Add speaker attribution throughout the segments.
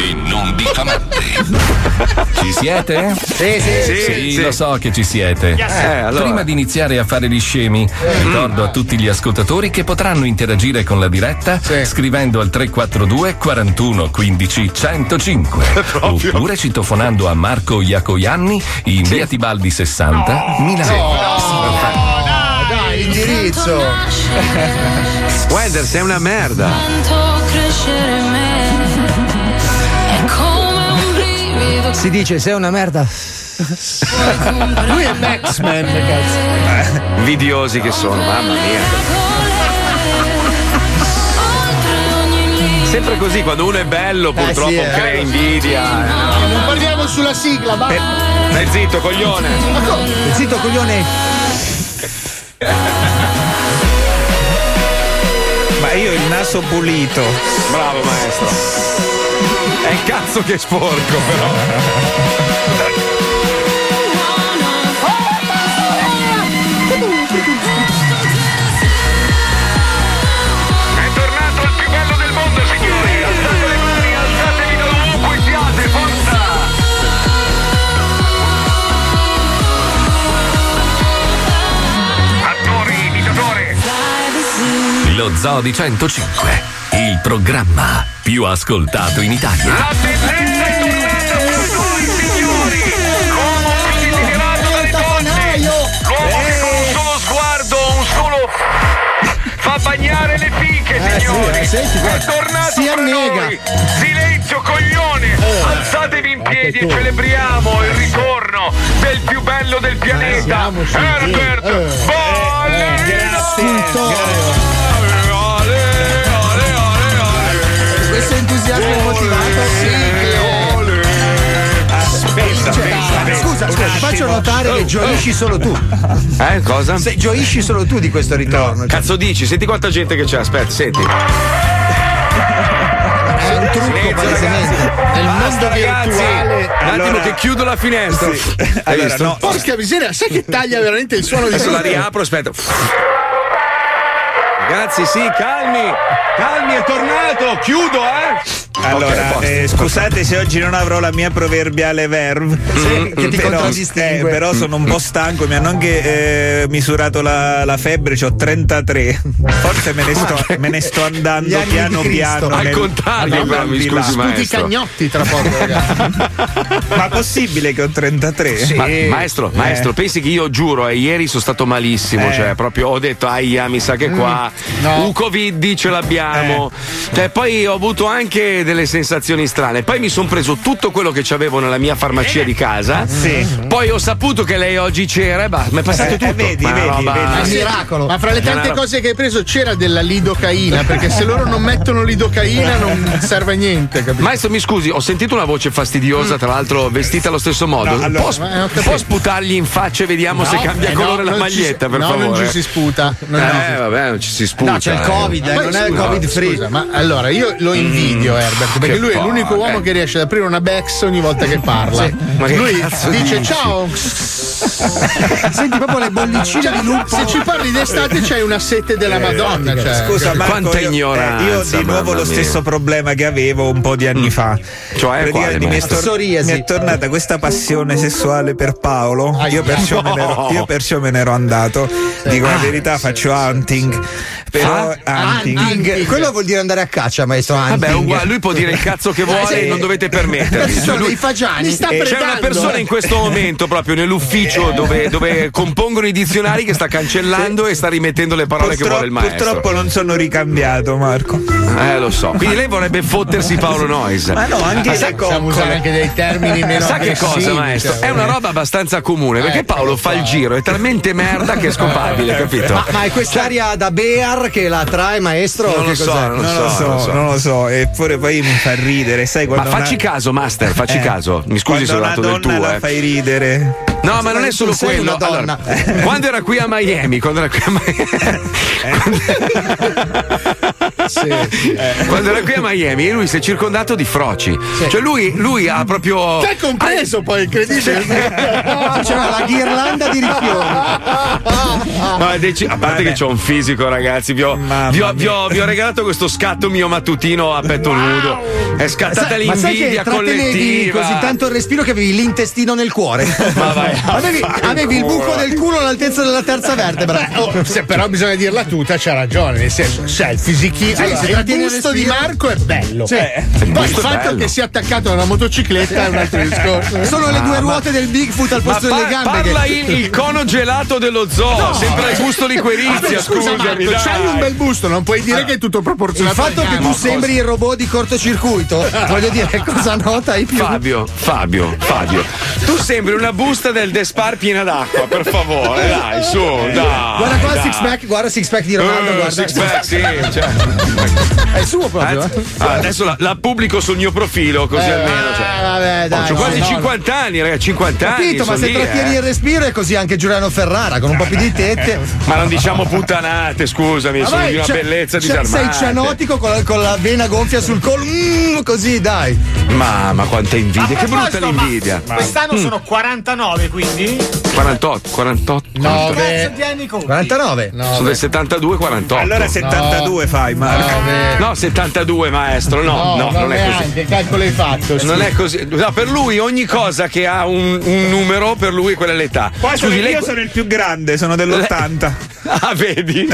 Speaker 1: E non diffamante. Ci siete?
Speaker 2: Sì, sì, sì.
Speaker 1: lo so che ci siete.
Speaker 2: Yes.
Speaker 1: Eh, allora. Prima di iniziare a fare gli scemi, ricordo a tutti gli ascoltatori che potranno interagire con la diretta scrivendo al 342 41 15 105 oppure citofonando a Marco Iacoianni in via Tibaldi 60 Milano.
Speaker 2: dai, l'indirizzo.
Speaker 3: Wender, sei una merda.
Speaker 4: Tanto crescere in me è come un brivido.
Speaker 5: Si dice sei una merda.
Speaker 3: Ah,
Speaker 4: Lui è Maxman, cazzo.
Speaker 3: Vidiosi Eh, che sono, mamma mia. Sempre così, quando uno è bello, purtroppo
Speaker 6: sì, eh.
Speaker 3: crea invidia. eh.
Speaker 6: Non parliamo sulla sigla, ma.
Speaker 7: Eh,
Speaker 3: Stai zitto, coglione.
Speaker 5: Zitto coglione.
Speaker 2: Ma io il naso pulito.
Speaker 3: Bravo maestro. È il cazzo che è sporco, però.
Speaker 8: È tornato il più bello del mondo, signori! Alzate le mani, alzatevi da ovunque siate, forza! Attori, imitatore!
Speaker 1: Lo Zoo di 105, il programma più ascoltato in Italia.
Speaker 8: La bellezza è tornata per noi, signori! L'uomo privilegiato dalle donne! L'uomo che con un solo sguardo, un solo... Fa bagnare le fiche, signori! è tornato
Speaker 6: Si
Speaker 8: fra
Speaker 6: annega.
Speaker 8: noi! Silenzio, coglione! Alzatevi in piedi e celebriamo il ritorno del più bello del pianeta! Herbert!
Speaker 6: Questo entusiasmo motivato.
Speaker 3: Aspetta,
Speaker 2: Cioè, Scusa, scusa, ti faccio notare
Speaker 3: Oh,
Speaker 2: che gioisci solo tu.
Speaker 3: Eh, cosa?
Speaker 2: Se gioisci solo tu di questo ritorno. cioè.
Speaker 3: Cazzo dici, senti quanta gente che c'è, aspetta, senti.
Speaker 6: È un trucco,
Speaker 3: Silenzio,
Speaker 6: palesemente. È il mondo
Speaker 3: Ragazzi,
Speaker 6: virtuale.
Speaker 3: un attimo che chiudo la finestra. Hai visto?
Speaker 6: Porca miseria, sai che taglia veramente il suono di
Speaker 3: Adesso la
Speaker 6: tutti?
Speaker 3: riapro, aspetta. Ragazzi, sì, calmi, calmi, è tornato, chiudo, eh.
Speaker 7: Allora,
Speaker 3: Ok,
Speaker 7: eh, scusate se oggi non avrò la mia proverbiale verve,
Speaker 2: che ti
Speaker 7: però, eh,
Speaker 2: contraddistingue.
Speaker 7: però sono un po' stanco, mi hanno anche eh, misurato la, la febbre, ho 33. Forse me ne sto, me ne sto
Speaker 2: Gli
Speaker 7: andando
Speaker 2: anni di
Speaker 7: piano
Speaker 2: Cristo.
Speaker 7: piano.
Speaker 3: Al
Speaker 7: nel-
Speaker 3: contrario, però, mi
Speaker 7: nell'aldilà.
Speaker 3: scusi,
Speaker 6: Tutti i
Speaker 3: maestro.
Speaker 6: cagnotti tra poco, ragazzi.
Speaker 7: Ma è possibile che ho 33?
Speaker 3: Ma- maestro, maestro, pensi che io giuro, eh, ieri sono stato malissimo,
Speaker 7: Eh.
Speaker 3: cioè proprio ho detto aia, mi sa che qua un covid ce l'abbiamo. Cioè, poi ho avuto anche delle sensazioni strane. Poi mi sono preso tutto quello che c'avevo nella mia farmacia di casa.
Speaker 7: Sì.
Speaker 3: Poi ho saputo che lei oggi c'era e basta, mi è passato
Speaker 7: Eh, eh,
Speaker 3: tutto.
Speaker 7: vedi,
Speaker 3: Ma è
Speaker 7: vedi,
Speaker 3: roba-
Speaker 7: vedi.
Speaker 6: È un
Speaker 7: Sì.
Speaker 6: miracolo. Ma fra le tante
Speaker 3: No, no.
Speaker 6: cose che hai preso c'era della lidocaina, perché se loro non mettono lidocaina non serve a niente, capito?
Speaker 3: Maestro, mi scusi, ho sentito una voce fastidiosa, tra l'altro vestita allo stesso modo.
Speaker 7: No, allora-
Speaker 3: può, sp-
Speaker 6: Eh, ho capito.
Speaker 3: può sputargli in faccia e vediamo se
Speaker 6: No,
Speaker 3: cambia
Speaker 6: eh,
Speaker 3: colore
Speaker 6: no,
Speaker 3: la
Speaker 6: non ci
Speaker 3: maglietta,
Speaker 6: si-
Speaker 3: per
Speaker 6: no,
Speaker 3: favore?
Speaker 6: non ci si sputa. No, no.
Speaker 3: Eh, vabbè, non ci si sputa.
Speaker 2: No, c'è il
Speaker 3: eh.
Speaker 2: covid, eh,
Speaker 6: Poi,
Speaker 2: non è il
Speaker 6: scusa,
Speaker 2: covid free. Mm,
Speaker 6: scusa, ma allora io lo invidio Herbert perché
Speaker 3: che
Speaker 6: lui è l'unico
Speaker 3: palle.
Speaker 6: uomo che riesce ad aprire una Bex ogni volta che parla.
Speaker 3: Ma che
Speaker 6: Lui
Speaker 3: cazzo
Speaker 6: dice
Speaker 3: dici?
Speaker 6: ciao.
Speaker 5: Senti proprio le bollicine di
Speaker 6: Cioè,
Speaker 5: lupo.
Speaker 6: se ci parli d'estate c'hai una sete
Speaker 2: Eh,
Speaker 6: della Madonna. Cioè,
Speaker 7: Scusa, Marco,
Speaker 3: Quanta
Speaker 7: io,
Speaker 3: ignoranza,
Speaker 7: eh, io di nuovo
Speaker 3: mamma
Speaker 7: lo
Speaker 3: mia.
Speaker 7: stesso problema che avevo un po' di anni fa.
Speaker 3: Cioè,
Speaker 7: Praticamente
Speaker 3: quale,
Speaker 7: mi, Mm. è
Speaker 3: maestro?
Speaker 2: Psoriasi.
Speaker 7: mi è tornata questa passione sessuale per Paolo. Io perciò, me ne ero, io perciò me ne ero andato. Dico la verità, faccio hunting. Però Ah? hunting. Ah,
Speaker 6: hunting.
Speaker 2: Quello vuol dire andare a caccia, maestro.
Speaker 3: Vabbè,
Speaker 2: hunting.
Speaker 3: uguale, lui può dire il cazzo che vuole,
Speaker 2: sì.
Speaker 3: non dovete permettervi.
Speaker 6: Ci
Speaker 3: Cioè,
Speaker 6: sono
Speaker 3: lui-
Speaker 6: dei fagiani. Mi sta
Speaker 3: Eh, c'è
Speaker 6: predando,
Speaker 3: una persona
Speaker 6: eh.
Speaker 3: in questo momento proprio nell'ufficio dove, dove compongono i dizionari che sta cancellando e sta rimettendo le parole che vuole il
Speaker 7: Purtroppo,
Speaker 3: maestro.
Speaker 7: purtroppo non sono ricambiato, Marco.
Speaker 3: Eh, lo so. Quindi lei vorrebbe fottersi Paolo Noyes.
Speaker 7: Ma no, anche se
Speaker 6: Possiamo usare anche dei termini meno
Speaker 3: Sa che cosa,
Speaker 6: aggressivi,
Speaker 3: maestro?
Speaker 6: cioè. Eh,
Speaker 3: È una roba abbastanza comune perché Paolo fa il giro, è talmente merda che è scopabile, capito?
Speaker 6: eh.
Speaker 2: Ma, ma è quest'aria da Bear che la attrae, maestro?
Speaker 3: Non
Speaker 2: che
Speaker 3: lo so,
Speaker 2: cos'è?
Speaker 3: non
Speaker 7: Non lo so, non lo so, eppure poi lei mi fa ridere, sai
Speaker 3: Ma
Speaker 7: quando
Speaker 3: facci
Speaker 7: una...
Speaker 3: caso, Master, facci
Speaker 7: Eh.
Speaker 3: caso. Mi scusi se ho
Speaker 7: quando
Speaker 3: dato
Speaker 7: una
Speaker 3: del
Speaker 7: donna
Speaker 3: tuo.
Speaker 7: la
Speaker 3: eh.
Speaker 7: fai ridere.
Speaker 3: No, ma non è solo
Speaker 7: Tu sei
Speaker 3: quello.
Speaker 7: una donna.
Speaker 3: Allora, quando era qui a Miami, quando era qui a Miami, Eh. quando era qui a Miami, lui si è circondato di froci. Cioè, lui, lui ha proprio.
Speaker 6: Te compreso poi, incredibile.
Speaker 2: C'era la ghirlanda di rifiori.
Speaker 3: No, è deci- a parte che c'ho un fisico, ragazzi. Vi ho, vi ho- vi ho- vi ho regalato questo scatto mio mattutino a petto nudo. È scattata
Speaker 2: Sai- ma sai che
Speaker 3: l'invidia
Speaker 2: trattenevi
Speaker 3: collettiva.
Speaker 2: così tanto il respiro che avevi l'intestino nel cuore.
Speaker 3: Ma vai a
Speaker 2: avevi,
Speaker 3: fare
Speaker 2: avevi il buco
Speaker 3: culo.
Speaker 2: del culo all'altezza della terza vertebra.
Speaker 6: Beh, oh, se però bisogna dirla tutta, c'ha ragione. Nel senso, c'è il fisichino.
Speaker 2: Sì,
Speaker 6: allora,
Speaker 2: se
Speaker 6: il
Speaker 2: trattiene il
Speaker 6: gusto di
Speaker 2: respiro-
Speaker 6: Marco è bello.
Speaker 2: Sì.
Speaker 6: Eh,
Speaker 3: Il
Speaker 6: Poi il
Speaker 3: gusto è
Speaker 6: fatto
Speaker 3: bello.
Speaker 6: che sia attaccato a una motocicletta è un altro discorso. eh.
Speaker 2: Sono le due ruote del Bigfoot al
Speaker 3: Ah, Ma
Speaker 2: posto
Speaker 3: par-
Speaker 2: delle gambe.
Speaker 3: parla
Speaker 2: che-
Speaker 3: il, il cono gelato dello zoo, sempre al gusto liquirizia.
Speaker 6: Scusa,
Speaker 3: scusami,
Speaker 6: Marco,
Speaker 3: dai. Ah.
Speaker 6: c'hai un bel busto, non puoi dire che è tutto
Speaker 2: Il
Speaker 6: proporzionato.
Speaker 2: fatto
Speaker 6: alle
Speaker 2: che
Speaker 6: gambe.
Speaker 2: tu sembri il robot di cortocircuito,
Speaker 3: Ah,
Speaker 2: voglio dire, cosa nota hai più?
Speaker 3: Fabio, Fabio, Fabio, tu sembri una busta del Despar piena d'acqua, per favore, dai, su, dai.
Speaker 2: Guarda qua il
Speaker 3: dai.
Speaker 2: six pack, guarda il six pack di
Speaker 3: Eh,
Speaker 2: Ronaldo, guarda.
Speaker 3: six pack, sì, cioè.
Speaker 2: È suo proprio. eh?
Speaker 3: Ah, adesso la, la pubblico sul mio profilo, così almeno. Cioè.
Speaker 2: Ah, vabbè, dai.
Speaker 3: Ho quasi
Speaker 2: no, no.
Speaker 3: 50 anni, ragazzi, 50
Speaker 2: Capito,
Speaker 3: anni.
Speaker 2: ma
Speaker 3: son
Speaker 2: se
Speaker 3: lì,
Speaker 2: trattieni
Speaker 3: eh.
Speaker 2: il respiro è così anche Giuliano Ferrara con un po' più di tette.
Speaker 3: Ma non diciamo puttanate, scusami,
Speaker 2: Ma
Speaker 3: sono
Speaker 2: vai,
Speaker 3: di una
Speaker 2: cioè,
Speaker 3: bellezza
Speaker 2: cioè,
Speaker 3: disarmante.
Speaker 2: Sei cianotico con la, con la vena gonfia sul collo. Mm, così, dai.
Speaker 3: Mamma, quanta invidia,
Speaker 9: A
Speaker 3: che brutta
Speaker 9: proposito, ma
Speaker 3: l'invidia. Mm,
Speaker 9: Quest'anno sono 49, quindi.
Speaker 3: 48, 48.
Speaker 6: No,
Speaker 9: Cazzo
Speaker 6: beh,
Speaker 9: di anni conti.
Speaker 2: 49.
Speaker 3: Sono del 72, 48.
Speaker 7: Allora 72 fai, Marco.
Speaker 3: No, 72, maestro. No, no, non è così.
Speaker 6: Che calcolo hai fatto?
Speaker 3: Non è così. No, per lui ogni cosa che ha un, un numero, per lui quella è l'età.
Speaker 7: Poi sono-
Speaker 3: Scusi, lei.
Speaker 7: io sono il più grande, sono dell'80.
Speaker 3: Ah, vedi?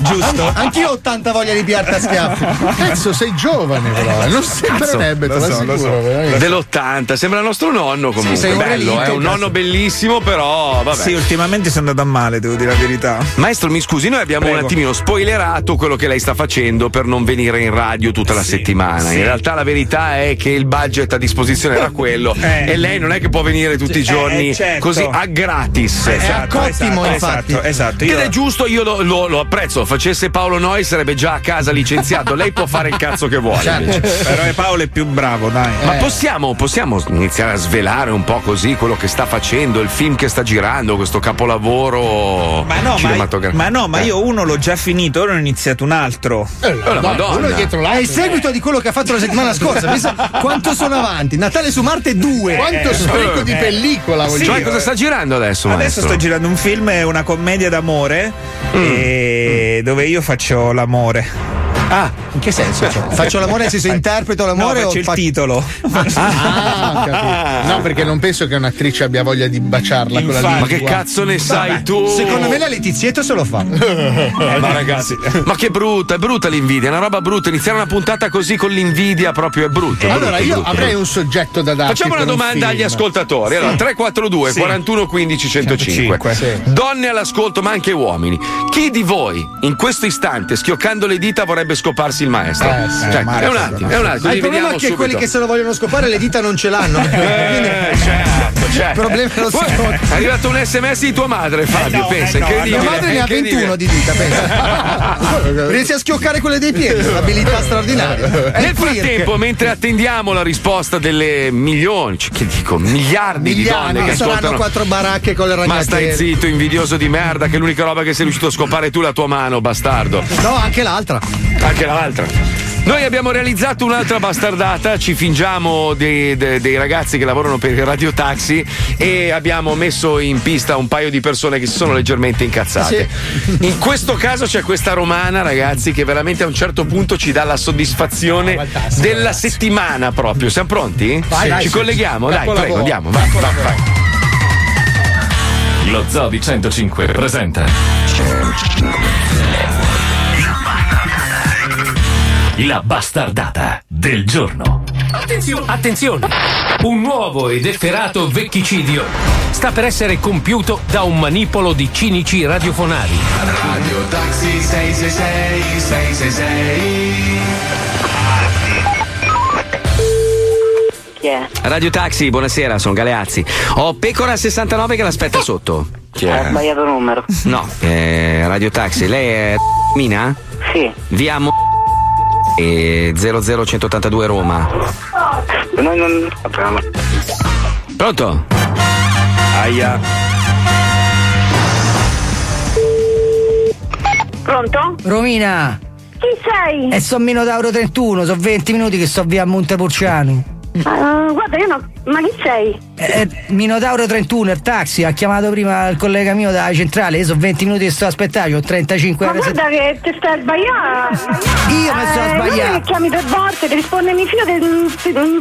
Speaker 7: Giusto?
Speaker 2: Anch'io ho tanta voglia di piarta a schiaffi.
Speaker 6: Cazzo, sei giovane, però.
Speaker 2: eh.
Speaker 6: Non sembrerebbe, te
Speaker 7: lo
Speaker 6: lo
Speaker 7: so, lo
Speaker 6: assicuro,
Speaker 7: so.
Speaker 6: veramente.
Speaker 3: Dell'80, sembra il nostro nonno comunque.
Speaker 2: Sì, sei un
Speaker 3: bello,
Speaker 2: relitto,
Speaker 3: è un
Speaker 2: cazzo.
Speaker 3: nonno bellissimo, però vabbè.
Speaker 7: Sì, ultimamente sono andato a male, devo dire la verità.
Speaker 3: Maestro, mi scusi, noi abbiamo un attimino spoilerato quello che lei sta facendo per non venire in radio tutta la settimana. In realtà la verità è che il budget a disposizione era quello
Speaker 7: Eh.
Speaker 3: e lei non è che può venire tutti i giorni
Speaker 7: eh, certo.
Speaker 3: così a gratis.
Speaker 7: Esatto,
Speaker 2: cottimo,
Speaker 7: esatto,
Speaker 2: infatti.
Speaker 7: Esatto, esatto.
Speaker 3: Ed
Speaker 7: Io
Speaker 3: è giusto, io lo, lo- lo apprezzo. Facesse Paolo Noi sarebbe già a casa licenziato. Lei può fare il cazzo che vuole. invece.
Speaker 7: Certo. Esatto.
Speaker 3: Eh.
Speaker 7: però è Paolo è più bravo, dai.
Speaker 3: Ma possiamo, possiamo iniziare a svelare un po' così quello che sta facendo, il film che sta girando, questo capolavoro
Speaker 7: Ma no, ma,
Speaker 3: cinematografico?
Speaker 7: ma no, ma io uno l'ho già finito, ora ne ho iniziato un altro.
Speaker 3: Eh, la Madonna.
Speaker 6: Uno dietro
Speaker 2: È il
Speaker 3: eh.
Speaker 6: l'altro.
Speaker 2: seguito di quello che ha fatto la settimana scorsa. Pensa quanto sono avanti. Natale su Marte
Speaker 3: Eh.
Speaker 2: 2.
Speaker 6: Quanto spreco di pellicola vuol
Speaker 3: Cioè,
Speaker 6: dire?
Speaker 3: cosa sta girando adesso?
Speaker 7: Adesso
Speaker 3: maestro? Mm.
Speaker 7: sto girando un film, è una commedia d'amore e dove io faccio l'amore.
Speaker 3: Ah,
Speaker 2: In che senso? cioè? faccio l'amore nel senso interpreto
Speaker 7: No,
Speaker 2: l'amore o
Speaker 7: faccio il
Speaker 2: fa-
Speaker 7: titolo. Eh,
Speaker 6: Ah, ho capito. No, perché non penso che un'attrice abbia voglia di baciarla con la
Speaker 7: Infatti.
Speaker 3: ma
Speaker 6: lingua.
Speaker 3: che cazzo ne sai tu? Eh,
Speaker 2: Secondo me la Letizietto se lo fa.
Speaker 3: Ma ragazzi, ma che brutta, è brutta l'invidia, è una roba brutta. Iniziare una puntata così con l'invidia proprio è brutto. è
Speaker 6: Allora,
Speaker 3: brutto,
Speaker 6: io
Speaker 3: brutto.
Speaker 6: avrei un soggetto da darti
Speaker 3: Facciamo una
Speaker 6: per un
Speaker 3: domanda
Speaker 6: film.
Speaker 3: agli ascoltatori. Allora, 342 41 15 105. Donne all'ascolto, ma anche uomini. Chi di voi in questo istante, schioccando le dita, vorrebbe scoparsi il maestro?
Speaker 6: Eh, sì,
Speaker 3: cioè,
Speaker 6: Marco,
Speaker 3: è un attimo, è un
Speaker 2: Ma
Speaker 3: attimo. così
Speaker 2: il problema è
Speaker 3: vediamo
Speaker 2: che quelli
Speaker 3: subito.
Speaker 2: che se lo vogliono scopare le dita non ce l'hanno.
Speaker 3: Eh, certo, certo.
Speaker 2: problema è lo Eh,
Speaker 3: Poi
Speaker 2: stesso.
Speaker 3: È arrivato un sms di tua madre, Fabio. pensa, incredibile.
Speaker 2: Mia madre ne ha
Speaker 3: incredibile.
Speaker 2: 21 di dita, pensa. Riesci a schioccare quelle dei piedi, un'abilità straordinaria. È
Speaker 3: Eh. Nel
Speaker 2: il quirk.
Speaker 3: frattempo, mentre attendiamo la risposta delle milioni, cioè, che dico, miliardi di donne
Speaker 2: Miliardi,
Speaker 3: che
Speaker 2: saranno
Speaker 3: ascoltano
Speaker 2: quattro baracche con le
Speaker 3: Ma stai
Speaker 2: ragnatele.
Speaker 3: zitto, invidioso di merda, che l'unica roba che sei riuscito a scopare tu è la tua mano, bastardo.
Speaker 2: No, anche l'altra.
Speaker 3: Anche l'altra. Noi abbiamo realizzato un'altra bastardata, ci fingiamo dei, de- dei ragazzi che lavorano per il radio taxi e abbiamo messo in pista un paio di persone che si sono leggermente incazzate. In questo caso c'è questa romana, ragazzi, che veramente a un certo punto ci dà la soddisfazione della settimana proprio. Siamo pronti?
Speaker 6: Ah, Vai,
Speaker 3: Sì.
Speaker 6: vai,
Speaker 3: ci
Speaker 6: sì,
Speaker 3: colleghiamo,
Speaker 6: sì.
Speaker 3: dai,
Speaker 6: Capolavoro.
Speaker 3: prego, andiamo, vai, vai, vai.
Speaker 1: Lo Zoo di 105 presenta La bastardata del giorno.
Speaker 10: Attenzione! Attenzione! Un nuovo ed efferato vecchicidio sta per essere compiuto da un manipolo di cinici radiofonari.
Speaker 3: Radio Taxi, buonasera, sono Galeazzi. Ho Pecora 69 che l'aspetta sotto.
Speaker 11: Eh,
Speaker 3: Chi è?
Speaker 12: Ho sbagliato numero.
Speaker 3: No, eh, Radio Taxi, lei è Mina?
Speaker 12: Sì,
Speaker 3: Via Mo-
Speaker 12: E 00182 Roma.
Speaker 13: Noi non sappiamo.
Speaker 12: Pronto? Aia.
Speaker 11: Pronto?
Speaker 14: Romina!
Speaker 11: Chi sei?
Speaker 14: E sono Minotauro 31, sono 20 minuti che sto via a Montepulciano.
Speaker 11: Ah, guarda, io no. Ma chi sei?
Speaker 14: Eh, Minotauro 31, il taxi, ha chiamato prima il collega mio dalla centrale, io sono 20 minuti che sto a aspettare, ho 35
Speaker 11: Ma
Speaker 14: euro. se-
Speaker 11: guarda che ti stai sbagliando. Io
Speaker 14: mi sto
Speaker 11: Non
Speaker 14: sbagliando.
Speaker 11: è che chiami due volte, ti risponde mio figlio del. Non,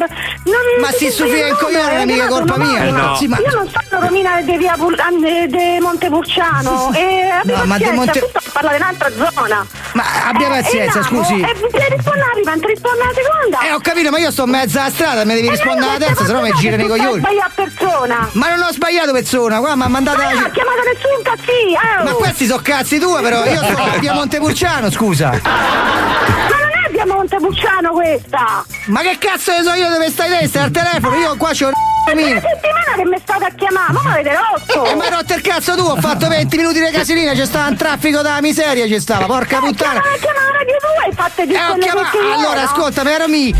Speaker 14: Ma si soffia il coglione, non è mica colpa mia. Eh, no. Sì, ma-
Speaker 11: Io non sono Romina di via Pul- ah, de Montepulciano. E abbi
Speaker 14: No, ma de
Speaker 11: pazienza,
Speaker 14: Monte-
Speaker 11: tu sto a parlare in un'altra zona.
Speaker 14: Ma abbia
Speaker 11: Eh,
Speaker 14: pazienza, scusi.
Speaker 11: E ti rispondo alla prima, non ti rispondo alla seconda.
Speaker 14: Eh, ho capito, ma io sto in mezzo alla strada, mi devi
Speaker 11: Eh,
Speaker 14: rispondere
Speaker 11: ma
Speaker 14: alla
Speaker 11: io
Speaker 14: terza,
Speaker 11: queste
Speaker 14: sennò mi
Speaker 11: volte
Speaker 14: girano i
Speaker 11: tu stai
Speaker 14: coglioni.
Speaker 11: sbagliando persona.
Speaker 14: Ma non ho sbagliato persona, qua mi ha mandato
Speaker 11: Ma non ha chiamato nessun cazzi,
Speaker 14: Ma questi sono cazzi tua però, io sono via Montepulciano, scusa.
Speaker 11: Ma non è via Montepulciano questa!
Speaker 14: Ma che cazzo ne so io dove stai testa al telefono? Io qua c'ho un mio.
Speaker 11: Una settimana che mi state a chiamare, ma me l'avete rotto!
Speaker 14: E mi hai rotto il cazzo tu, ho fatto 20 minuti di casilina, c'è stava un traffico da miseria, c'è stava,
Speaker 11: Eh,
Speaker 14: porca puttana!
Speaker 11: Ma chiamava Radio 2 e fate di
Speaker 14: Eh, ho
Speaker 11: quelle
Speaker 14: chiamato.
Speaker 11: che io,
Speaker 14: Allora,
Speaker 11: no? Eh.
Speaker 14: ascolta, però mi.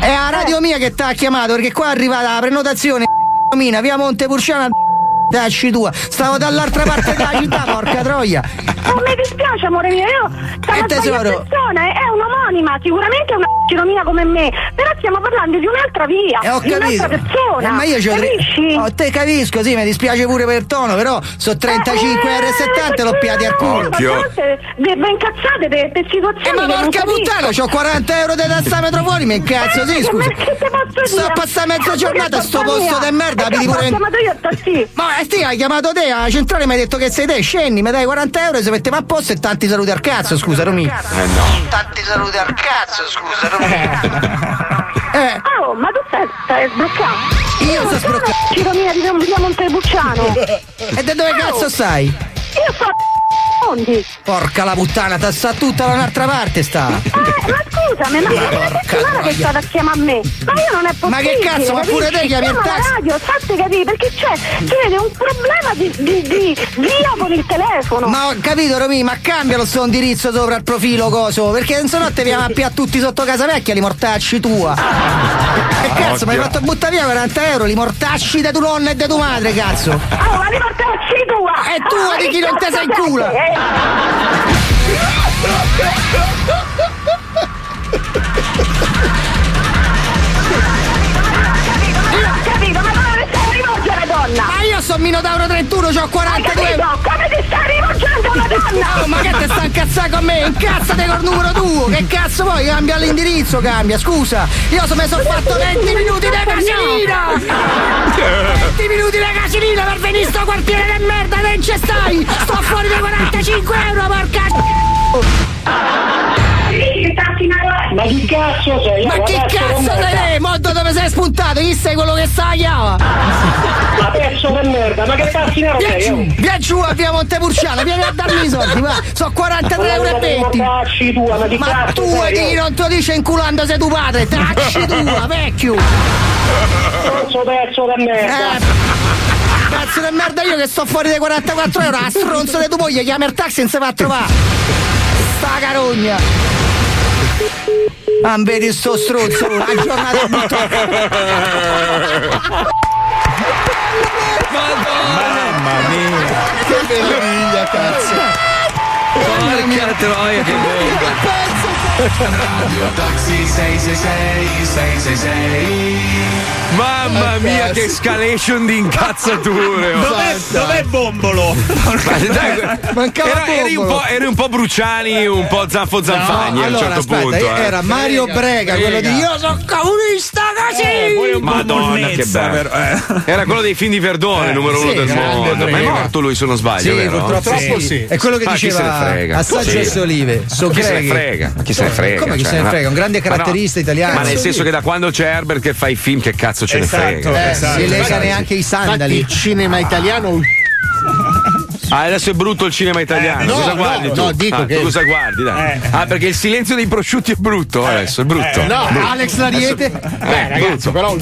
Speaker 14: È la radio mia che ti ha chiamato, perché qua è arrivata la prenotazione, mina, via Montepulciano, dacci tua. Stavo dall'altra parte della città, porca troia.
Speaker 11: Non mi dispiace, amore mio, io
Speaker 14: Eh,
Speaker 11: stavo
Speaker 14: tesoro.
Speaker 11: sbagliando persona, eh, è è un'omonima, sicuramente è una romina come me, però stiamo parlando di un'altra via,
Speaker 14: Eh, ho
Speaker 11: di
Speaker 14: capito.
Speaker 11: un'altra persona.
Speaker 14: Eh, ma io c'ho tre-
Speaker 11: capisci?
Speaker 14: Oh, te capisco, sì, mi dispiace pure per tono, però sono 35 R70 l'ho piati al culo.
Speaker 11: Ben incazzate per, per situazioni
Speaker 14: Eh, ma
Speaker 11: che non
Speaker 14: porca
Speaker 11: capisco.
Speaker 14: puttana, c'ho 40 euro di tassametro fuori, mi incazzo, Eh, sì, scusa. Sto a passare mezza giornata a sto posto di merda,
Speaker 11: mi
Speaker 14: abiti pure. in-
Speaker 11: chiamato io a sì.
Speaker 14: Ma eh, sì, hai chiamato te, alla centrale mi hai detto che sei te, scendi, mi dai 40 euro, si metteva a posto e tanti saluti al cazzo, scusa, Romì.
Speaker 3: Eh no.
Speaker 14: Tanti saluti al cazzo, scusa, Eh.
Speaker 11: Oh, ma tu stai, stai sbloccando? Io sto sbloccando. Ciro mia di Don Via Montepulciano.
Speaker 14: E da dove cazzo stai?
Speaker 11: Io sto a eh, Mondi.
Speaker 14: Porca la puttana, ta sta tutta da un'altra parte sta.
Speaker 11: Eh, ma scusami, ma è una settimana che state a chiamare a me. Ma io non è possibile.
Speaker 14: Ma che cazzo, ma pure te
Speaker 11: capisci?
Speaker 14: chiami il
Speaker 11: Chiama la
Speaker 14: taxi?
Speaker 11: radio, fate capire, perché c'è, c'è un problema di, di, di via con il telefono.
Speaker 14: Ma ho capito Romì, ma cambialo sto indirizzo sopra il profilo coso, perché se no te vi ammappi a tutti sotto casa vecchia, li mortacci tua. Che cazzo, mi hai fatto buttare via 40 euro, li mortacci da tua nonna e da tua madre, cazzo.
Speaker 11: Oh, ma li mortacci tua!
Speaker 14: È tua di chi non te sei in culo.
Speaker 11: Non ho capito, ma come ti stai rivolgendo alla donna?
Speaker 14: Ma io sono Minotauro 31, c'ho 42
Speaker 11: Capito? Come ti stai rivolgendo alla donna?
Speaker 14: Oh, ma che te sta a incazzare con me? Incazzate col numero tuo! Che cazzo vuoi? Cambia l'indirizzo, cambia, scusa! Io so, mi sono fatto 20 minuti da casilina!
Speaker 11: eh.
Speaker 14: 20 minuti da casilina per venire sto quartiere di merda, non ci stai! Sto fuori da 45 euro, porca
Speaker 11: Ma
Speaker 14: che cazzo sei? Ma che cazzo sei? te? Mo dove sei spuntato? Chi sei quello che sta a chiava? Ma pezzo di merda, ma che cazzo
Speaker 11: nero
Speaker 14: Via
Speaker 11: sei,
Speaker 14: giù, via giù a via Montepulciano, vieni a darmi i soldi, va! Sono 43 euro e 20!
Speaker 11: ma di
Speaker 14: Ma
Speaker 11: cazzo
Speaker 14: tu
Speaker 11: sei?
Speaker 14: di chi non te lo dice inculando sei tuo padre, tacci tua, vecchio!
Speaker 11: Pezzo, pezzo da merda!
Speaker 14: Eh, Cazzo di merda io che sto fuori dai 44 euro, a stronzo di tua moglie, chiama il taxi e non si fa trovare! Sta carogna! Ah, vedi sto stronzo, una giornata buttata!
Speaker 7: Mamma mia!
Speaker 2: Che meraviglia, cazzo!
Speaker 12: Porca troia, che bomba! Radio Taxi 666 666
Speaker 3: Mamma mia, che escalation di incazzature! oh.
Speaker 9: Dov'è, dov'è Bombolo?
Speaker 3: Ma dai, era- eri, un po', eri un po' Bruciani, un po' Zanfo Zanfagni
Speaker 2: No,
Speaker 3: a un
Speaker 2: allora,
Speaker 3: certo
Speaker 2: aspetta,
Speaker 3: punto. eh.
Speaker 2: era Mario Brega, quello di io sono comunista così!
Speaker 3: Madonna, che bello. Era quello dei film di Verdone, numero uno
Speaker 2: Eh. sì,
Speaker 3: del
Speaker 2: grande
Speaker 3: mondo. Ma è
Speaker 2: Brega.
Speaker 3: morto lui, se non sbaglio,
Speaker 2: Sì,
Speaker 3: vero?
Speaker 2: purtroppo sì. È quello che
Speaker 3: Ma chi
Speaker 2: diceva
Speaker 3: se ne frega?
Speaker 2: Assaggio
Speaker 3: Sì.
Speaker 2: e Solive,
Speaker 3: Ma
Speaker 2: so
Speaker 3: chi se ne
Speaker 2: Greg.
Speaker 3: frega? Ma chi se ne frega?
Speaker 2: Come chi
Speaker 3: Cioè,
Speaker 2: se ne
Speaker 3: ma-
Speaker 2: frega? Un grande
Speaker 3: ma no.
Speaker 2: caratterista italiano.
Speaker 3: Ma nel senso che da quando c'è Herbert che fa i film, che cazzo ce ne frega?
Speaker 2: eh, si lega neanche i sandali.
Speaker 6: Esatto, Infatti, il cinema italiano
Speaker 3: Ah, adesso è brutto il cinema italiano.
Speaker 6: Eh, no,
Speaker 3: cosa
Speaker 6: no,
Speaker 3: guardi tu?
Speaker 6: no, dico
Speaker 3: Ah, tu
Speaker 6: che-
Speaker 3: cosa guardi? Dai.
Speaker 6: Eh.
Speaker 3: Ah, perché il silenzio dei prosciutti è brutto adesso, è brutto.
Speaker 6: Eh, no,
Speaker 3: Brutto.
Speaker 6: Alex Lariete?
Speaker 3: Adesso- Eh, brutto.
Speaker 6: però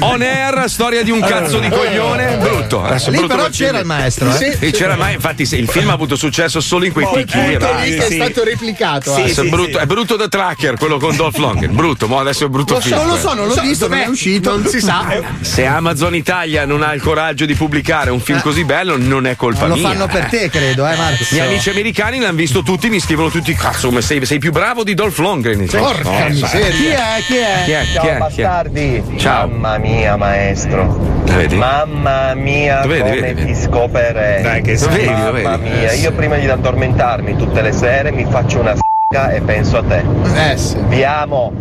Speaker 3: On air, storia di un cazzo di coglione. Brutto. Adesso,
Speaker 2: Lì
Speaker 3: brutto
Speaker 2: però
Speaker 3: quel film.
Speaker 2: c'era il maestro, eh?
Speaker 3: Sì,
Speaker 2: Sì.
Speaker 3: c'era il maestro. Infatti, sì, il film ha avuto successo solo in quei picchi.
Speaker 6: Punto lì che è
Speaker 3: Sì.
Speaker 6: stato replicato.
Speaker 3: Adesso
Speaker 6: eh.
Speaker 3: è, brutto, è brutto da tracker quello con Dolph Lundgren brutto mo adesso è un brutto
Speaker 6: Lo so,
Speaker 3: film
Speaker 6: non lo so, non l'ho visto,
Speaker 2: non è
Speaker 6: uscito. Eh, Non si sa.
Speaker 3: se Amazon Italia non ha il coraggio di pubblicare un film così bello non è colpa
Speaker 2: Lo
Speaker 3: mia
Speaker 2: fanno per te, credo, eh, Marco.
Speaker 3: gli amici americani l'hanno visto tutti, mi scrivono tutti: Cazzo, come sei, sei più bravo di Dolph Lundgren?
Speaker 2: Porca
Speaker 3: No,
Speaker 2: miseria.
Speaker 3: sai.
Speaker 2: Chi è? Chi è?
Speaker 3: Chi è? Chi
Speaker 2: Ciao,
Speaker 3: è? Chi è? Ciao.
Speaker 15: Mamma mia, maestro. Mamma mia,
Speaker 3: Lo vedi,
Speaker 15: come
Speaker 3: vedi,
Speaker 15: ti scoperei.
Speaker 3: Dai, che Lo vedi, lo
Speaker 15: Mamma
Speaker 3: vedi.
Speaker 15: mia,
Speaker 3: Eh, sì.
Speaker 15: io prima di addormentarmi tutte le sere mi faccio una s***a e penso a te. Eh sì. Vi amo.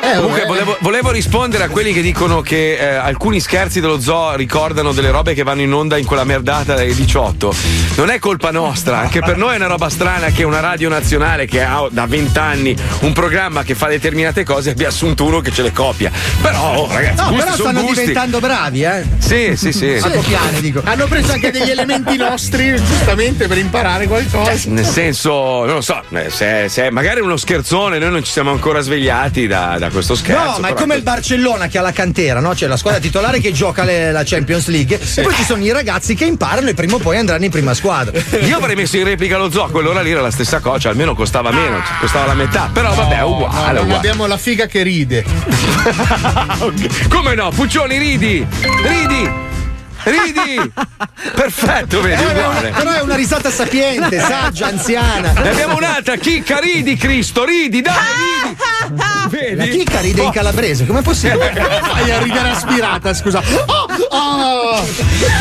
Speaker 2: Eh,
Speaker 3: Comunque volevo, volevo rispondere a quelli che dicono che eh, alcuni scherzi dello zoo ricordano delle robe che vanno in onda in quella merdata delle 18. Non è colpa nostra, anche per noi è una roba strana che una radio nazionale che ha da 20 anni un programma che fa determinate cose abbia assunto uno che ce le copia. Però oh, ragazzi,
Speaker 2: no,
Speaker 3: gusti
Speaker 2: però
Speaker 3: son
Speaker 2: stanno
Speaker 3: gusti.
Speaker 2: diventando bravi, eh.
Speaker 3: Sì, sì, sì.
Speaker 2: A copiare, dico.
Speaker 6: Hanno preso anche degli elementi nostri, giustamente, per imparare qualcosa.
Speaker 3: Nel senso, non lo so, eh, se, se magari è uno scherzone, noi non ci siamo ancora svegliati da, da questo scherzo.
Speaker 2: No, ma è
Speaker 3: però-
Speaker 2: come il Barcellona che ha la cantera, no? C'è la squadra titolare che gioca le- la Champions League e poi ci sono i ragazzi che imparano e prima o poi andranno in prima squadra.
Speaker 3: Io avrei messo in replica lo zoo, quell'ora lì era la stessa cosa, almeno costava meno,
Speaker 2: Ah.
Speaker 3: costava la metà, però vabbè, è
Speaker 6: No,
Speaker 3: uguale,
Speaker 6: non
Speaker 3: uguale.
Speaker 6: abbiamo la figa che ride.
Speaker 3: Come no? Puccioni, ridi! Ridi! Ridi! Perfetto, vedi,
Speaker 2: Eh,
Speaker 3: uguale.
Speaker 2: Però è una risata sapiente, saggia, anziana.
Speaker 3: Ne abbiamo un'altra, chicca, ridi Cristo, ridi, dai,
Speaker 2: Ah,
Speaker 3: ridi!
Speaker 2: La
Speaker 3: Vedi? Oh.
Speaker 2: chicca ride in calabrese, com'è possibile?
Speaker 3: Come
Speaker 6: fai a ridere aspirata, scusa?
Speaker 3: Oh,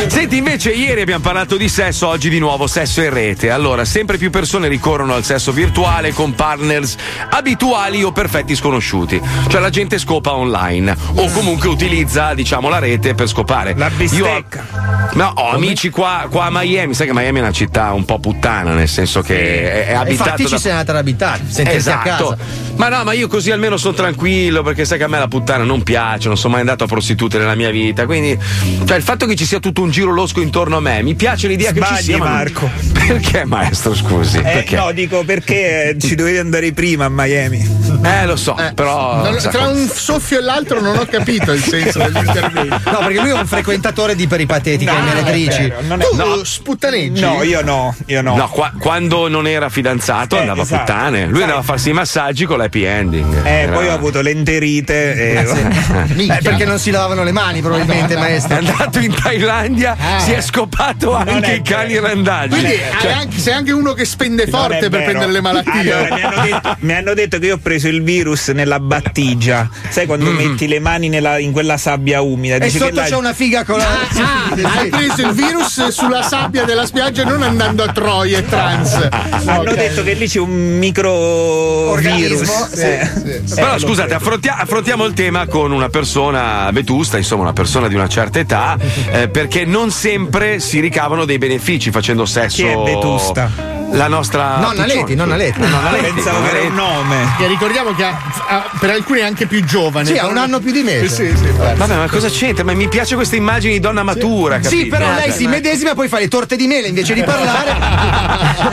Speaker 3: Senti, invece, ieri abbiamo parlato di sesso, oggi di nuovo sesso in rete. Allora, sempre più persone ricorrono al sesso virtuale con partners abituali o perfetti sconosciuti. Cioè, la gente scopa online
Speaker 2: Mm.
Speaker 3: o comunque utilizza, diciamo, la rete per scopare. La
Speaker 12: bistecca.
Speaker 3: No, ho amici qua, qua a Miami, sai che Miami è una città un po' puttana, nel senso che è, è abitata
Speaker 2: Infatti
Speaker 3: da
Speaker 2: ci sei andata ad abitare, sentirti a
Speaker 3: Esatto,
Speaker 2: casa.
Speaker 3: ma no, ma io così almeno sono tranquillo perché sai che a me la puttana non piace, non sono mai andato a prostitute nella mia vita, quindi cioè il fatto che ci sia tutto un giro losco intorno a me, mi piace l'idea che
Speaker 7: Sbagli,
Speaker 3: ci sia. ma non-
Speaker 7: Marco.
Speaker 3: Perché maestro, scusi?
Speaker 7: Eh,
Speaker 3: perché?
Speaker 7: no, dico perché eh, ci dovevi andare prima a Miami.
Speaker 3: Eh, lo so, però
Speaker 6: Non-
Speaker 3: sa
Speaker 6: tra
Speaker 3: com-
Speaker 6: un soffio e l'altro non ho capito il senso dell'intervento.
Speaker 2: No, perché lui è un frequentatore di peripatetiche e meretrici.
Speaker 6: Tu sputtaneggi?
Speaker 7: no, io no.
Speaker 3: qua- quando non era fidanzato andava
Speaker 7: esatto.
Speaker 3: a puttane, lui andava a farsi i massaggi con l'happy ending.
Speaker 7: Eh,
Speaker 3: Era-
Speaker 7: poi ho avuto le enterite. E...
Speaker 2: Eh, perché non si lavavano le mani, probabilmente,
Speaker 3: È
Speaker 2: maestro. Eh.
Speaker 3: andato in Thailandia, si è scopato anche i cani randaggi.
Speaker 6: Quindi hai
Speaker 3: Cioè-
Speaker 6: anche- sei anche uno che spende
Speaker 7: Non
Speaker 6: forte per
Speaker 7: è vero.
Speaker 6: prendere le malattie.
Speaker 7: Allora, mi, hanno detto, mi hanno detto che io ho preso il virus nella battigia. Sai quando
Speaker 3: Mm-hmm.
Speaker 7: metti le mani nella- in quella sabbia umida?
Speaker 2: E
Speaker 7: dici che
Speaker 2: sotto
Speaker 7: là-
Speaker 2: c'è una figa con la.
Speaker 6: Ah, hai preso il virus sulla sabbia della spiaggia non andando a Troie e trans.
Speaker 7: Hanno detto che lì c'è un microvirus. Eh.
Speaker 3: Però scusate, affrontia- affrontiamo il tema con una persona vetusta, insomma una persona di una certa età, eh, perché non sempre si ricavano dei benefici facendo sesso.
Speaker 7: Chi è vetusta?
Speaker 3: La nostra.
Speaker 2: Nonna
Speaker 3: Puccioni.
Speaker 2: Leti, nonna Leti.
Speaker 3: Ah, Nonna Leti,
Speaker 7: Pensavo
Speaker 3: nonna
Speaker 7: che era
Speaker 3: Leti.
Speaker 7: un nome.
Speaker 6: Che ricordiamo che ha- ha- per alcuni è anche più giovane.
Speaker 2: Sì, ha un anno più di me.
Speaker 6: Sì, sì,
Speaker 3: Vabbè, ma cosa c'entra? Ma mi piace questa immagine di donna matura, capito?
Speaker 2: Sì, però lei
Speaker 3: Cioè,
Speaker 2: si
Speaker 3: ma-
Speaker 2: medesima e poi fa le torte di mele invece di parlare.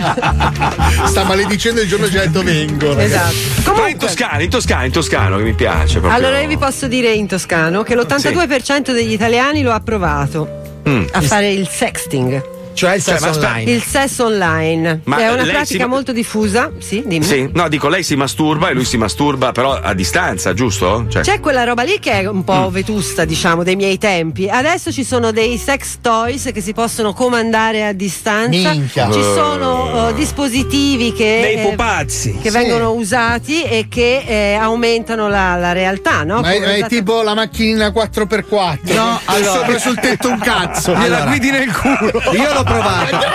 Speaker 6: Sta maledicendo il giorno che ha detto vengo.
Speaker 16: Esatto.
Speaker 3: Però in toscano, in toscano, in toscano che mi piace proprio.
Speaker 16: Allora io vi posso dire in toscano che l'82% degli italiani lo ha provato
Speaker 2: Ah,
Speaker 3: Mm.
Speaker 16: a fare il sexting.
Speaker 2: Cioè il
Speaker 3: Cioè,
Speaker 2: sesso
Speaker 3: ma aspetta-
Speaker 2: online.
Speaker 16: Il sesso online
Speaker 3: Ma
Speaker 16: è una
Speaker 3: lei
Speaker 16: pratica
Speaker 3: si-
Speaker 16: molto diffusa, sì, dimmi.
Speaker 3: Sì, no, dico, lei si masturba e lui si masturba, però a distanza, giusto? Cioè- Mm.
Speaker 16: C'è quella roba lì che è un po' vetusta, diciamo, dei miei tempi. Adesso ci sono dei sex toys che si possono comandare a distanza.
Speaker 6: Minchia.
Speaker 16: Ci
Speaker 6: Eh.
Speaker 3: Oh.
Speaker 16: sono eh, dispositivi che.
Speaker 7: Dei
Speaker 16: eh,
Speaker 7: pupazzi.
Speaker 16: Che
Speaker 6: Sì.
Speaker 16: vengono usati e che eh, aumentano la, la realtà, no?
Speaker 6: Ma è,
Speaker 16: Come
Speaker 6: è
Speaker 16: usate-
Speaker 6: tipo la macchina 4x4.
Speaker 2: No,
Speaker 6: con
Speaker 2: allora-
Speaker 6: sopra sul tetto un cazzo.
Speaker 3: Gliela
Speaker 2: Allora.
Speaker 3: guidi nel culo.
Speaker 2: Io l'ho provata.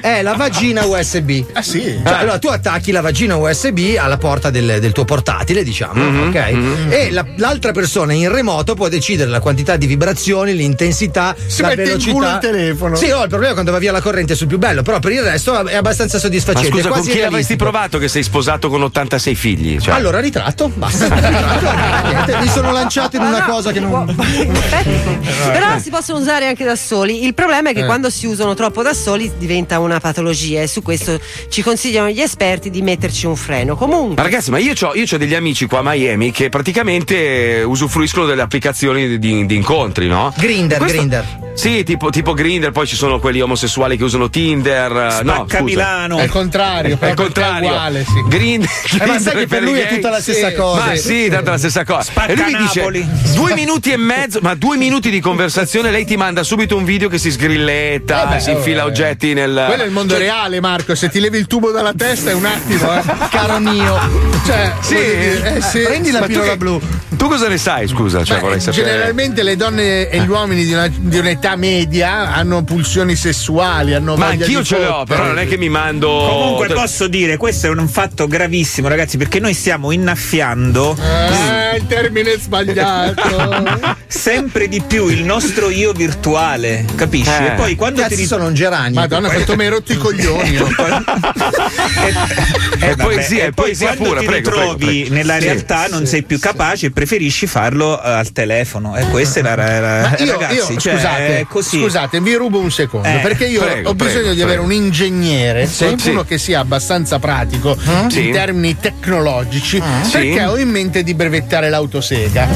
Speaker 2: È la vagina USB.
Speaker 6: Ah sì.
Speaker 2: Cioè, allora tu attacchi la vagina USB alla porta del, del tuo portatile, diciamo,
Speaker 3: Mm-hmm,
Speaker 2: ok? E la- l'altra persona in remoto può decidere la quantità di vibrazioni, l'intensità,
Speaker 6: Si
Speaker 2: la
Speaker 6: mette in
Speaker 2: velocità.
Speaker 6: culo il telefono.
Speaker 2: Sì, no, il problema è quando va via la corrente è sul più bello, però per il resto è abbastanza
Speaker 3: Ma
Speaker 2: soddisfacente.
Speaker 3: scusa,
Speaker 2: è
Speaker 3: con
Speaker 2: quasi
Speaker 3: chi l'avresti
Speaker 2: realistico.
Speaker 3: provato che sei sposato con 86 figli? Cioè-
Speaker 2: Allora ritratto, basta. Ritratto, niente, mi sono lanciato in una cosa che non.
Speaker 6: Eh.
Speaker 16: Però si possono usare anche da soli. Il problema è che quando si usano troppo da soli diventa diventa una patologia e su questo ci consigliano gli esperti di metterci un freno. Comunque,
Speaker 3: Ma ragazzi, ma io ho degli amici qua a Miami che praticamente eh, usufruiscono delle applicazioni di, di incontri, no?
Speaker 2: Grinder,
Speaker 3: Questo-
Speaker 2: grinder.
Speaker 3: Sì, tipo, tipo Grinder, poi ci sono quelli omosessuali che usano Tinder. eh, no, scusa.
Speaker 6: È il contrario,
Speaker 3: È il
Speaker 6: però per te
Speaker 3: contrario.
Speaker 6: È uguale, sì.
Speaker 3: Grind,
Speaker 6: Eh, ma
Speaker 3: Grinder
Speaker 6: sai che per lui è
Speaker 3: gay.
Speaker 6: tutta la stessa
Speaker 3: Sì.
Speaker 6: cosa.
Speaker 3: Ma sì, tanto la stessa cosa.
Speaker 6: Spacca
Speaker 3: e lui mi
Speaker 6: Napoli.
Speaker 3: dice: due minuti e mezzo, ma due minuti di conversazione, lei ti manda subito un video che si sgrilletta,
Speaker 6: Eh beh,
Speaker 3: si infila
Speaker 6: eh.
Speaker 3: oggetti nel.
Speaker 6: Quello è il mondo
Speaker 3: Cioè,
Speaker 6: reale, Marco. Se ti levi il tubo dalla testa è un attimo, eh. caro mio. Cioè,
Speaker 3: Sì,
Speaker 6: voglio dire, eh, sì.
Speaker 3: prendi la
Speaker 6: Ma tu
Speaker 3: pillola
Speaker 6: che-
Speaker 3: blu. Tu cosa ne sai, scusa? Cioè,
Speaker 6: Beh,
Speaker 3: vorrei sapere. Eh.
Speaker 6: Generalmente le donne e gli uomini di, una- di un'età media hanno pulsioni sessuali, hanno
Speaker 3: Ma
Speaker 6: voglia
Speaker 3: anch'io
Speaker 6: di
Speaker 3: ce le ho,
Speaker 6: corpo.
Speaker 3: però non è che mi mando.
Speaker 7: Comunque posso dire, questo è un fatto gravissimo, ragazzi, perché noi stiamo innaffiando
Speaker 6: Eh, il termine è sbagliato.
Speaker 7: sempre di più il nostro io virtuale, capisci?
Speaker 3: Eh.
Speaker 7: E poi quando
Speaker 2: Cazzo,
Speaker 7: ti ri-
Speaker 2: sono un geragno.
Speaker 6: Madonna, quanto mi hai rotto i coglioni.
Speaker 7: Eh,
Speaker 3: E poi
Speaker 7: vabbè,
Speaker 3: sì, e poi sì,
Speaker 7: quando
Speaker 3: pure,
Speaker 7: ti
Speaker 3: prego, prego,
Speaker 7: ritrovi
Speaker 3: prego.
Speaker 7: nella
Speaker 3: Sì.
Speaker 7: realtà non sei più capace e preferisci farlo eh, al telefono. E questa è la, la- la-
Speaker 6: Ma io,
Speaker 7: ragazzi,
Speaker 6: io-
Speaker 7: cioè, è
Speaker 6: scusate,
Speaker 7: così.
Speaker 6: scusate, vi rubo un secondo
Speaker 7: Eh,
Speaker 6: perché io
Speaker 7: prego,
Speaker 6: ho bisogno
Speaker 7: prego,
Speaker 6: di avere un
Speaker 7: prego.
Speaker 6: ingegnere,
Speaker 7: Sì,
Speaker 6: qualcuno
Speaker 7: sì.
Speaker 6: che sia abbastanza pratico in
Speaker 7: Sì. Ah.
Speaker 6: termini tecnologici,
Speaker 7: Sì. Ah,
Speaker 6: perché ho in mente di brevettare l'autosega.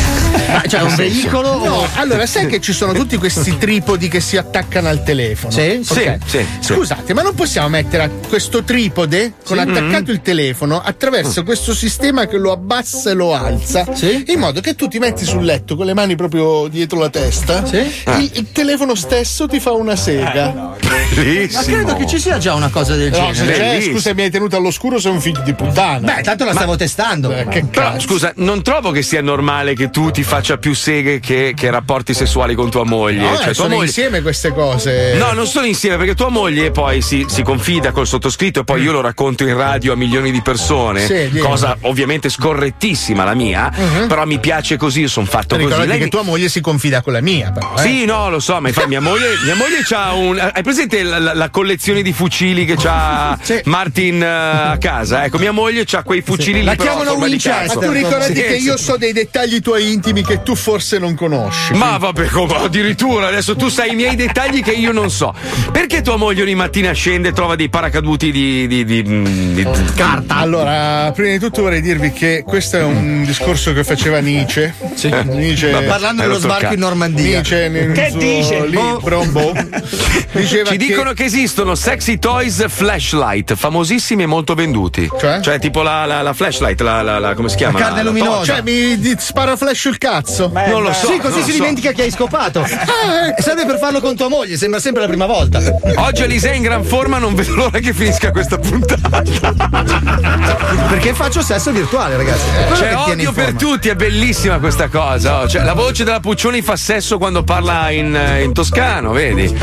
Speaker 6: Ma cioè,
Speaker 2: un veicolo
Speaker 6: No,
Speaker 2: o-
Speaker 6: allora sai che ci sono tutti questi tripodi che si attaccano al telefono.
Speaker 2: Sì,
Speaker 6: Ok.
Speaker 2: sì, sì, sì.
Speaker 6: Scusate, ma non possiamo mettere a- questo tripode con
Speaker 2: Sì.
Speaker 6: attaccato il telefono
Speaker 3: Ah.
Speaker 6: attraverso questo sistema che lo abbassa e lo alza, in modo che tu ti metti sul letto con le mani proprio dietro la testa,
Speaker 2: Ah.
Speaker 6: il, il telefono stesso ti fa una
Speaker 3: Ah.
Speaker 6: sega.
Speaker 2: Ma credo che ci sia già una cosa del
Speaker 6: No, se
Speaker 2: genere.
Speaker 6: c'è, scusa, mi hai tenuto all'oscuro, sei un figlio di puttana.
Speaker 2: Beh, tanto la stavo testando.
Speaker 6: che
Speaker 3: Però scusa, non trovo che sia normale che tu ti faccia più seghe che, che rapporti sessuali con tua moglie.
Speaker 6: No, eh,
Speaker 3: cioè, tua
Speaker 6: sono
Speaker 3: moglie.
Speaker 6: insieme queste cose.
Speaker 3: No, non sono insieme perché tua moglie poi si, si confida col sottoscritto e poi io lo racconto in radio a milioni di persone,
Speaker 6: Mm. Sì, vero.
Speaker 3: cosa ovviamente scorrettissima la mia,
Speaker 6: Mhm.
Speaker 3: però mi piace così, io sono fatto così.
Speaker 6: Ricordati
Speaker 3: Lei
Speaker 6: che
Speaker 3: mi-
Speaker 6: tua moglie si confida con la mia, però. eh.
Speaker 3: Sì, no, lo so, ma infatti mia moglie, mia moglie c'ha un. Hai presente la, la- la collezione di fucili che c'ha Martin eh, a casa? Ecco, mia moglie c'ha quei fucili lì.
Speaker 6: La
Speaker 3: però a
Speaker 6: chiamano
Speaker 3: forma di
Speaker 6: Winchester.
Speaker 3: cazzo.
Speaker 6: Ma tu ricordati
Speaker 3: Sì,
Speaker 6: che
Speaker 3: sì.
Speaker 6: io so dei dettagli tuoi intimi che tu forse non conosci.
Speaker 3: Ma vabbè, come- addirittura adesso tu sai i miei dettagli che io non so. Perché tua moglie ogni mattina scende e trova dei paracaduti di. di, di,
Speaker 6: Carta. Allora, prima di tutto vorrei dirvi che questo è un discorso che faceva Nietzsche.
Speaker 3: Eh.
Speaker 6: Nietzsche
Speaker 2: Ma parlando dello sbarco in Normandia.
Speaker 6: Nietzsche nel
Speaker 2: Che
Speaker 6: suo
Speaker 2: dice?
Speaker 6: libro, boh, diceva
Speaker 3: Ci
Speaker 6: che-
Speaker 3: dicono che esistono sexy toys flashlight, famosissimi e molto venduti. Cioè, tipo la, la- la flashlight, la, la- la- come si chiama? La- la torcia.
Speaker 6: Cioè, mi di- spara flash sul cazzo.
Speaker 3: Non lo so,
Speaker 2: Sì, così
Speaker 3: non
Speaker 2: si
Speaker 3: lo so.
Speaker 2: dimentica che hai scopato. E serve per farlo con tua moglie, sembra sempre la prima volta.
Speaker 3: Oggi Elisei è in gran forma, non vedo l'ora che finisca questa puntata.
Speaker 2: Perché faccio sesso virtuale, ragazzi. Cioè, È quello
Speaker 3: C'è
Speaker 2: che tiene in
Speaker 3: odio per
Speaker 2: forma.
Speaker 3: tutti, è bellissima questa cosa. oh. Cioè, la voce della Puccioni fa sesso quando parla in, eh, in toscano, vedi?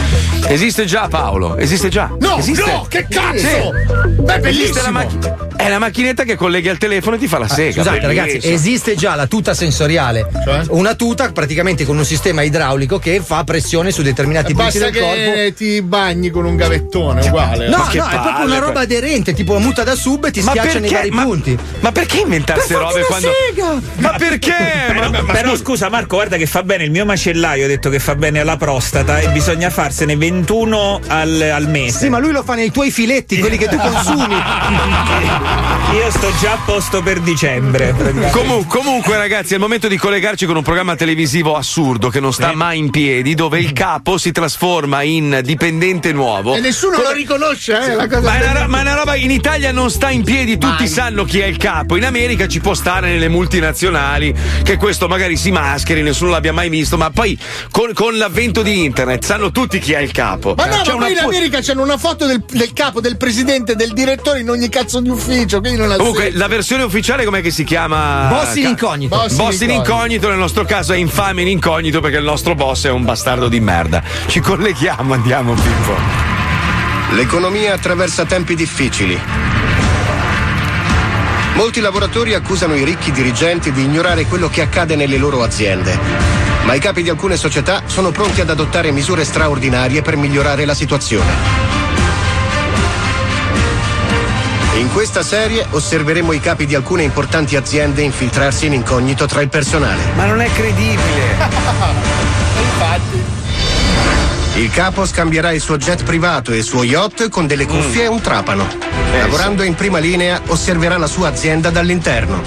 Speaker 3: Esiste già, Paolo. Esiste già.
Speaker 6: No,
Speaker 3: Esiste.
Speaker 6: no, che cazzo!
Speaker 3: Sì.
Speaker 6: Beh,
Speaker 3: Esiste la
Speaker 6: bellissimo!
Speaker 3: macch- è la macchinetta che colleghi al telefono e ti fa la sega.
Speaker 2: Scusate ragazzi,
Speaker 3: bellissimo. Cioè?
Speaker 2: esiste già la tuta sensoriale, una tuta praticamente con un sistema idraulico che fa pressione su determinati punti
Speaker 6: Basta
Speaker 2: del
Speaker 6: che
Speaker 2: corpo.
Speaker 6: ti bagni con un gavettone, uguale.
Speaker 2: No,
Speaker 6: Ma
Speaker 2: no,
Speaker 6: che
Speaker 2: è proprio
Speaker 6: palle, cioè.
Speaker 2: una roba
Speaker 6: per-
Speaker 2: aderente, tipo la muta da sub e ti
Speaker 6: Ma
Speaker 2: schiaccia nei
Speaker 6: perché?
Speaker 2: vari
Speaker 6: Ma-
Speaker 2: punti.
Speaker 3: Ma perché inventare
Speaker 2: queste robe quando-
Speaker 3: Ma perché?
Speaker 7: Però, Eh, però scusa. Marco, guarda che fa bene il mio macellaio, ha detto che fa bene alla prostata e bisogna farsene 21 al, al mese.
Speaker 2: Sì, ma lui lo fa nei tuoi filetti, quelli che tu consumi.
Speaker 7: Io sto già a posto per dicembre. praticamente.
Speaker 3: Comu- comunque, ragazzi, è il momento di collegarci con un programma televisivo assurdo che non sta mai in piedi, dove il capo si trasforma in dipendente nuovo.
Speaker 6: E nessuno
Speaker 3: Boh. Come-
Speaker 6: lo riconosce, eh, la cosa
Speaker 3: ma, è una, ro-
Speaker 6: bella.
Speaker 3: ma è una roba in Italia non sta in piedi, tutti sanno chi è il capo. In America ci può stare nelle multinazionali che questo magari si mascheri, nessuno l'abbia mai visto, ma poi con, con l'avvento di internet sanno tutti chi è il capo.
Speaker 6: Ma no,
Speaker 3: cioè, C'è
Speaker 6: ma
Speaker 3: una
Speaker 6: poi in
Speaker 3: po-
Speaker 6: America c'hanno una foto del, del capo, del presidente, del direttore in ogni cazzo di ufficio, quindi non la
Speaker 3: Comunque, la versione ufficiale com'è che si chiama?
Speaker 2: Boss in
Speaker 3: Ca-
Speaker 2: incognito.
Speaker 3: Boss, in incognito, nel nostro caso è infame in incognito perché il nostro boss è un bastardo di merda. Ci colleghiamo, andiamo Pippo.
Speaker 17: L'economia attraversa tempi difficili. Molti lavoratori accusano i ricchi dirigenti di ignorare quello che accade nelle loro aziende. Ma i capi di alcune società sono pronti ad adottare misure straordinarie per migliorare la situazione. In questa serie osserveremo i capi di alcune importanti aziende infiltrarsi in incognito tra il personale.
Speaker 3: Ma non è credibile.
Speaker 6: Infatti.
Speaker 17: Il capo scambierà il suo jet privato e il suo yacht con delle cuffie e un trapano. Lavorando in prima linea, osserverà la sua azienda dall'interno.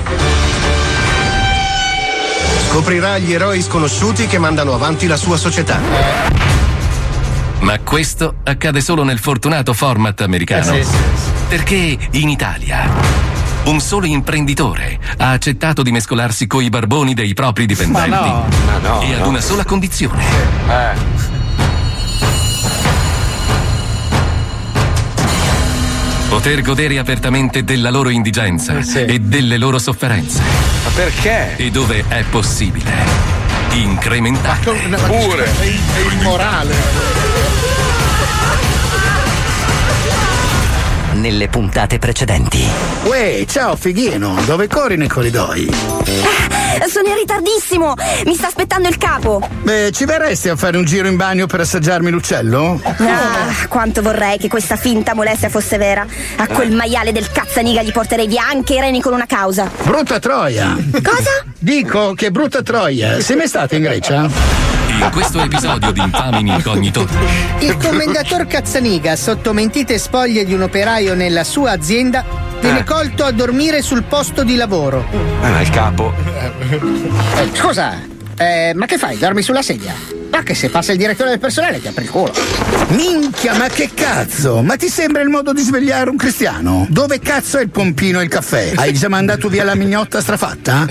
Speaker 17: Scoprirà gli eroi sconosciuti che mandano avanti la sua società.
Speaker 1: Ma questo accade solo nel fortunato format americano.
Speaker 15: Eh sì, sì,
Speaker 1: Perché in Italia un solo imprenditore ha accettato di mescolarsi coi barboni dei propri dipendenti.
Speaker 12: Ma no. Ma no,
Speaker 1: e ad
Speaker 12: no.
Speaker 1: una sola condizione. Poter godere apertamente della loro
Speaker 15: Eh,
Speaker 1: indigenza e delle loro sofferenze. Ma
Speaker 3: perché?
Speaker 1: E dove è possibile incrementare.
Speaker 6: Pure. È è immorale.
Speaker 18: Nelle puntate precedenti.
Speaker 19: Uè, ciao fighino, dove corri nei corridoi?
Speaker 20: Sono in ritardissimo! Mi sta aspettando il capo!
Speaker 19: Beh, ci verresti a fare un giro in bagno per assaggiarmi l'uccello?
Speaker 20: Ah, quanto vorrei che questa finta molestia fosse vera!
Speaker 6: Eh.
Speaker 20: A quel maiale del cazzaniga gli porterei via anche i reni con una causa!
Speaker 19: Brutta troia!
Speaker 20: Cosa?
Speaker 19: Dico che brutta troia! Sei mai stato in Grecia?
Speaker 1: In questo episodio di Infamini Incognito.
Speaker 21: Il commendator Cazzaniga, sotto mentite spoglie di un operaio nella sua azienda, viene colto a dormire sul posto di lavoro.
Speaker 3: Ah, il capo.
Speaker 21: Eh, scusa, eh, ma che fai? Dormi sulla sedia? Ma che se passa il direttore del personale ti apre il culo.
Speaker 19: Minchia, ma che cazzo? Ma ti sembra il modo di svegliare un cristiano? Dove cazzo è il pompino e il caffè? Hai già mandato via la mignotta strafatta?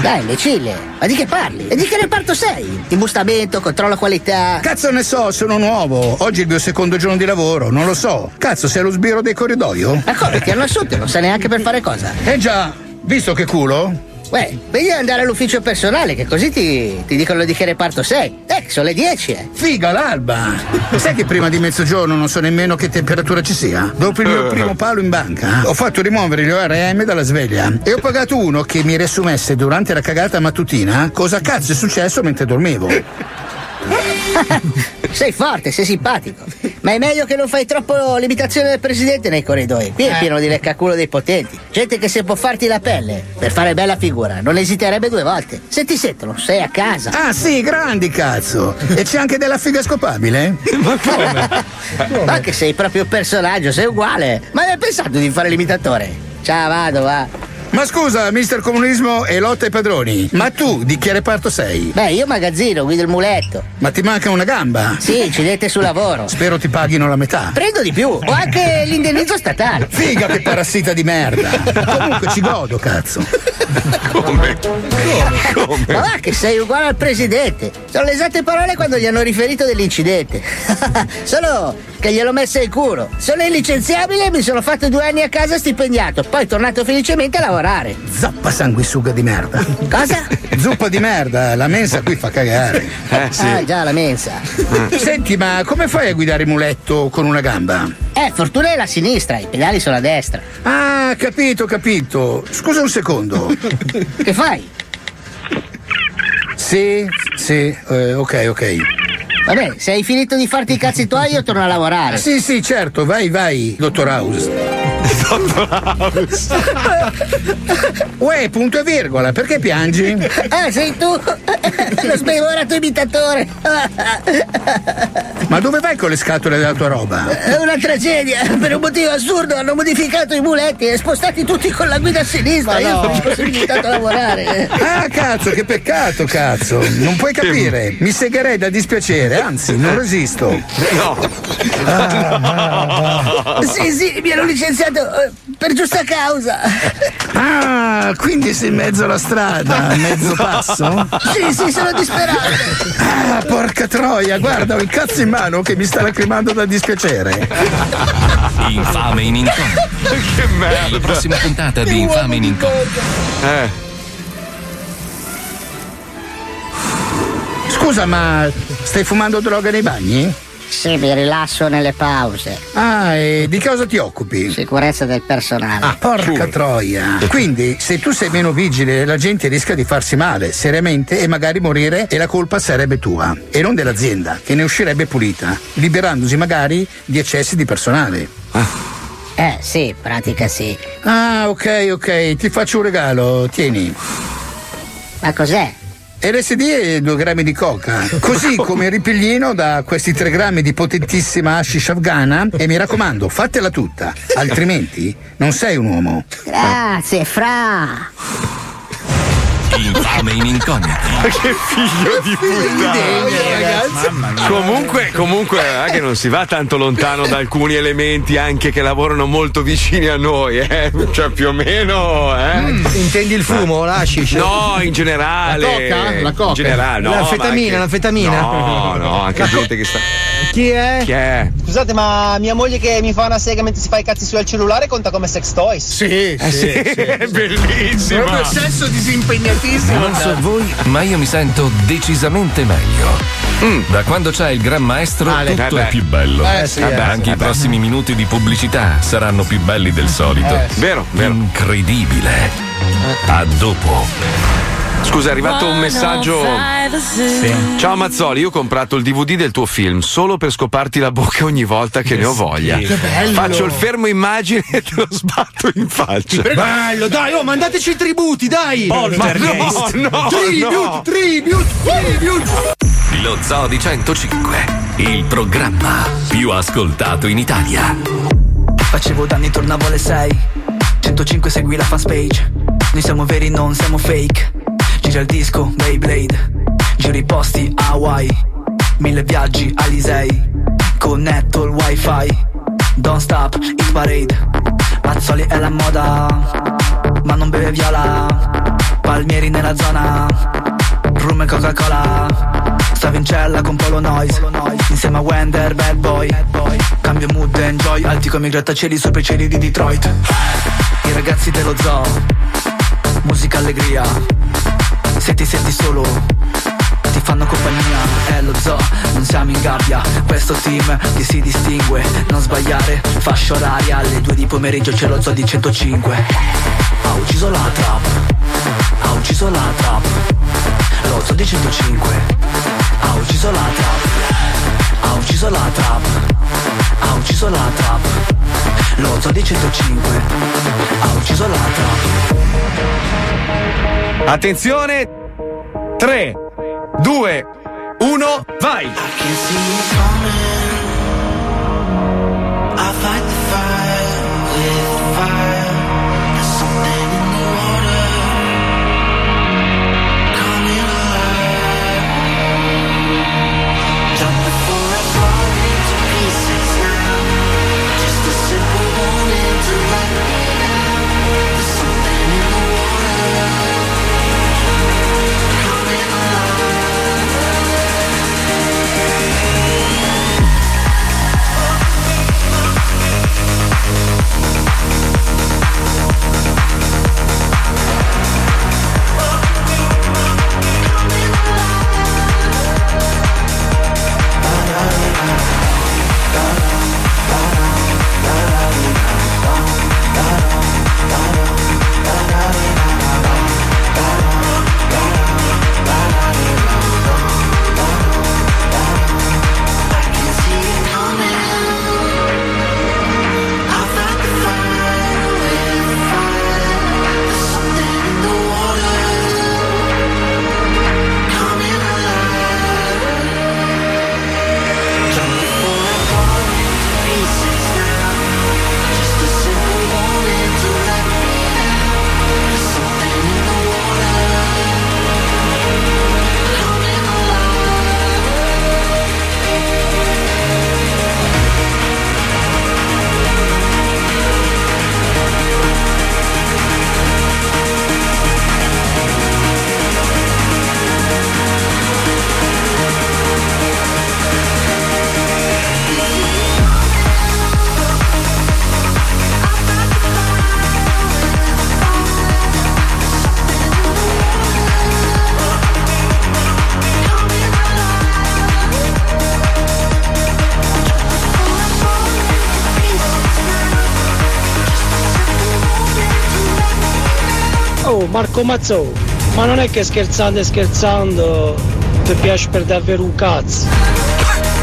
Speaker 21: Dai, imbecille, ma di che parli? E di che reparto sei? Imbustamento, controllo qualità.
Speaker 19: Cazzo ne so, sono nuovo. Oggi è il mio secondo giorno di lavoro, non lo so. Cazzo, sei allo sbiro dei corridoio?
Speaker 21: Ma come ti hanno assunto? Non sai neanche per fare cosa.
Speaker 19: Eh già, visto che culo?
Speaker 21: Uè, vedi ad andare all'ufficio personale, che così ti, ti dicono di che reparto sei. Eh, che sono le 10, eh.
Speaker 19: Figa l'alba! Sai che prima di mezzogiorno non so nemmeno che temperatura ci sia? Dopo il mio primo palo in banca eh? ho fatto rimuovere le ORM dalla sveglia e ho pagato uno che mi riassumesse durante la cagata mattutina cosa cazzo è successo mentre dormivo.
Speaker 21: sei forte, sei simpatico. Ma è meglio che non fai troppo l'imitazione del presidente nei corridoi.
Speaker 19: Eh.
Speaker 21: Qui è pieno di leccaculo dei potenti. Gente che se può farti la pelle per fare bella figura non esiterebbe due volte. Se ti sentono, sei a casa.
Speaker 19: Ah sì, grandi cazzo! E c'è anche della figa scopabile? Ma
Speaker 21: Ma che sei proprio un personaggio, sei uguale. Ma hai pensato di fare l'imitatore? Ciao, vado, va.
Speaker 19: Ma scusa, mister comunismo e lotta ai padroni, ma tu di che reparto sei?
Speaker 21: Beh, io magazzino, guido il muletto.
Speaker 19: Ma ti manca una gamba?
Speaker 21: Sì, incidente sul lavoro.
Speaker 19: Spero ti paghino la metà.
Speaker 21: Prendo di più, ho anche l'indennizzo statale.
Speaker 19: Figa che parassita di merda! Comunque ci godo, cazzo.
Speaker 3: Come?
Speaker 21: Come? Ma va che sei uguale al presidente. Sono le esatte parole quando gli hanno riferito dell'incidente. Solo che gliel'ho messa in culo. Sono illicenziabile e mi sono fatto due anni a casa stipendiato. Poi tornato felicemente a lavorare.
Speaker 19: Zappa sanguisuga di merda.
Speaker 21: Cosa?
Speaker 19: Zuppa di merda, la mensa qui fa cagare. Eh,
Speaker 21: Ah, già, la mensa.
Speaker 19: Mm. Senti, ma come fai a guidare il muletto con una gamba?
Speaker 21: Eh, fortuna è la sinistra, i pedali sono a destra.
Speaker 19: Ah, capito, capito. Scusa un secondo.
Speaker 21: Che fai?
Speaker 19: Sì, sì, eh, ok, ok.
Speaker 21: Vabbè, se hai finito di farti i cazzi tuoi, io torno a lavorare.
Speaker 19: Sì, sì, certo, vai, vai, dottor House. dottor House. Uè, punto e virgola, perché piangi?
Speaker 21: Ah, sei tu? Lo sbevorato imitatore.
Speaker 19: Ma dove vai con le scatole della tua roba?
Speaker 21: È una tragedia. Per un motivo assurdo hanno modificato i muletti e spostati tutti con la guida a sinistra. io sono impossibilitato a lavorare.
Speaker 19: Ah, cazzo, che peccato, cazzo. Non puoi capire. Mi segherei da dispiacere, anzi, non resisto.
Speaker 3: No.
Speaker 22: Ah,
Speaker 21: Sì, sì, mi hanno licenziato eh, per giusta causa.
Speaker 19: Ah, quindi sei in mezzo alla strada, a mezzo passo?
Speaker 21: Sì, sì, sono disperato.
Speaker 19: Ah, porca troia, guarda, ho il cazzo in mano che mi sta lacrimando da dispiacere.
Speaker 1: Infame in incognito.
Speaker 3: che merda.
Speaker 1: La prossima puntata di Infame in incognito.
Speaker 19: Scusa, ma stai fumando droga nei bagni?
Speaker 21: Sì, mi rilasso nelle pause.
Speaker 19: Ah, e di cosa ti occupi?
Speaker 21: Sicurezza del personale.
Speaker 19: Ah, porca troia! Quindi, se tu sei meno vigile, la gente rischia di farsi male, seriamente, e magari morire, e la colpa sarebbe tua, e non dell'azienda, che ne uscirebbe pulita, liberandosi magari di eccessi di personale.
Speaker 21: Eh, sì, in pratica sì.
Speaker 19: Ah, ok, ok, ti faccio un regalo, tieni.
Speaker 21: Ma cos'è?
Speaker 19: LSD e 2 grammi di coca. Così come ripiglino da questi 3 grammi di potentissima hashish afghana. E mi raccomando, fatela tutta, altrimenti non sei un uomo.
Speaker 21: Grazie, Fra.
Speaker 1: Infame in incognito.
Speaker 3: che figlio di puttana. Comunque, comunque anche non si va tanto lontano da alcuni elementi anche che lavorano molto vicini a noi, eh? cioè più o meno. Eh?
Speaker 2: Mm. Intendi il fumo, l'ashish?
Speaker 3: No, in generale.
Speaker 2: La coca? La coca?
Speaker 3: In generale, no.
Speaker 2: L'anfetamina,
Speaker 3: ma anche-
Speaker 2: l'anfetamina?
Speaker 3: No, no, anche gente che sta.
Speaker 2: Chi è?
Speaker 3: Chi è?
Speaker 22: Scusate, ma mia moglie che mi fa una sega mentre si fa i cazzi sul cellulare conta come sex toys?
Speaker 3: Eh,
Speaker 6: Eh Sì,
Speaker 22: sì,
Speaker 3: è bellissimo.
Speaker 6: Proprio sesso disimpegnatissimo.
Speaker 1: Non so voi, ma io mi sento decisamente meglio. Da quando c'è il Gran Maestro
Speaker 6: Ale.
Speaker 1: tutto
Speaker 6: Eh beh.
Speaker 1: è più bello.
Speaker 6: Eh sì, eh.
Speaker 1: Anche
Speaker 6: Eh
Speaker 1: i
Speaker 6: beh.
Speaker 1: prossimi minuti di pubblicità saranno più belli del solito.
Speaker 3: Eh sì. Vero, vero.
Speaker 1: Incredibile.
Speaker 6: Eh.
Speaker 1: A dopo.
Speaker 3: Scusa, è arrivato un messaggio. Ciao Mazzoli, io ho comprato il DVD del tuo film solo per scoparti la bocca ogni volta che ne ho voglia.
Speaker 2: Che bello.
Speaker 3: Faccio il fermo immagine e te lo sbatto in faccia.
Speaker 2: Cioè, Bello, dai, oh, mandateci i tributi, dai!
Speaker 3: Poltergeist. Ma no, no,
Speaker 2: tribute,
Speaker 3: no.
Speaker 2: tribute, tribute!
Speaker 1: Lo Zoo di 105, il programma più ascoltato in Italia.
Speaker 23: Facevo danni, tornavo alle 6 105 segui la fanspage Noi siamo veri, non siamo fake Gira il disco, Beyblade Giro i posti, a Hawaii Mille viaggi, Alisei Connetto il wifi Don't stop, hit parade Mazzoli è la moda Ma non beve viola Palmieri nella zona Rum e Coca-Cola Stavo in cella con Polo Noise Insieme a Wender, bad boy Cambio mood e enjoy Alti come i grattacieli sopra i cieli di Detroit I ragazzi dello zoo Musica allegria Se ti senti solo Ti fanno compagnia È lo zoo, non siamo in gabbia Questo team che si distingue Non sbagliare, fascia oraria Alle due di pomeriggio c'è lo zoo di 105 Ha ucciso la trap Ha ucciso la trap Lo zoo di 105 Ha ucciso la trap Ha ucciso la trap Ha ucciso la trap Lo zoo di 105 Ha ucciso la trap
Speaker 3: Attenzione! 3, 2, 1, vai!
Speaker 12: Oh Marco Mazzò, ma non è che scherzando e scherzando ti piace per davvero un cazzo?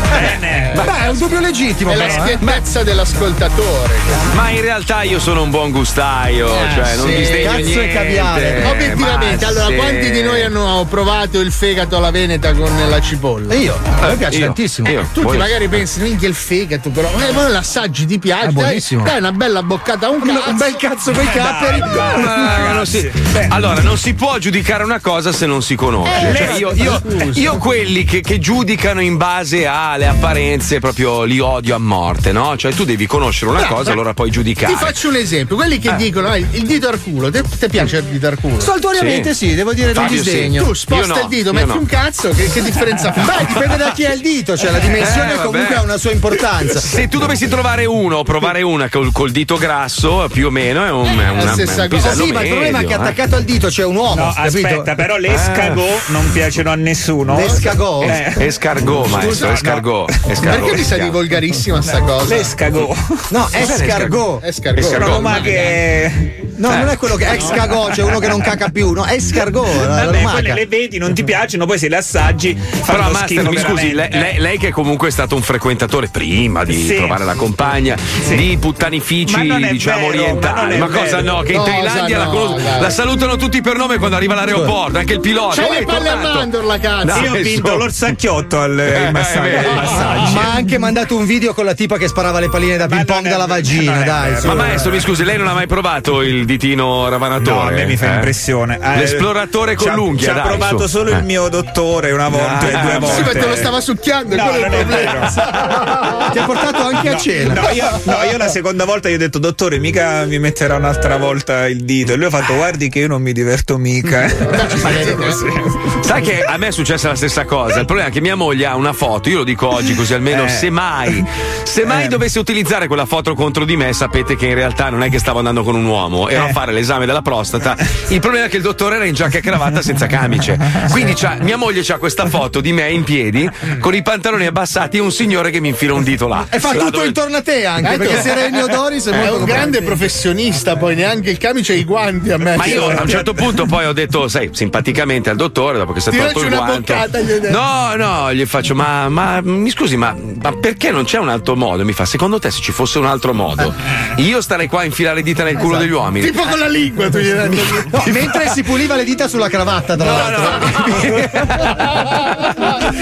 Speaker 3: Bene,
Speaker 12: Beh,
Speaker 2: è un dubbio legittimo.
Speaker 6: Eh, È la
Speaker 2: però, eh.
Speaker 6: schiettezza dell'ascoltatore.
Speaker 3: Ma in realtà io sono un buon gustaio, cioè non
Speaker 6: Ah, sì.
Speaker 3: disdegno
Speaker 6: Eh, Cazzo e
Speaker 3: niente.
Speaker 6: caviale. Obiettivamente,
Speaker 3: ma
Speaker 6: allora,
Speaker 3: sì.
Speaker 6: quanti di noi hanno provato il fegato alla veneta con la cipolla?
Speaker 2: Io. A me piace
Speaker 6: Io.
Speaker 2: tantissimo.
Speaker 6: Io. Tutti
Speaker 2: Voi-
Speaker 6: magari pensano, minchia il fegato, però. Eh, ma l'assaggi ti piace.
Speaker 2: È
Speaker 6: dai-
Speaker 2: buonissimo.
Speaker 6: Dai, una bella boccata a un cazzo. Un bel
Speaker 2: cazzo coi
Speaker 3: Eh, dai, dai, ma non si- Beh, allora, non si può giudicare una cosa se non si conosce.
Speaker 6: Eh,
Speaker 3: Cioè, io, io-
Speaker 2: certo.
Speaker 3: io quelli che, che giudicano in base alle apparenze proprio li odio a morte, no? Cioè, tu devi conoscere una
Speaker 6: Bravo,
Speaker 3: cosa,
Speaker 6: bravo.
Speaker 3: allora puoi giudicare.
Speaker 6: Ti faccio un esempio, quelli che dicono "Ah, il dito al culo, te- ti piace il dito al culo?
Speaker 3: Saltuariamente Sì. sì, devo dire non
Speaker 6: Fabio,
Speaker 3: disdegno.
Speaker 6: sì. Tu
Speaker 3: Io
Speaker 6: sposta
Speaker 3: no,
Speaker 6: il dito,
Speaker 3: io
Speaker 6: metti
Speaker 3: no.
Speaker 6: un cazzo, che, che differenza fa?
Speaker 2: Beh, dipende da chi è il dito, cioè la dimensione
Speaker 3: Eh, vabbè.
Speaker 2: comunque ha una sua importanza.
Speaker 3: Se tu dovessi trovare uno o provare una col, col dito grasso, più o meno è un, è
Speaker 2: È
Speaker 3: una,
Speaker 2: la
Speaker 3: è
Speaker 2: Eh, stessa
Speaker 3: un
Speaker 2: cosa.
Speaker 3: pisello
Speaker 2: Sì, ma il problema è che
Speaker 3: medio, eh.
Speaker 2: attaccato al dito c'è un uomo.
Speaker 7: No,
Speaker 2: capito? Eh.
Speaker 7: aspetta, però l'escago non piacciono a nessuno.
Speaker 2: L'escago?
Speaker 7: Eh.
Speaker 3: Escargot, maestro,
Speaker 7: no.
Speaker 3: escargot. escargot.
Speaker 6: Perché mi sa di volgarissima sta cosa?
Speaker 7: L'escago.
Speaker 2: Eh, No,
Speaker 6: Cos'è
Speaker 2: escargot.
Speaker 6: Escargot.
Speaker 7: No, ma che.
Speaker 2: No, non è quello
Speaker 3: Eh.
Speaker 2: che ex cagò, c'è uno che non caca più, no, escargot. la
Speaker 7: Vabbè,
Speaker 2: lumaca.
Speaker 7: quelle le vedi, non ti piacciono, poi se le assaggi.
Speaker 3: Però,
Speaker 7: fanno
Speaker 3: Master,
Speaker 7: schifo
Speaker 3: mi scusi, lei,
Speaker 7: veramente.
Speaker 3: lei- lei che comunque è stato un frequentatore prima di
Speaker 7: Sì.
Speaker 3: trovare la compagna, di
Speaker 7: Ma
Speaker 3: puttanifici,
Speaker 7: non è
Speaker 3: diciamo,
Speaker 7: vero, ma non
Speaker 3: orientali.
Speaker 7: è
Speaker 3: Ma, cosa
Speaker 7: vero.
Speaker 3: no? Che in
Speaker 7: No,
Speaker 3: Thailandia
Speaker 7: sa
Speaker 3: la,
Speaker 7: no,
Speaker 3: conos-
Speaker 7: dai.
Speaker 3: la salutano tutti per nome quando arriva all'aeroporto, anche il pilota.
Speaker 6: C'hai
Speaker 3: Oh,
Speaker 6: le
Speaker 3: è
Speaker 6: palle a
Speaker 3: tornato.
Speaker 6: mandorla,
Speaker 3: Dai,
Speaker 6: cazzo!
Speaker 7: Io ho vinto
Speaker 3: so.
Speaker 7: l'orsacchiotto al
Speaker 3: Eh,
Speaker 7: ai massaggi. ai massaggi.
Speaker 2: Ma ha anche mandato un video con la tipa che sparava le palline da ping pong dalla vagina, dai. su.
Speaker 3: Eh, Ma maestro, mi scusi, lei non ha mai provato il ditino ravanatore?
Speaker 7: No, a me mi fa
Speaker 3: Eh?
Speaker 7: impressione. Eh,
Speaker 3: L'esploratore
Speaker 7: ci
Speaker 3: con
Speaker 7: ha-
Speaker 3: l'unghia.
Speaker 7: Ci ha
Speaker 3: dai,
Speaker 7: provato
Speaker 3: su.
Speaker 7: solo
Speaker 3: Eh.
Speaker 7: il mio dottore una volta
Speaker 3: Ah,
Speaker 7: e due
Speaker 3: sì,
Speaker 7: volte.
Speaker 6: Sì, ma te lo stava succhiando,
Speaker 7: No,
Speaker 6: quello è il
Speaker 7: non è
Speaker 6: problema.
Speaker 2: Ti ha portato anche a cena.
Speaker 7: No, io, no, io la seconda volta gli ho detto, dottore, mica mi metterà un'altra volta il dito. E lui ha fatto, guardi che io non mi diverto mica.
Speaker 3: Mm. Sai che a me è successa la stessa cosa. Il problema è che mia moglie ha una foto, io lo dico oggi così almeno
Speaker 7: Eh.
Speaker 3: se mai, se mai dovesse utilizzare quella foto contro di me, sapete che in realtà non è che stavo andando con un uomo, ero a fare l'esame della prostata. Il problema è che il dottore era in giacca e cravatta senza camice. Quindi c'ha- mia moglie ha questa foto di me in piedi, con i pantaloni abbassati e un signore che mi infila un dito là.
Speaker 2: E fa
Speaker 3: Là
Speaker 2: tutto
Speaker 3: dove- Ecco. Eh,
Speaker 2: intorno a te anche, perché se era Ennio Doris è
Speaker 6: Ecco. è
Speaker 2: molto
Speaker 6: un grande professionista, poi neanche il camice e i guanti a me.
Speaker 3: Ma io a un certo punto poi ho detto, sai, simpaticamente al dottore, dopo che si è
Speaker 6: Tiraci
Speaker 3: tolto il
Speaker 6: una
Speaker 3: guanto.
Speaker 6: boccata, gli ho detto.
Speaker 3: No, no, gli faccio, ma, ma, mi scusi, ma, ma perché non c'è un altro modo? Mi fa, secondo te se ci fosse un altro modo, io starei qua a infilare dita nel culo degli uomini.
Speaker 6: Esatto. Tipo con la lingua, tu gli hai detto.
Speaker 2: No, mentre si puliva le dita sulla cravatta, tra l'altro.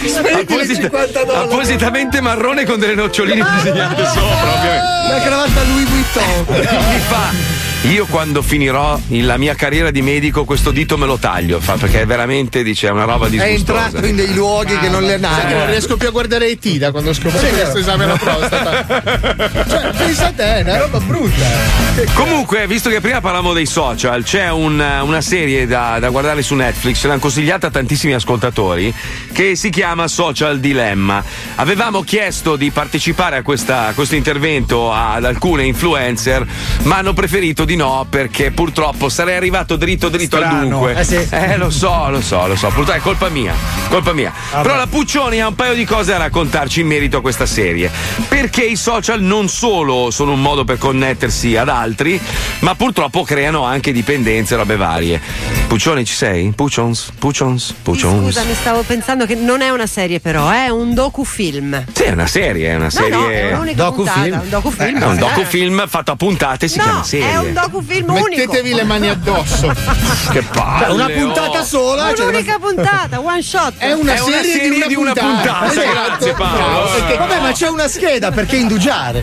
Speaker 6: Spendi le 50 dollari. Ah.
Speaker 3: Appositamente marrone con delle noccioline disegnate sopra, ovviamente.
Speaker 2: La cravatta Louis Vuitton.
Speaker 3: Mi fa. Io quando finirò la mia carriera di medico questo dito me lo taglio, fa, perché è veramente dice è una roba
Speaker 2: È
Speaker 3: disgustosa.
Speaker 2: entrato in dei luoghi che non le
Speaker 6: Sai che non
Speaker 2: nati.
Speaker 6: riesco più a guardare i Tida quando ho scoperto questo esame alla prostata. cioè, pensa a te, è una roba brutta.
Speaker 3: Comunque, visto che prima parlavamo dei social, c'è un- una serie da, da guardare su Netflix, ce l'hanno consigliata a tantissimi ascoltatori, che si chiama Social Dilemma. Avevamo chiesto di partecipare a, questa- a questo intervento ad alcune influencer, ma hanno preferito di no perché purtroppo sarei arrivato dritto dritto al
Speaker 7: Strano.
Speaker 3: dunque.
Speaker 2: Eh sì.
Speaker 3: Eh, lo so, lo so, lo so, purtroppo è colpa mia, colpa mia. Però la Puccioni ha un paio di cose da raccontarci in merito a questa serie. Perché i social non solo sono un modo per connettersi ad altri, ma purtroppo creano anche dipendenze e robe varie. Puccioni ci sei? Puccions, Puccions, Puccions.
Speaker 16: Scusa, mi stavo pensando che non è una serie, però, è un docufilm.
Speaker 3: Sì, è una serie, è una
Speaker 16: No, no,
Speaker 3: serie.
Speaker 16: è un'unica Docufilm? puntata, un docufilm.
Speaker 3: Eh, è un
Speaker 16: Eh.
Speaker 3: docufilm fatto a puntate, si chiama
Speaker 16: No,
Speaker 3: serie.
Speaker 16: è un docufilm unico.
Speaker 6: Mettetevi le mani addosso.
Speaker 3: Che palle,
Speaker 2: Una
Speaker 3: oh.
Speaker 2: puntata sola. cioè,
Speaker 16: Un'unica puntata, one shot.
Speaker 6: È una,
Speaker 3: È una serie di una puntata. Grazie, Paolo.
Speaker 2: Esatto.
Speaker 3: Eh.
Speaker 2: Perché- Vabbè, ma c'è una scheda perché indugiare.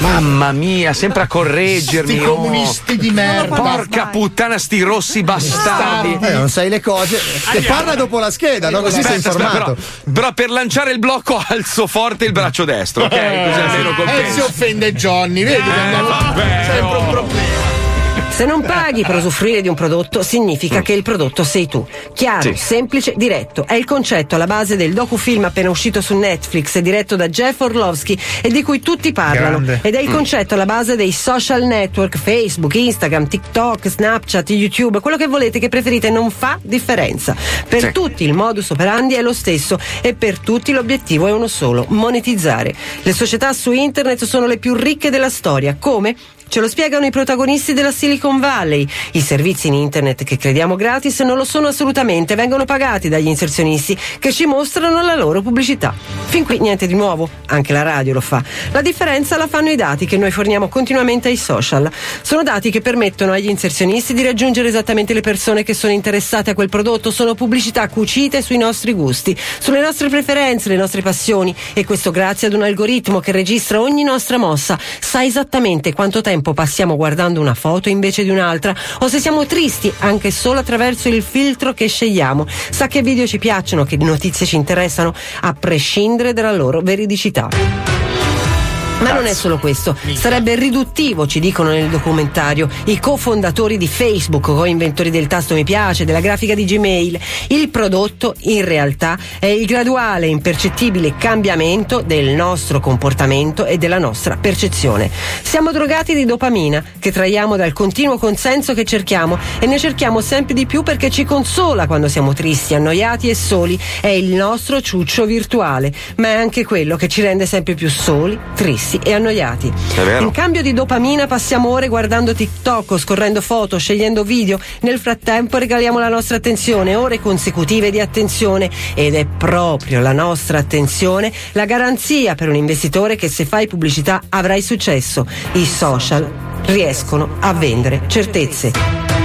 Speaker 3: Mamma mia, sempre a correggermi.
Speaker 6: Sti
Speaker 3: oh.
Speaker 6: comunisti di merda.
Speaker 3: Porca puttana, sti rossi bastardi.
Speaker 2: Eh, non sai le cose. Che parla dopo la scheda, no? Così sei
Speaker 3: Aspetta, aspetta,
Speaker 2: informato.
Speaker 3: però, però per lanciare il blocco alzo forte il braccio destro, ok?
Speaker 9: Eh,
Speaker 3: Così almeno
Speaker 6: E si
Speaker 3: compenso.
Speaker 6: offende Johnny, vedi? che abbiamo- sempre un problema.
Speaker 5: Se non paghi per usufruire di un prodotto, significa che il prodotto sei tu. Chiaro,
Speaker 3: Mm. Sì.
Speaker 5: semplice, diretto. È il concetto alla base del docufilm appena uscito su Netflix, diretto da Jeff Orlovsky e di cui tutti parlano.
Speaker 7: Grande.
Speaker 5: Ed è
Speaker 3: Mm.
Speaker 5: il concetto alla base dei social network, Facebook, Instagram, TikTok, Snapchat, YouTube, quello che volete, che preferite, non fa differenza. Per
Speaker 3: Sì.
Speaker 5: tutti il modus operandi è lo stesso e per tutti l'obiettivo è uno solo, monetizzare. Le società su internet sono le più ricche della storia. Come? Ce lo spiegano i protagonisti della Silicon Valley. I servizi in internet che crediamo gratis non lo sono assolutamente, vengono pagati dagli inserzionisti che ci mostrano la loro pubblicità. Fin qui niente di nuovo, anche la radio lo fa. La differenza la fanno i dati che noi forniamo continuamente ai social. Sono dati che permettono agli inserzionisti di raggiungere esattamente le persone che sono interessate a quel prodotto, sono pubblicità cucite sui nostri gusti, sulle nostre preferenze, le nostre passioni e questo grazie ad un algoritmo che registra ogni nostra mossa, sa esattamente quanto tempo passiamo guardando una foto invece di un'altra o se siamo tristi anche solo attraverso il filtro che scegliamo, sa che video ci piacciono, che notizie ci interessano, a prescindere dalla loro veridicità. Ma non è solo questo, sarebbe riduttivo, ci dicono nel documentario, i cofondatori di Facebook, coinventori del tasto mi piace, della grafica di Gmail. Il prodotto, in realtà, è il graduale, impercettibile cambiamento del nostro comportamento e della nostra percezione. Siamo drogati di dopamina, che traiamo dal continuo consenso che cerchiamo e ne cerchiamo sempre di più perché ci consola quando siamo tristi, annoiati e soli. È il nostro ciuccio virtuale, ma è anche quello che ci rende sempre più soli, tristi e annoiati. In cambio di dopamina passiamo ore guardando TikTok, scorrendo foto, scegliendo video. Nel frattempo regaliamo la nostra attenzione, ore consecutive di attenzione ed è proprio la nostra attenzione la garanzia per un investitore che se fai pubblicità avrai successo. I social riescono a vendere certezze.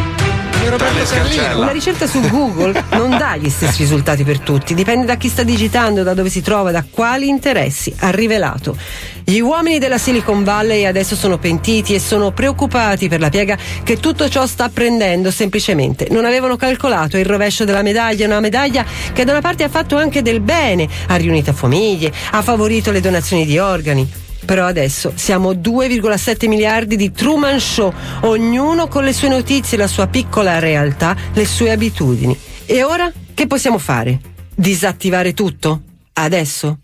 Speaker 24: Certo.
Speaker 5: Una ricerca su Google non dà gli stessi risultati per tutti, dipende da chi sta digitando, da dove si trova, da quali interessi ha rivelato. Gli uomini della Silicon Valley adesso sono pentiti e sono preoccupati per la piega che tutto ciò sta prendendo semplicemente. Non avevano calcolato il rovescio della medaglia, una medaglia che da una parte ha fatto anche del bene, ha riunito famiglie, ha favorito le donazioni di organi, però adesso siamo 2,7 miliardi di Truman Show, ognuno con le sue notizie, la sua piccola realtà, le sue abitudini. E ora che possiamo fare? Disattivare tutto? Adesso?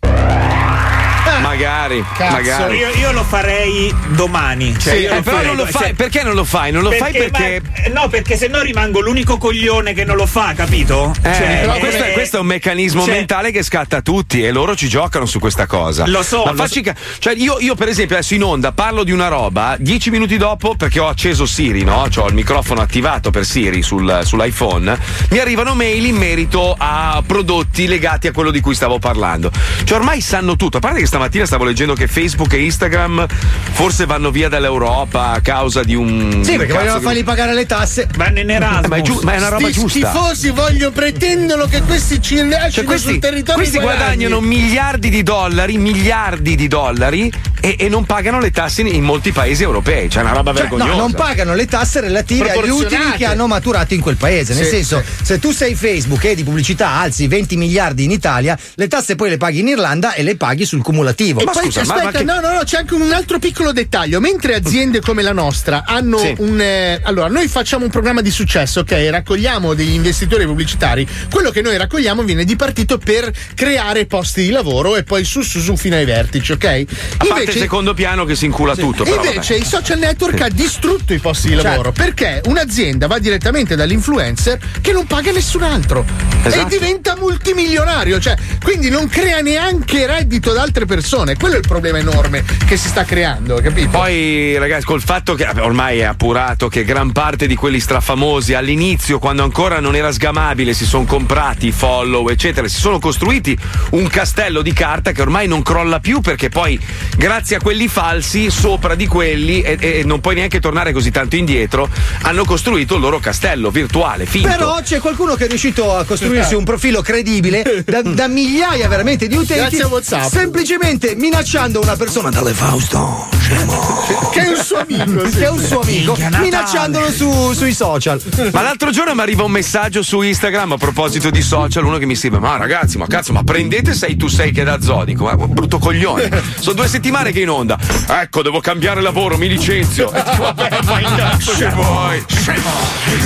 Speaker 3: Magari,
Speaker 9: Cazzo,
Speaker 3: magari.
Speaker 9: Io, io lo farei domani. Cioè,
Speaker 3: Sì,
Speaker 9: io
Speaker 3: eh,
Speaker 9: lo
Speaker 3: però
Speaker 9: farei
Speaker 3: non lo
Speaker 9: do-
Speaker 3: fai-
Speaker 9: cioè-
Speaker 3: perché non lo fai? Non lo fai perché-
Speaker 9: ma- no, perché sennò rimango l'unico coglione che non lo fa, capito?
Speaker 3: Eh,
Speaker 9: Cioè,
Speaker 3: però
Speaker 9: eh,
Speaker 3: questo, è, questo è un meccanismo
Speaker 9: cioè-
Speaker 3: mentale che scatta tutti e loro ci giocano su questa cosa.
Speaker 9: Lo so,
Speaker 3: Ma
Speaker 9: lo
Speaker 3: facci ca- cioè, io, io, per esempio, adesso in onda parlo di una roba, dieci minuti dopo, perché ho acceso Siri, no? Cioè, ho il microfono attivato per Siri sul- sull'iPhone, mi arrivano mail in merito a prodotti legati a quello di cui stavo parlando. Cioè, ormai sanno tutto. A parte che stamattina stavo leggendo che Facebook e Instagram forse vanno via dall'Europa a causa di un.
Speaker 2: Sì,
Speaker 3: di un
Speaker 2: perché
Speaker 3: cazzo
Speaker 2: vogliono
Speaker 3: che-
Speaker 2: fargli pagare le tasse.
Speaker 9: Ma in
Speaker 3: Ma è giu- ma è una roba
Speaker 6: Sti
Speaker 3: giusta.
Speaker 6: tifosi voglio pretendono che questi ci lasciano
Speaker 3: Cioè,
Speaker 6: sul
Speaker 3: questi,
Speaker 6: territorio.
Speaker 3: questi
Speaker 6: i guadagni.
Speaker 3: guadagnano miliardi di dollari, miliardi di dollari e, e non pagano le tasse in, in molti paesi europei. Cioè, è una roba
Speaker 2: Cioè,
Speaker 3: vergognosa.
Speaker 2: no, non pagano le tasse relative agli utili
Speaker 6: Proporzionate.
Speaker 2: che hanno maturato in quel paese. Nel
Speaker 3: Sì,
Speaker 2: senso, se tu sei Facebook e di pubblicità alzi 20 miliardi in Italia, le tasse poi le paghi in Irlanda e le paghi sul cumulativo.
Speaker 6: E poi aspetta, no, no, no, c'è anche un altro piccolo dettaglio. Mentre aziende come la nostra hanno
Speaker 2: Sì.
Speaker 6: un. eh, allora, noi facciamo un programma di successo, ok? Raccogliamo degli investitori pubblicitari. Quello che noi raccogliamo viene dipartito per creare posti di lavoro e poi su su su fino ai vertici, ok?
Speaker 3: A parte il secondo piano che si incula tutto. Però,
Speaker 6: Invece
Speaker 3: vabbè.
Speaker 6: i social network ha distrutto i posti di
Speaker 3: Certo.
Speaker 6: lavoro perché un'azienda va direttamente dall'influencer che non paga nessun altro e
Speaker 3: Esatto.
Speaker 6: diventa multimilionario, cioè, quindi non crea neanche reddito da altre persone. Quello è il problema enorme che si sta creando, capito?
Speaker 3: Poi, ragazzi, col fatto che vabbè, ormai è appurato che gran parte di quelli strafamosi all'inizio, quando ancora non era sgamabile, si sono comprati i follow, eccetera, si sono costruiti un castello di carta che ormai non crolla più perché poi, grazie a quelli falsi, sopra di quelli, e, e- e non puoi neanche tornare così tanto indietro, hanno costruito il loro castello virtuale, finto.
Speaker 2: Però c'è qualcuno che è riuscito a costruirsi un profilo credibile da, da migliaia veramente di utenti.
Speaker 6: Grazie a WhatsApp.
Speaker 2: Semplicemente minacciando una persona dalle Fausto. Scemo.
Speaker 6: Che è un suo amico.
Speaker 2: Che è un suo amico.
Speaker 3: Minchia, Natale.
Speaker 2: Minacciandolo su- sui social.
Speaker 3: Ma l'altro giorno mi arriva un messaggio su Instagram a proposito di social, uno che mi scrive: Ma ragazzi, ma cazzo, ma prendete sei tu sei che da Zodico, ma brutto coglione. Sono due settimane che in onda. Ecco, devo cambiare lavoro, mi licenzio. E dico, Vabbè, fai il cazzo che vuoi.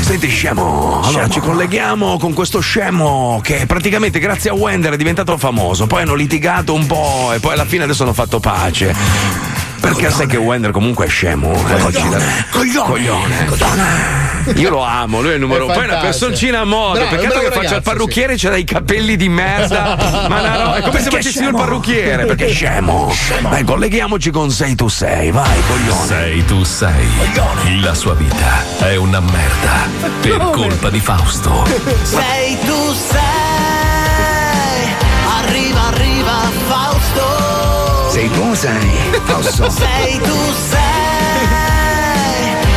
Speaker 3: Senti, scemo. Allora ci colleghiamo con questo scemo che praticamente grazie a Wender è diventato famoso. Poi hanno litigato un po' e poi alla fine adesso hanno fatto pace. Perché sai che Wender comunque è scemo. eh, oggi da-
Speaker 12: Coglione.
Speaker 3: Coglione. Io lo amo, lui è il numero uno. Poi è una personcina a
Speaker 12: Bravo,
Speaker 3: modo.
Speaker 12: è un
Speaker 3: Peccato
Speaker 12: bravo
Speaker 3: che faccia
Speaker 12: ragazzo, Esatto.
Speaker 3: il parrucchiere, c'ha dei capelli di merda. Ma una roba- è come se
Speaker 12: Perché
Speaker 3: facessimo il
Speaker 12: scemo?
Speaker 3: parrucchiere. Perché è scemo. Vai, colleghiamoci con 6 tu 6. Vai, coglione.
Speaker 1: Sei tu sei. La sua vita è una merda. Per colpa di Fausto.
Speaker 12: Sei tu sei, arriva arriva Fausto.
Speaker 8: Sei tu, sei Fausto.
Speaker 12: Sei tu sei,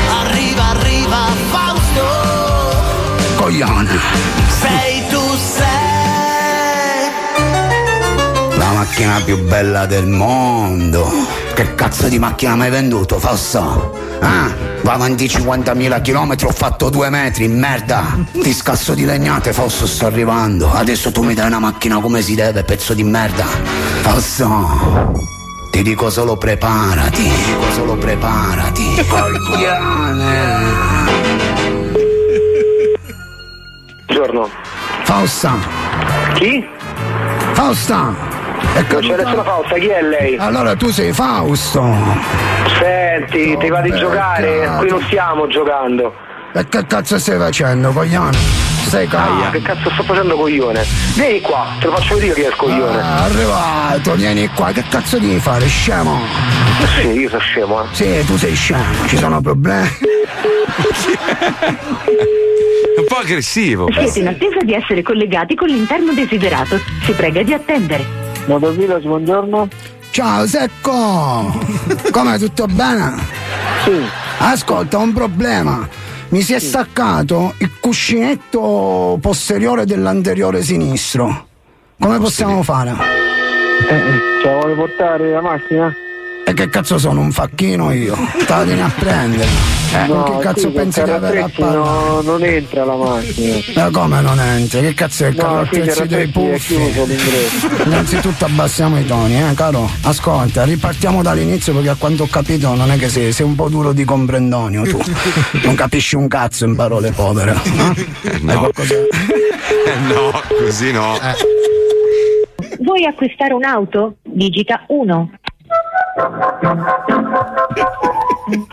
Speaker 12: arriva arriva Fausto.
Speaker 8: Coglione.
Speaker 12: Sei tu sei.
Speaker 8: La macchina più bella del mondo. Che cazzo di macchina mi hai venduto, Fausto? Ah, va avanti 50.000 km, ho fatto due metri, merda. Ti scasso di legnate, Fausto, sto arrivando. Adesso tu mi dai una macchina come si deve, pezzo di merda. Fausto, ti dico solo preparati, ti dico solo preparati. Coglione.
Speaker 15: Buongiorno.
Speaker 8: Fausta.
Speaker 15: Chi?
Speaker 8: Fausta.
Speaker 15: Non c'è nessuna pausa, chi è lei?
Speaker 8: Allora tu sei Fausto.
Speaker 15: Senti, ti va di giocare? Qui non stiamo giocando.
Speaker 8: E che cazzo stai facendo, coglione? Sei
Speaker 15: Ah,
Speaker 8: caia.
Speaker 15: che cazzo sto facendo coglione? Vieni qua, te lo faccio vedere chi è il
Speaker 3: Ah,
Speaker 15: coglione.
Speaker 2: Eh,
Speaker 8: Arrivato, vieni qua, che cazzo devi fare, scemo?
Speaker 15: Sì, io sono scemo, eh.
Speaker 8: Sì, tu sei scemo, ci sono problemi.
Speaker 3: Un po'
Speaker 8: Oh.
Speaker 3: aggressivo.
Speaker 10: Siete in attesa di essere collegati con l'interno desiderato. Si prega di attendere.
Speaker 15: Motovilas, buongiorno.
Speaker 8: Ciao secco! Come tutto bene? Sì. Ascolta, ho un problema. Mi si è staccato il cuscinetto posteriore dell'anteriore sinistro. Come possiamo fare?
Speaker 15: Eh, Ce la vuole portare la macchina?
Speaker 8: E che cazzo sono un facchino io? Te vieni a prendere. Eh, che cazzo
Speaker 15: scusa,
Speaker 8: pensi di avere a
Speaker 15: Carrozzetti
Speaker 8: parlare?
Speaker 15: No, non entra la macchina.
Speaker 8: Ma come non entri? Che cazzo è il
Speaker 15: No,
Speaker 8: carrozzezzi
Speaker 15: sì, Carrozzetti
Speaker 8: dei
Speaker 15: è
Speaker 8: puffi?
Speaker 15: chiuso l'ingresso.
Speaker 8: Innanzitutto abbassiamo i toni, eh, caro. Ascolta, ripartiamo dall'inizio perché a quanto ho capito non è che sei, sei un po' duro di comprendonio tu. Non capisci un cazzo in parole povere. eh? Hai qualcosa-
Speaker 3: no, così no.
Speaker 12: Eh.
Speaker 10: Vuoi acquistare un'auto? Digita 1.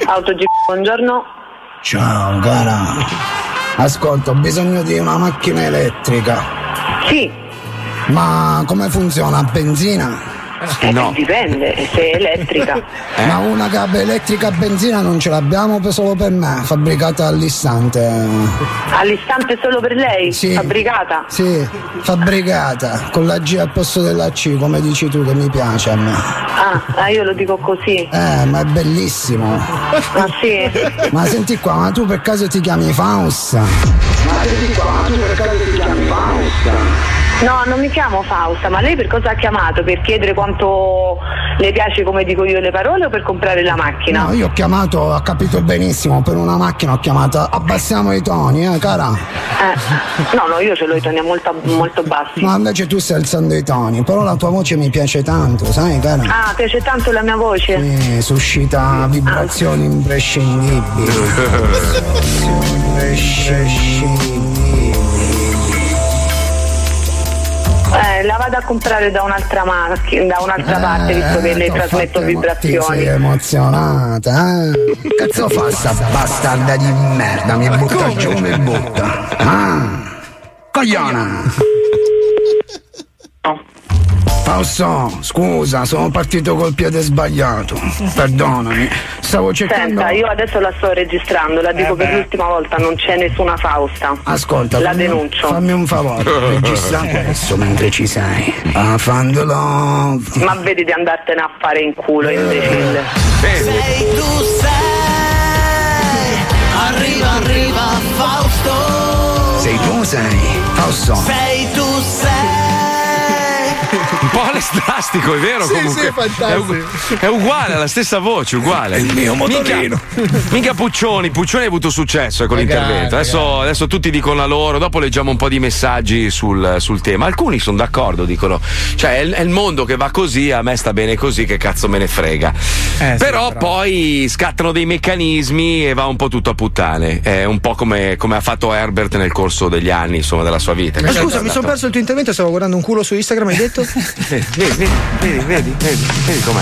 Speaker 13: Autog, buongiorno.
Speaker 8: Ciao, cara. Ascolta, ho bisogno di una macchina elettrica.
Speaker 13: Sì,
Speaker 8: Ma come funziona? A benzina?
Speaker 13: eh,
Speaker 8: No.
Speaker 13: dipende se è elettrica.
Speaker 8: Ma una cab elettrica a benzina non ce l'abbiamo solo per me, fabbricata all'istante.
Speaker 13: All'istante solo per lei? Fabbricata?
Speaker 8: Sì, fabbricata con la G al posto della C, come dici tu che mi piace a me.
Speaker 13: Ah, ah, io lo dico così.
Speaker 8: Eh, ma è bellissimo.
Speaker 13: Ah sì?
Speaker 8: Ma senti qua, ma tu per caso ti chiami Fausta?
Speaker 13: No, non mi chiamo Fausta, ma lei per cosa ha chiamato? Per chiedere quanto le piace come dico io le parole o per comprare la macchina?
Speaker 8: No, io ho chiamato, ha capito benissimo, per una macchina ho chiamato. Abbassiamo i toni, eh, cara.
Speaker 13: Eh, no, no, io ce l'ho i toni molto, molto bassi.
Speaker 8: Ma invece tu stai alzando i toni, però la tua voce mi piace tanto, sai, cara?
Speaker 13: Ah, piace tanto la mia voce? Ah.
Speaker 8: Eh, suscita vibrazioni imprescindibili.
Speaker 13: Eh, la vado a comprare da un'altra macchina, da un'altra parte, visto che le
Speaker 8: t'ho
Speaker 13: trasmetto
Speaker 8: Eh, fatto emo- ti
Speaker 13: vibrazioni.
Speaker 8: Sei emozionata, eh? Che Cazzo fa sta bastarda di merda, mi butta giù, mi butta. Ah, cogliona! Fausto, scusa, sono partito col piede sbagliato. Perdonami. Stavo cercando. Eh
Speaker 13: Senta, io adesso la sto registrando, la dico per l'ultima volta, non c'è nessuna Fausta.
Speaker 8: Ascolta,
Speaker 13: La
Speaker 8: fammi-
Speaker 13: denuncio.
Speaker 8: Fammi un favore, registra questo mentre ci sei. I found the love.
Speaker 13: Ma vedi di andartene a fare in culo, imbecille.
Speaker 12: Sei tu sei, arriva arriva Fausto.
Speaker 8: Sei tu, sei Fausto.
Speaker 12: Sei tu sei.
Speaker 3: Un po' all'estastico, è vero?
Speaker 12: Sì,
Speaker 3: comunque.
Speaker 12: sì, fantastico.
Speaker 3: È, ugu- è uguale, ha la stessa voce, uguale.
Speaker 12: Il mio motorino.
Speaker 3: Minchia, minchia Puccioni, Puccioni ha avuto successo eh, con
Speaker 12: Magari,
Speaker 3: l'intervento. Adesso, adesso tutti dicono la loro, dopo leggiamo un po' di messaggi sul, sul tema. Alcuni sono d'accordo, dicono: cioè, è il, è il mondo che va così, a me sta bene così, che cazzo me ne frega. però, poi scattano dei meccanismi e va un po' tutto a puttane. È un po' come, come ha fatto Herbert nel corso degli anni, insomma, della sua vita.
Speaker 2: Ma scusa, mi sono perso il tuo intervento, stavo guardando un culo su Instagram, hai detto?
Speaker 3: Vedi, vedi, vedi, vedi, vedi, vedi com'è.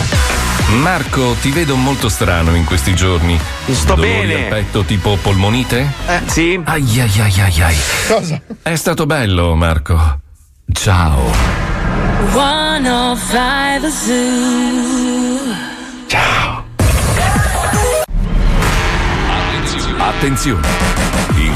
Speaker 1: Marco, ti vedo molto strano in questi giorni. Sto
Speaker 3: bene.
Speaker 1: al petto tipo polmonite?
Speaker 3: Eh. Sì.
Speaker 1: Ai ai ai ai ai. Cosa? È stato bello, Marco. Ciao.
Speaker 12: 105 Zoo.
Speaker 1: Attenzione! In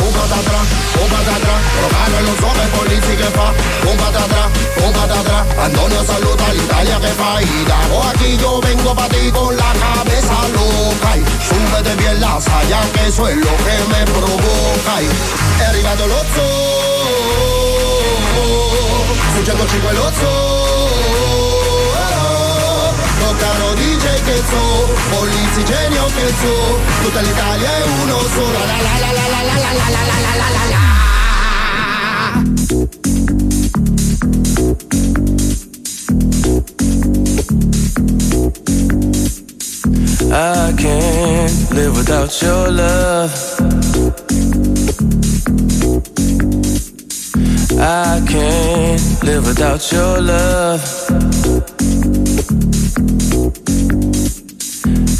Speaker 12: Un patatran, un patatran, Romano non so che politica fa. Un patatran, un patatran, Antonio saluta l'Italia che fa i dago. Aquí yo vengo pa' ti con la cabeza loca. y Súbete bien la saya que eso es lo que me provoca. y È arrivato lo zoo, succede cinque lo zoo. Toccano DJ che so, polizzi genio che so, tutta l'Italia è uno solo. La la la la la la la la la la la la la.
Speaker 11: I can't live without your love. I can't live without your love.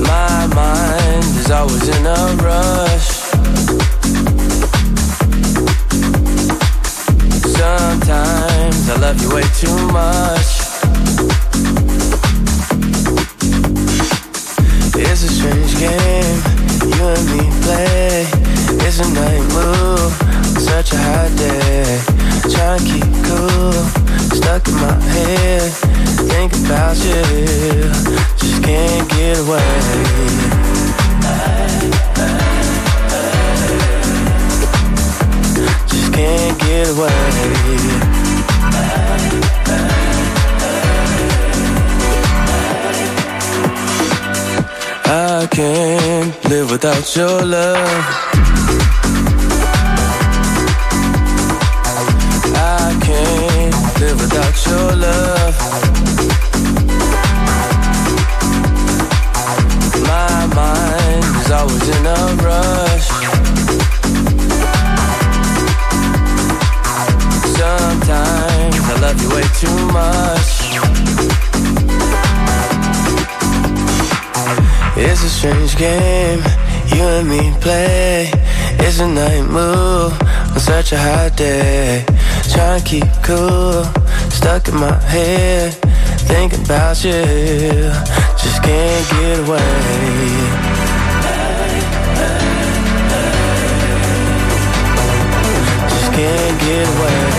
Speaker 11: My mind is always in a rush. Sometimes I love you way too much. It's a strange game you and me play. It's a night move, such a hot day. Trying to keep cool, stuck in my head. Think about you, just can't get away. Just can't get away. I can't live without your love. I can't live without your love. My mind is always in a rush. Sometimes I love you way too much. It's a strange game you and me play. It's a night move on such a hot day. Trying to keep cool, stuck in my head. Thinking about you, just can't get away. Just can't get away.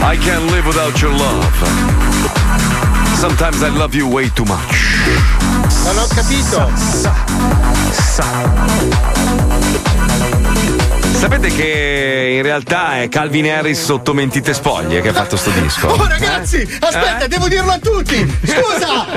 Speaker 3: I can't live without your love. Sometimes I love you way too much.
Speaker 6: Non ho capito.
Speaker 3: Sapete che in realtà è Calvin Harris sotto mentite spoglie che ha fatto sto disco?
Speaker 6: Oh ragazzi,
Speaker 3: Eh?
Speaker 6: aspetta, devo dirlo a tutti. Scusa,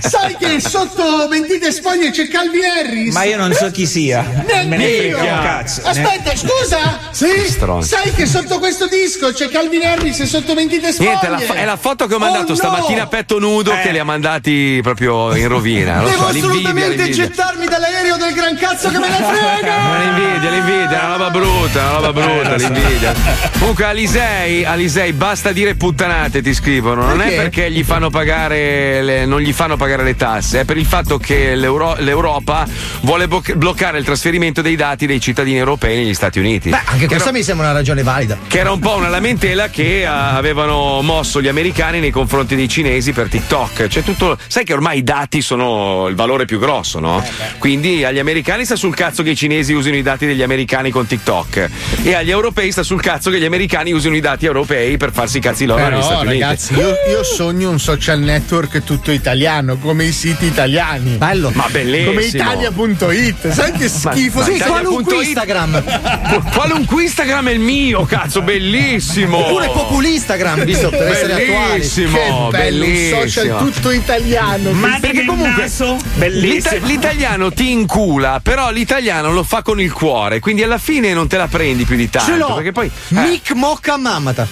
Speaker 6: sai che sotto mentite spoglie c'è Calvin Harris?
Speaker 14: Ma io non so chi sia. Me ne
Speaker 6: Neanch'io.
Speaker 14: frega un cazzo. Eh.
Speaker 6: Aspetta, scusa! Sì?
Speaker 14: stronzo.
Speaker 6: Sai che sotto questo disco c'è Calvin Harris e sotto mentite spoglie?
Speaker 3: Niente, la fo- è la foto che ho
Speaker 6: Oh,
Speaker 3: mandato
Speaker 6: no!
Speaker 3: stamattina a petto nudo
Speaker 17: Eh.
Speaker 3: che li ha mandati proprio in rovina. Lo
Speaker 6: Devo
Speaker 3: so, l'invidia,
Speaker 6: assolutamente
Speaker 3: l'invidia.
Speaker 6: gettarmi dall'aereo del gran cazzo che me ne frega!
Speaker 3: Ma L'invidia, l'invidia, è una roba brutta, una roba brutta,
Speaker 17: Eh, lo so.
Speaker 3: l'invidia. Comunque, Alisei, Alisei, basta dire puttanate, ti scrivono. Non è
Speaker 17: Perché?
Speaker 3: perché gli fanno pagare le- non gli fanno pagare le tasse, è per il fatto che l'Euro- l'Europa vuole boc- bloccare il trasferimento dei dati dei cittadini europei negli Stati Uniti.
Speaker 2: Beh, anche
Speaker 3: Che
Speaker 2: questa
Speaker 3: era-
Speaker 2: mi sembra una ragione valida.
Speaker 3: che era un po' una lamentela che eh, avevano mosso gli americani nei confronti dei cinesi per TikTok. C'è tutto. Sai che ormai i dati sono il valore più grosso,
Speaker 6: Eh,
Speaker 3: no? Quindi agli americani sta sul cazzo che i cinesi usino i dati degli americani con TikTok. E agli europei sta sul cazzo che gli americani usino i dati europei per farsi i cazzi loro negli
Speaker 6: Però,
Speaker 3: Stati Uniti.
Speaker 6: ragazzi, io, io sogno un social network tutto italiano, come i siti italiani.
Speaker 2: Bello.
Speaker 3: Ma bellissimo.
Speaker 6: Come Italia.it. Sai che
Speaker 3: Ma-
Speaker 6: schifo.
Speaker 3: ma
Speaker 6: Sì,
Speaker 3: Italia
Speaker 6: qualunque
Speaker 3: punto it- Qu- Qualunque Instagram è il mio, cazzo, bellissimo.
Speaker 2: Oppure Populistagram, visto, per essere attuali.
Speaker 3: Bellissimo,
Speaker 6: Che bello,
Speaker 3: Oh, bellissimo.
Speaker 6: un social tutto italiano.
Speaker 3: Ma perché comunque
Speaker 6: Bellissimo.
Speaker 3: l'ita- l'italiano ti incula, però l'italiano lo fa con il cuore, quindi alla fine non te la prendi più di tanto.
Speaker 2: Ce l'ho.
Speaker 3: Perché poi. eh.
Speaker 2: Mick Mocca Mammata.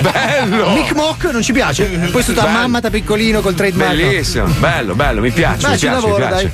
Speaker 3: bello. Eh,
Speaker 2: Mick Mock non ci piace. Questo da
Speaker 3: Bello.
Speaker 2: Mammata piccolino col trademark.
Speaker 3: Bellissimo, bello, bello, mi piace,
Speaker 2: Dai,
Speaker 3: mi
Speaker 2: ci
Speaker 3: piace,
Speaker 2: lavoro,
Speaker 3: mi piace.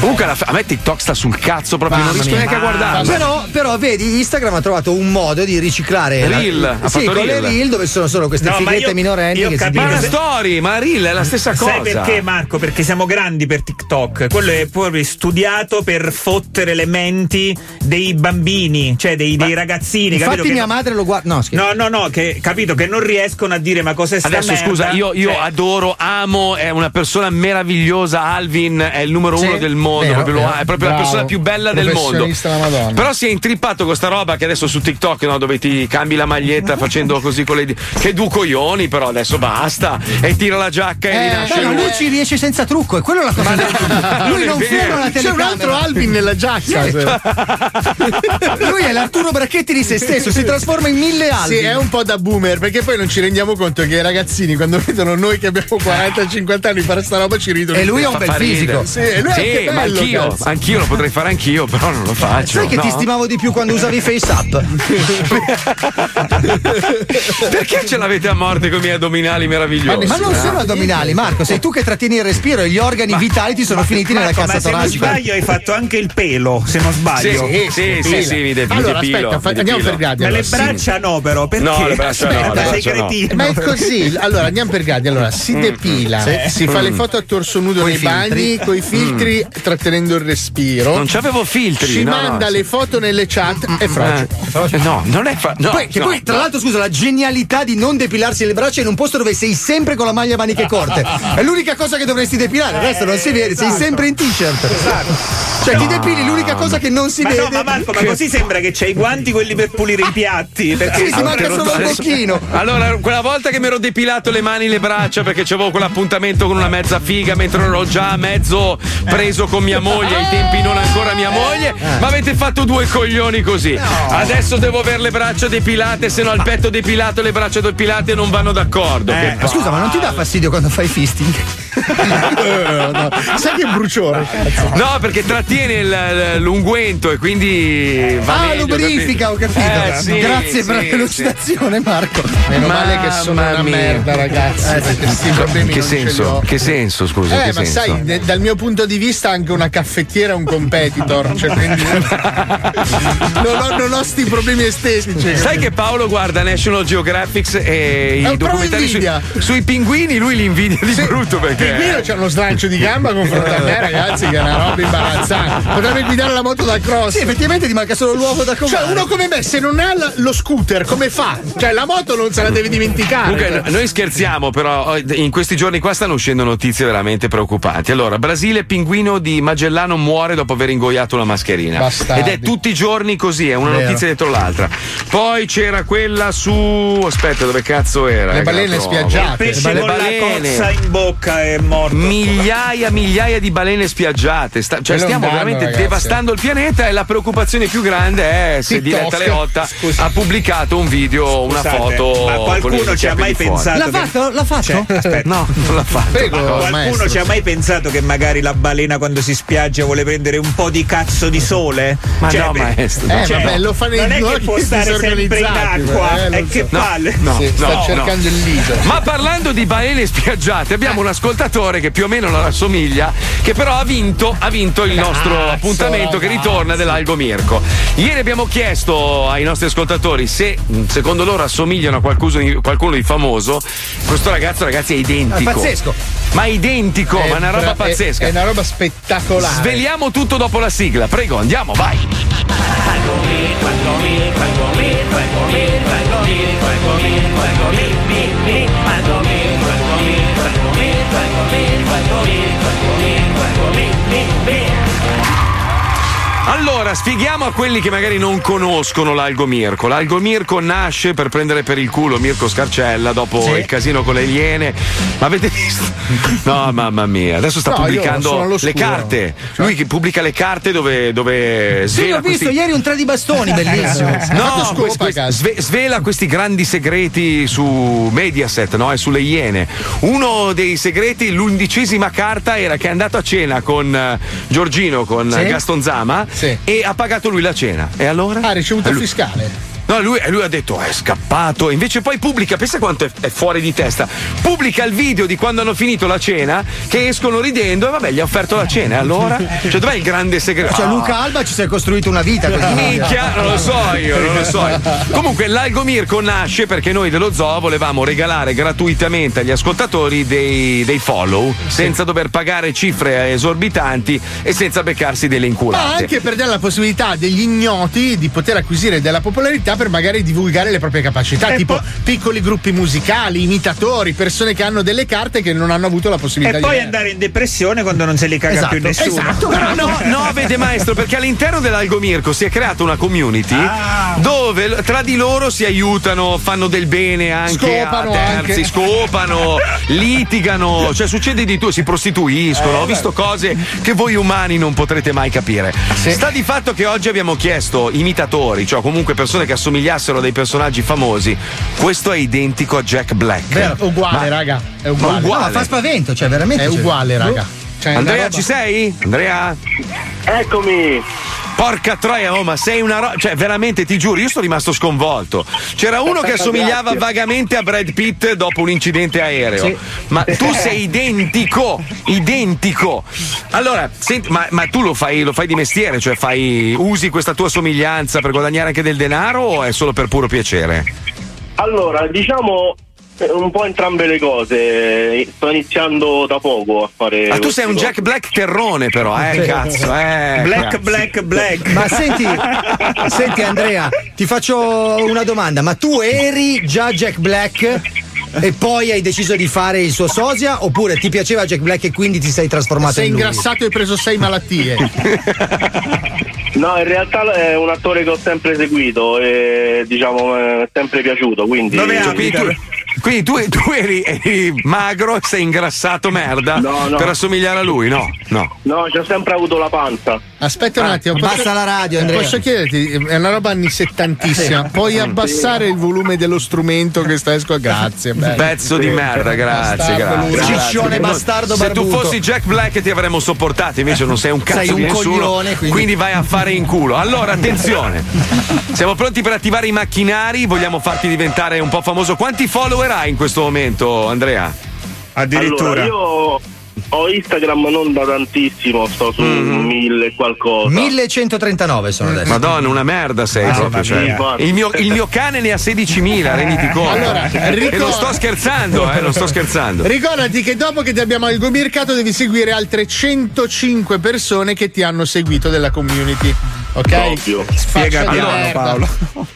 Speaker 3: Comunque alla fi- a me TikTok sta sul cazzo proprio, non riesco
Speaker 9: Ah,
Speaker 3: neanche a guardarlo.
Speaker 2: Però, però vedi, Instagram ha trovato un modo di riciclare. la-
Speaker 3: Reel, ha
Speaker 2: Sì,
Speaker 3: fatto
Speaker 2: con le
Speaker 3: reel.
Speaker 2: reel dove sono solo queste
Speaker 9: No, ma
Speaker 2: fighette
Speaker 9: io-
Speaker 2: minorenni
Speaker 9: io
Speaker 2: che si
Speaker 9: capisco-
Speaker 2: dicono-
Speaker 9: Ma la
Speaker 3: Story, ma Reel è la stessa
Speaker 9: Sai
Speaker 3: cosa.
Speaker 9: perché Marco? Perché siamo grandi per TikTok. Quello è poi studiato per fottere le menti dei bambini, cioè dei, dei ragazzini. capito?
Speaker 2: Infatti
Speaker 9: Che
Speaker 2: mia
Speaker 9: no-
Speaker 2: madre lo guarda. No, scherzo.
Speaker 9: No, no, no, che capito che non riescono a dire ma cos'è sta
Speaker 3: Adesso
Speaker 9: merda?"
Speaker 3: scusa, io, io
Speaker 9: Cioè,
Speaker 3: adoro, amo, è una persona meravigliosa. Alvin è il numero
Speaker 9: Sì,
Speaker 3: uno del mondo,
Speaker 9: vero,
Speaker 3: proprio lo
Speaker 9: vero.
Speaker 3: ha, è proprio la
Speaker 9: Bravo.
Speaker 3: persona più bella del mondo.
Speaker 6: Professionista la Madonna.
Speaker 3: Però si è intrippato con sta roba che adesso su TikTok, no, dove ti cambi la maglietta facendo così con le dita. Che due coglioni, però adesso basta. E tira la giacca e
Speaker 2: Eh, Beh,
Speaker 3: rinasce
Speaker 2: no,
Speaker 3: lui.
Speaker 2: lui ci riesce senza trucco, è quello la cosa.
Speaker 3: non
Speaker 2: lui
Speaker 3: è
Speaker 2: non
Speaker 3: vero.
Speaker 2: ferma la
Speaker 3: C'è
Speaker 2: telecamera.
Speaker 3: un altro
Speaker 6: Alvin nella giacca.
Speaker 2: lui è l'Arturo Bracchetti di se stesso, si trasforma in mille
Speaker 6: Sì,
Speaker 2: Alvin.
Speaker 6: è un po' da boomer, perché poi non ci rendiamo conto che i ragazzini, quando vedono noi che abbiamo 40-50 anni fare sta roba, ci ridono.
Speaker 2: Eh. E lui ha
Speaker 6: è
Speaker 2: un bel fisico. Cioè,
Speaker 6: Sì, e lui è anche
Speaker 3: ma
Speaker 6: bello,
Speaker 3: anch'io,
Speaker 6: cazzo.
Speaker 3: anch'io lo potrei fare anch'io, però non lo faccio.
Speaker 2: Sai che ti
Speaker 3: no?
Speaker 2: stimavo di più quando usavi Face Up?
Speaker 3: Perché ce l'avete a morte con i miei addominali meravigliosi?
Speaker 2: Ma non
Speaker 3: Eh?
Speaker 2: sono addominali, Marco, sei tu che trattieni il respiro e gli organi vitali ti sono finiti
Speaker 9: Marco,
Speaker 2: nella
Speaker 9: ma
Speaker 2: cassa
Speaker 9: se non
Speaker 2: toracica.
Speaker 9: sbaglio hai fatto anche il pelo, se non sbaglio.
Speaker 3: Sì, sì, sì, sì, mi de- mi
Speaker 9: Allora,
Speaker 3: depilo,
Speaker 9: aspetta, fa-
Speaker 3: mi
Speaker 9: andiamo
Speaker 3: depilo.
Speaker 9: per gradi. Ma le
Speaker 3: Sì.
Speaker 9: braccia no, però, perché?
Speaker 3: No, le braccia no, le
Speaker 9: Aspetta, sei
Speaker 3: braccia no.
Speaker 9: cretino.
Speaker 6: Ma è così, allora andiamo per gradi. Allora, si
Speaker 9: Mm,
Speaker 6: depila,
Speaker 9: mm, sì.
Speaker 6: si fa
Speaker 9: Mm.
Speaker 6: le foto a torso nudo
Speaker 9: Coi
Speaker 6: nei
Speaker 9: filtri.
Speaker 6: bagni,
Speaker 2: Mm.
Speaker 6: coi filtri, Mm. trattenendo il respiro.
Speaker 3: Non c'avevo filtri,
Speaker 6: Ci
Speaker 3: no, no,
Speaker 6: manda
Speaker 3: sì.
Speaker 6: le foto nelle chat e froce.
Speaker 3: Eh, no, non è fa- no,
Speaker 2: Poi- che
Speaker 3: no,
Speaker 2: poi, tra
Speaker 3: no.
Speaker 2: l'altro, scusa, la genialità di non depilarsi le braccia in un posto dove sei sempre con la maglia a maniche corte. È l'unica cosa che dovresti depilare, il resto non si vede,
Speaker 3: Esatto.
Speaker 2: sei sempre in t-shirt. Cioè, ti depili l'unica cosa che non si
Speaker 9: ma
Speaker 2: vede. Eh,
Speaker 9: no, ma Marco, ma così sembra che c'hai i guanti quelli per pulire i piatti. Perché
Speaker 2: Sì, sì, manca solo il bocchino.
Speaker 3: Allora, quella volta che mi ero depilato le mani e le braccia perché c'avevo quell'appuntamento con una mezza figa mentre ero già mezzo preso con mia moglie, ai tempi non ancora mia moglie,
Speaker 2: Eh.
Speaker 3: ma avete fatto due coglioni così. Adesso devo avere le braccia depilate, se no il petto depilato e le braccia depilate non vanno d'accordo.
Speaker 2: Eh,
Speaker 3: Che
Speaker 2: ma scusa, eh, ma non ti dà fastidio quando fai fisting?
Speaker 6: Sai che bruciore, cazzo.
Speaker 2: eh.
Speaker 3: No, perché trattiene il- l'unguento e quindi. Va
Speaker 2: ah,
Speaker 3: meglio,
Speaker 2: lubrifica, ho capito.
Speaker 3: Eh, sì,
Speaker 2: Grazie per
Speaker 3: sì,
Speaker 2: l'elucidazione, Marco.
Speaker 6: Meno male che sono
Speaker 3: Mamma
Speaker 6: una
Speaker 3: mia.
Speaker 6: merda, ragazzi.
Speaker 3: Eh,
Speaker 6: perché sti problemi
Speaker 3: che
Speaker 6: non ce li
Speaker 3: senso?
Speaker 6: ho.
Speaker 3: Che senso, scusa?
Speaker 6: Eh,
Speaker 3: che
Speaker 6: ma
Speaker 3: senso?
Speaker 6: sai, d- dal mio punto di vista anche una caffettiera è un competitor. Cioè, quindi non, ho, non ho sti problemi estetici.
Speaker 3: Sai che Paolo guarda National Geographic e
Speaker 6: È
Speaker 3: i
Speaker 6: un pro
Speaker 3: documentari sui,
Speaker 6: invidia.
Speaker 3: sui pinguini, lui li invidia di brutto perché.
Speaker 6: Pinguino c'è uno slancio di gamba confronto a me, ragazzi, che è una roba imbarazzante. Potrebbe guidare la moto da cross.
Speaker 2: Sì, effettivamente ti manca solo l'uovo da comare.
Speaker 6: Cioè, uno come me, se non ha la- lo scooter, come fa? Cioè, la moto non se la deve dimenticare.
Speaker 3: Comunque, no- noi scherziamo, però eh, in questi giorni qua stanno uscendo notizie veramente preoccupanti. Allora, Brasile, pinguino di Magellano muore dopo aver ingoiato la mascherina.
Speaker 6: Bastardi.
Speaker 3: Ed è tutti i giorni così, è una
Speaker 6: Vero.
Speaker 3: notizia dietro l'altra. Poi c'era quella su. Aspetta, dove cazzo era?
Speaker 6: Le
Speaker 3: Che la
Speaker 6: balene
Speaker 3: trovo?
Speaker 6: spiaggiate.
Speaker 3: Le
Speaker 6: Il
Speaker 9: pesce
Speaker 3: bale-
Speaker 9: con la
Speaker 3: balene.
Speaker 9: cozza in bocca è morto.
Speaker 3: Migliaia, migliaia di balene spiaggiate, Sta- cioè
Speaker 9: Quello è un
Speaker 3: stiamo
Speaker 9: danno,
Speaker 3: veramente
Speaker 9: ragazzi.
Speaker 3: devastando il pianeta e la preoccupazione più grande è
Speaker 9: TikTok.
Speaker 3: se Diletta Leotta ha pubblicato un video, una
Speaker 9: Scusate,
Speaker 3: foto.
Speaker 9: ma qualcuno
Speaker 3: con i
Speaker 9: ci ha
Speaker 3: capi
Speaker 9: mai
Speaker 3: di fuori.
Speaker 9: pensato
Speaker 2: L'ha
Speaker 9: che-
Speaker 2: fatto? L'ha fatto?
Speaker 9: Cioè, aspetta.
Speaker 3: No, non l'ha fatto.
Speaker 9: Ma qualcuno ci ha mai pensato che magari la balena quando si spiaggia vuole prendere un po' di cazzo di sole? Cioè,
Speaker 3: Ma no, maestro, no.
Speaker 6: Eh, vabbè, lo fa nei
Speaker 9: non è che
Speaker 6: luoghi
Speaker 9: può stare sempre in
Speaker 6: disorganizzati,
Speaker 9: acqua,
Speaker 6: eh, lo
Speaker 9: è che
Speaker 6: so.
Speaker 9: palle.
Speaker 3: No,
Speaker 6: Sì,
Speaker 3: no,
Speaker 6: sta
Speaker 3: no.
Speaker 6: cercando il lido.
Speaker 3: Ma parlando di balene spiaggiate, abbiamo un ascoltatore che più o meno la rassomiglia, che però ha vinto, ha vinto il nostro
Speaker 6: Cazzo,
Speaker 3: appuntamento che
Speaker 6: ragazzi.
Speaker 3: ritorna dell'Algo Mirko. Ieri abbiamo chiesto ai nostri ascoltatori se mh, secondo loro assomigliano a qualcuno di, qualcuno di famoso. Questo ragazzo, ragazzi, è identico.
Speaker 6: Ah, pazzesco.
Speaker 3: Ma identico,
Speaker 6: È
Speaker 3: ma è una roba
Speaker 6: bra- è-
Speaker 3: pazzesca.
Speaker 6: Eh, È una roba spettacolare.
Speaker 3: Sveliamo tutto dopo la sigla. Prego, andiamo, vai. Allora, spieghiamo a quelli che magari non conoscono l'Algo Mirko. L'Algo Mirko nasce per prendere per il culo Mirko Scarcella dopo il casino con le Iene. Ma avete visto? No, mamma mia, adesso sta
Speaker 2: No, io sono
Speaker 3: pubblicando
Speaker 2: all'oscuro.
Speaker 3: le carte. Lui che pubblica le carte dove, dove
Speaker 2: Sì,
Speaker 3: svela
Speaker 2: l'ho visto
Speaker 3: questi-
Speaker 2: ieri un tre di bastoni, bellissimo.
Speaker 3: No, questi- questi- sve- svela questi grandi segreti su Mediaset no? e sulle Iene. Uno dei segreti, l'undicesima carta, era che è andato a cena con eh, Giorgino, con
Speaker 6: Sì.
Speaker 3: eh, Gaston Zama e ha pagato lui la cena. E allora?
Speaker 6: Ha ricevuto
Speaker 3: Eh,
Speaker 6: il
Speaker 3: lui-
Speaker 6: fiscale.
Speaker 3: No, lui, lui ha detto "Ah, è scappato. Invece poi pubblica, pensa quanto è, è fuori di testa. Pubblica il video di quando hanno finito la cena, che escono ridendo e vabbè, gli ha offerto la cena. E allora? Cioè, dov'è il grande segreto?
Speaker 2: Cioè,
Speaker 3: Ah.
Speaker 2: Luca Alba ci si è costruito una vita così.
Speaker 3: Minchia, non lo so io, non lo so. io. Comunque l'Algo Mirko nasce perché noi dello zoo volevamo regalare gratuitamente agli ascoltatori dei, dei follow senza dover pagare cifre esorbitanti e senza beccarsi delle
Speaker 6: Ma
Speaker 3: inculate.
Speaker 6: anche per dare la possibilità degli ignoti di poter acquisire della popolarità per magari divulgare le proprie capacità, tipo piccoli gruppi musicali, imitatori, persone che hanno delle carte che non hanno avuto la possibilità
Speaker 9: E
Speaker 6: di
Speaker 9: poi
Speaker 6: avere.
Speaker 9: andare in depressione quando non se li caga
Speaker 6: Esatto,
Speaker 9: più nessuno.
Speaker 6: esatto.
Speaker 3: No, no, no, vede maestro, perché all'interno dell'Algo Mirko si è creata una community
Speaker 6: Ah.
Speaker 3: dove l- tra di loro si aiutano, fanno del bene anche
Speaker 6: Scopano
Speaker 3: a terzi,
Speaker 6: anche.
Speaker 3: scopano, litigano, cioè succede di tutto, si prostituiscono.
Speaker 6: Eh,
Speaker 3: Ho visto cose che voi umani non potrete mai capire. Sta di fatto che oggi abbiamo chiesto imitatori, cioè comunque persone che assomigliassero a dei personaggi famosi. Questo è identico a Jack Black.
Speaker 6: Beh, uguale,
Speaker 3: Ma-
Speaker 6: raga. È
Speaker 3: Ma
Speaker 6: uguale.
Speaker 3: uguale.
Speaker 2: No, fa spavento, cioè veramente.
Speaker 6: È
Speaker 2: cioè.
Speaker 6: uguale, raga. Cioè, è una
Speaker 3: Andrea,
Speaker 6: roba-
Speaker 3: ci sei? Andrea? Eccomi! Porca troia, oh, ma sei una roba. Cioè, veramente, ti giuro, io sono rimasto sconvolto. C'era uno che assomigliava
Speaker 17: Grazie.
Speaker 3: vagamente a Brad Pitt dopo un incidente aereo.
Speaker 17: Sì.
Speaker 3: Ma tu sei identico! Identico! Allora, senti, ma, ma tu lo fai, lo fai di mestiere, cioè fai, usi questa tua somiglianza per guadagnare anche del denaro o è solo per puro piacere?
Speaker 17: Allora, diciamo eh, un po' entrambe le cose. Sto iniziando da poco a fare.
Speaker 3: Ma Ah, tu sei un Jack Black terrone, però, eh, cazzo, eh. cazzo.
Speaker 2: Ma senti, senti Andrea, ti faccio una domanda, ma tu eri già Jack Black e poi hai deciso di fare il suo sosia oppure ti piaceva Jack Black e quindi ti sei trasformato
Speaker 6: Sei
Speaker 2: in lui?
Speaker 6: ingrassato e hai preso sei malattie.
Speaker 17: No, in realtà è un attore che ho sempre seguito e diciamo mi è sempre piaciuto. Quindi.
Speaker 3: Cioè, quindi tu, quindi tu- tu eri, eri magro, sei ingrassato merda
Speaker 17: No, no.
Speaker 3: per assomigliare a lui, no? No.
Speaker 17: No, ci ho sempre avuto la panza.
Speaker 6: Aspetta un
Speaker 17: Ah,
Speaker 6: attimo,
Speaker 17: abbassa la radio, Andrea.
Speaker 6: Posso chiederti, è una roba anni settantissima.
Speaker 17: Sì.
Speaker 6: Puoi
Speaker 17: Sì.
Speaker 6: abbassare il volume dello strumento che stai scu- Grazie, bello.
Speaker 3: Pezzo di
Speaker 6: Eh, Sì.
Speaker 3: merda, grazie,
Speaker 6: Bastardo,
Speaker 3: grazie.
Speaker 6: lui.
Speaker 3: grazie.
Speaker 6: Ciccione
Speaker 3: No,
Speaker 6: bastardo
Speaker 3: Se tu
Speaker 6: barbuto.
Speaker 3: fossi Jack Black ti avremmo sopportato, invece non sei un cazzo
Speaker 2: Sei un
Speaker 3: di nessuno.
Speaker 2: coglione, quindi-
Speaker 3: vai a fare in culo. Allora, attenzione. Siamo pronti per attivare i macchinari, vogliamo farti diventare un po' famoso. Quanti follower hai in questo momento, Andrea?
Speaker 17: Allora, io ho Instagram non da tantissimo, sto su
Speaker 9: Mm-hmm.
Speaker 17: mille qualcosa.
Speaker 2: 1139
Speaker 6: Eh.
Speaker 2: sono adesso.
Speaker 3: Madonna, una merda sei
Speaker 2: Ah,
Speaker 3: proprio.
Speaker 2: mamma
Speaker 3: Cioè,
Speaker 2: mia.
Speaker 3: il, mio, il mio cane ne ha 16.000, renditi conto.
Speaker 6: Allora,
Speaker 3: e
Speaker 6: Enrico-
Speaker 3: non sto scherzando, eh, non sto scherzando.
Speaker 6: Ricordati che dopo che ti abbiamo algomircato devi seguire altre 105 persone che ti hanno seguito della community. Ok? Spiega Paolo.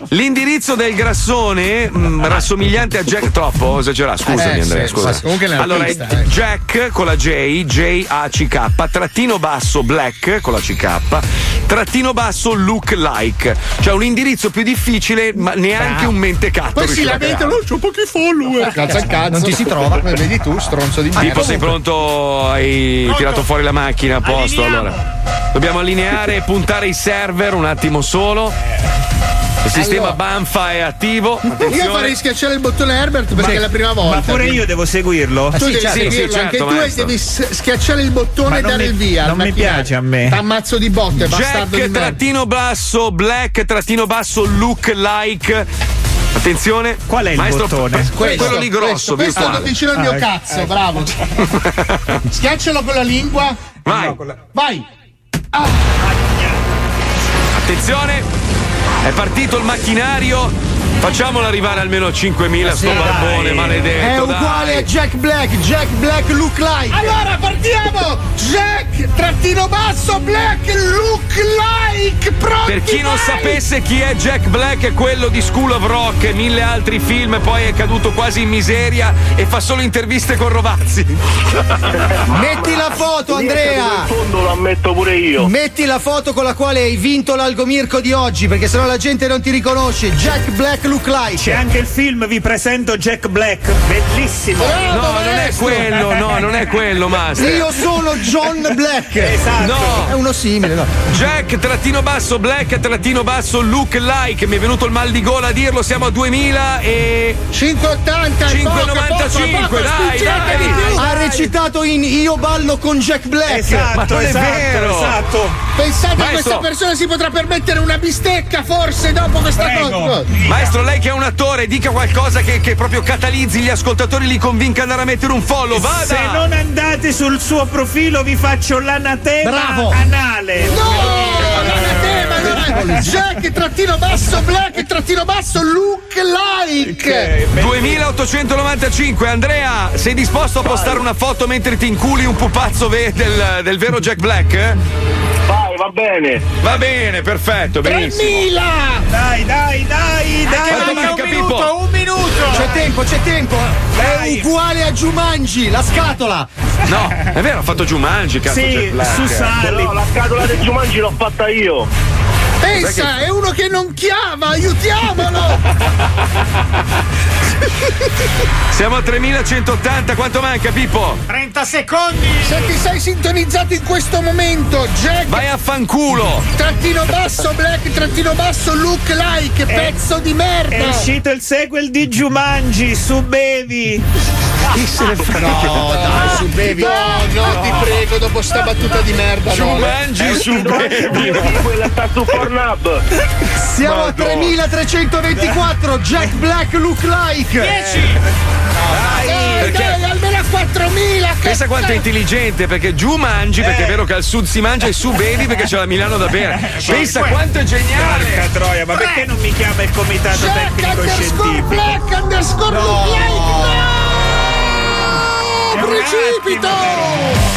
Speaker 3: L'indirizzo del grassone, mh, rassomigliante a Jack troppo, esagerato, scusami
Speaker 6: Eh,
Speaker 3: Andrea,
Speaker 6: sì,
Speaker 3: scusa.
Speaker 6: sì, comunque eh. ne è un
Speaker 3: allora,
Speaker 6: artista,
Speaker 3: è Jack con la J, J-A-C-K, trattino basso Black con la CK, trattino basso Look Like. Cioè un indirizzo più difficile, ma neanche un mentecatto.
Speaker 6: Ah. Poi si
Speaker 3: riusciva a
Speaker 6: lamentano,
Speaker 3: creare.
Speaker 6: c'ho pochi follower. Cazzo al cazzo.
Speaker 3: Non ti si trova.
Speaker 6: Eh, Vedi tu, stronzo di merda.
Speaker 3: Ah, Tipo, sei pronto? Hai tirato fuori la macchina a posto. Allora, dobbiamo allineare e puntare i server un attimo solo. Il sistema
Speaker 6: Allora.
Speaker 3: Banfa è attivo. Attenzione.
Speaker 6: Io farei schiacciare il bottone Herbert perché
Speaker 3: Sì.
Speaker 6: è la prima volta.
Speaker 9: Ma pure io devo seguirlo? Eh certo,
Speaker 6: Tu devi seguirlo anche tu e devi s- schiacciare il bottone e
Speaker 9: Ma non
Speaker 6: dare
Speaker 9: mi-
Speaker 6: il via.
Speaker 9: non
Speaker 6: al
Speaker 9: mi
Speaker 6: macchinari.
Speaker 9: piace a me.
Speaker 6: T'ammazzo di botte, bastardo di
Speaker 3: Jack
Speaker 6: merda.
Speaker 3: trattino basso, black trattino basso, look like. Attenzione. Qual
Speaker 9: è il bottone?
Speaker 3: Quello,
Speaker 6: Questo,
Speaker 3: lì
Speaker 6: questo,
Speaker 3: grosso,
Speaker 6: questo è
Speaker 3: virtuale.
Speaker 6: vicino al
Speaker 9: Ah,
Speaker 6: mio
Speaker 9: ecco.
Speaker 6: cazzo, bravo. Schiaccialo con la lingua.
Speaker 3: Vai.
Speaker 6: Vai.
Speaker 3: Attenzione. È partito il macchinario. Facciamolo arrivare almeno a 5.000 sto
Speaker 2: Sì,
Speaker 3: barbone
Speaker 2: dai.
Speaker 3: maledetto.
Speaker 2: È uguale
Speaker 3: dai.
Speaker 6: Eh,
Speaker 2: a Jack Black, Jack Black look like.
Speaker 6: Allora partiamo! Jack trattino basso black look like pronti
Speaker 3: Per chi non
Speaker 6: vai!
Speaker 3: sapesse chi è Jack Black, è quello di School of Rock e mille altri film, poi è caduto quasi in miseria e fa solo interviste con Rovazzi.
Speaker 2: Metti la foto, Andrea!
Speaker 17: In fondo lo ammetto pure io.
Speaker 2: Metti la foto con la quale hai vinto l'algomirco di oggi, perché sennò la gente non ti riconosce. Jack Black look like.
Speaker 9: C'è anche il film Vi presento Jack Black, bellissimo.
Speaker 3: No, non è quello, no, non è quello, Master.
Speaker 2: Io sono John Black.
Speaker 3: Esatto. No.
Speaker 2: È uno simile, no?
Speaker 3: Jack trattino basso, Black trattino basso, look like. Mi è venuto il mal di gola a dirlo. Siamo a 2000 e.
Speaker 6: 580
Speaker 2: è
Speaker 3: 595,
Speaker 2: poco, è poco,
Speaker 3: dai,
Speaker 2: spingete
Speaker 3: dai,
Speaker 2: di più.
Speaker 3: dai.
Speaker 2: Ha recitato in Io ballo con Jack Black.
Speaker 3: Esatto, Ma non è esatto, vero. esatto.
Speaker 6: Pensate che
Speaker 3: Maestro.
Speaker 6: questa persona si potrà permettere una bistecca forse dopo questa cosa?
Speaker 3: Maestro, lei che è un attore, dica qualcosa che, che proprio catalizzi gli ascoltatori, li convinca ad andare a mettere un follow. Oh, Vada!
Speaker 9: Se non andate sul suo profilo vi faccio l'anatema anale.
Speaker 6: Jack trattino basso black trattino basso look like.
Speaker 3: 2895, Andrea, sei disposto a postare una foto mentre ti inculi un pupazzo ve- del, del vero Jack Black? Vai, va bene. Va bene, perfetto, benissimo.
Speaker 6: 3000!
Speaker 9: Dai, dai, dai,
Speaker 3: dai,
Speaker 2: Anche
Speaker 3: dai,
Speaker 2: Eh, manca,
Speaker 3: un
Speaker 2: Pippo.
Speaker 3: minuto, un minuto.
Speaker 2: C'è tempo, c'è tempo. È uguale a Jumanji, la scatola.
Speaker 3: No, è vero, ha fatto Jumanji, cazzo Jack Black.
Speaker 17: No, la scatola del Giumangi l'ho fatta io.
Speaker 6: Pensa, è uno che non chiama, aiutiamolo!
Speaker 3: Siamo a 3180, quanto manca Pippo?
Speaker 6: 30 secondi! Se ti sei sintonizzato in questo momento, Jack.
Speaker 3: Vai a fanculo!
Speaker 6: Trattino basso, black, trattino basso, look like, pezzo di merda!
Speaker 9: È uscito il sequel di Jumanji su Bevi.
Speaker 6: Chi se ne frega? No,
Speaker 3: Ah,
Speaker 6: dai, su Bevi. No, no, ti prego, dopo sta battuta di merda. no.
Speaker 3: Jumanji su Baby.
Speaker 17: Quella sta su Pornhub.
Speaker 2: Siamo a
Speaker 17: Madonna.
Speaker 2: 3324, Jack Black look like.
Speaker 6: 10. Dai,
Speaker 3: perché-
Speaker 6: dai, almeno a 4000!
Speaker 3: Pensa quanto è intelligente, perché giù mangi, perché è vero che al sud si mangia e su bevi perché c'è la Milano da bere. Pensa Cioè, quanto è geniale!
Speaker 9: Porca troia, ma perché non mi chiama il comitato tecnico
Speaker 6: Underscore
Speaker 9: scientifico?
Speaker 6: black, underscore look like, no! Precipito!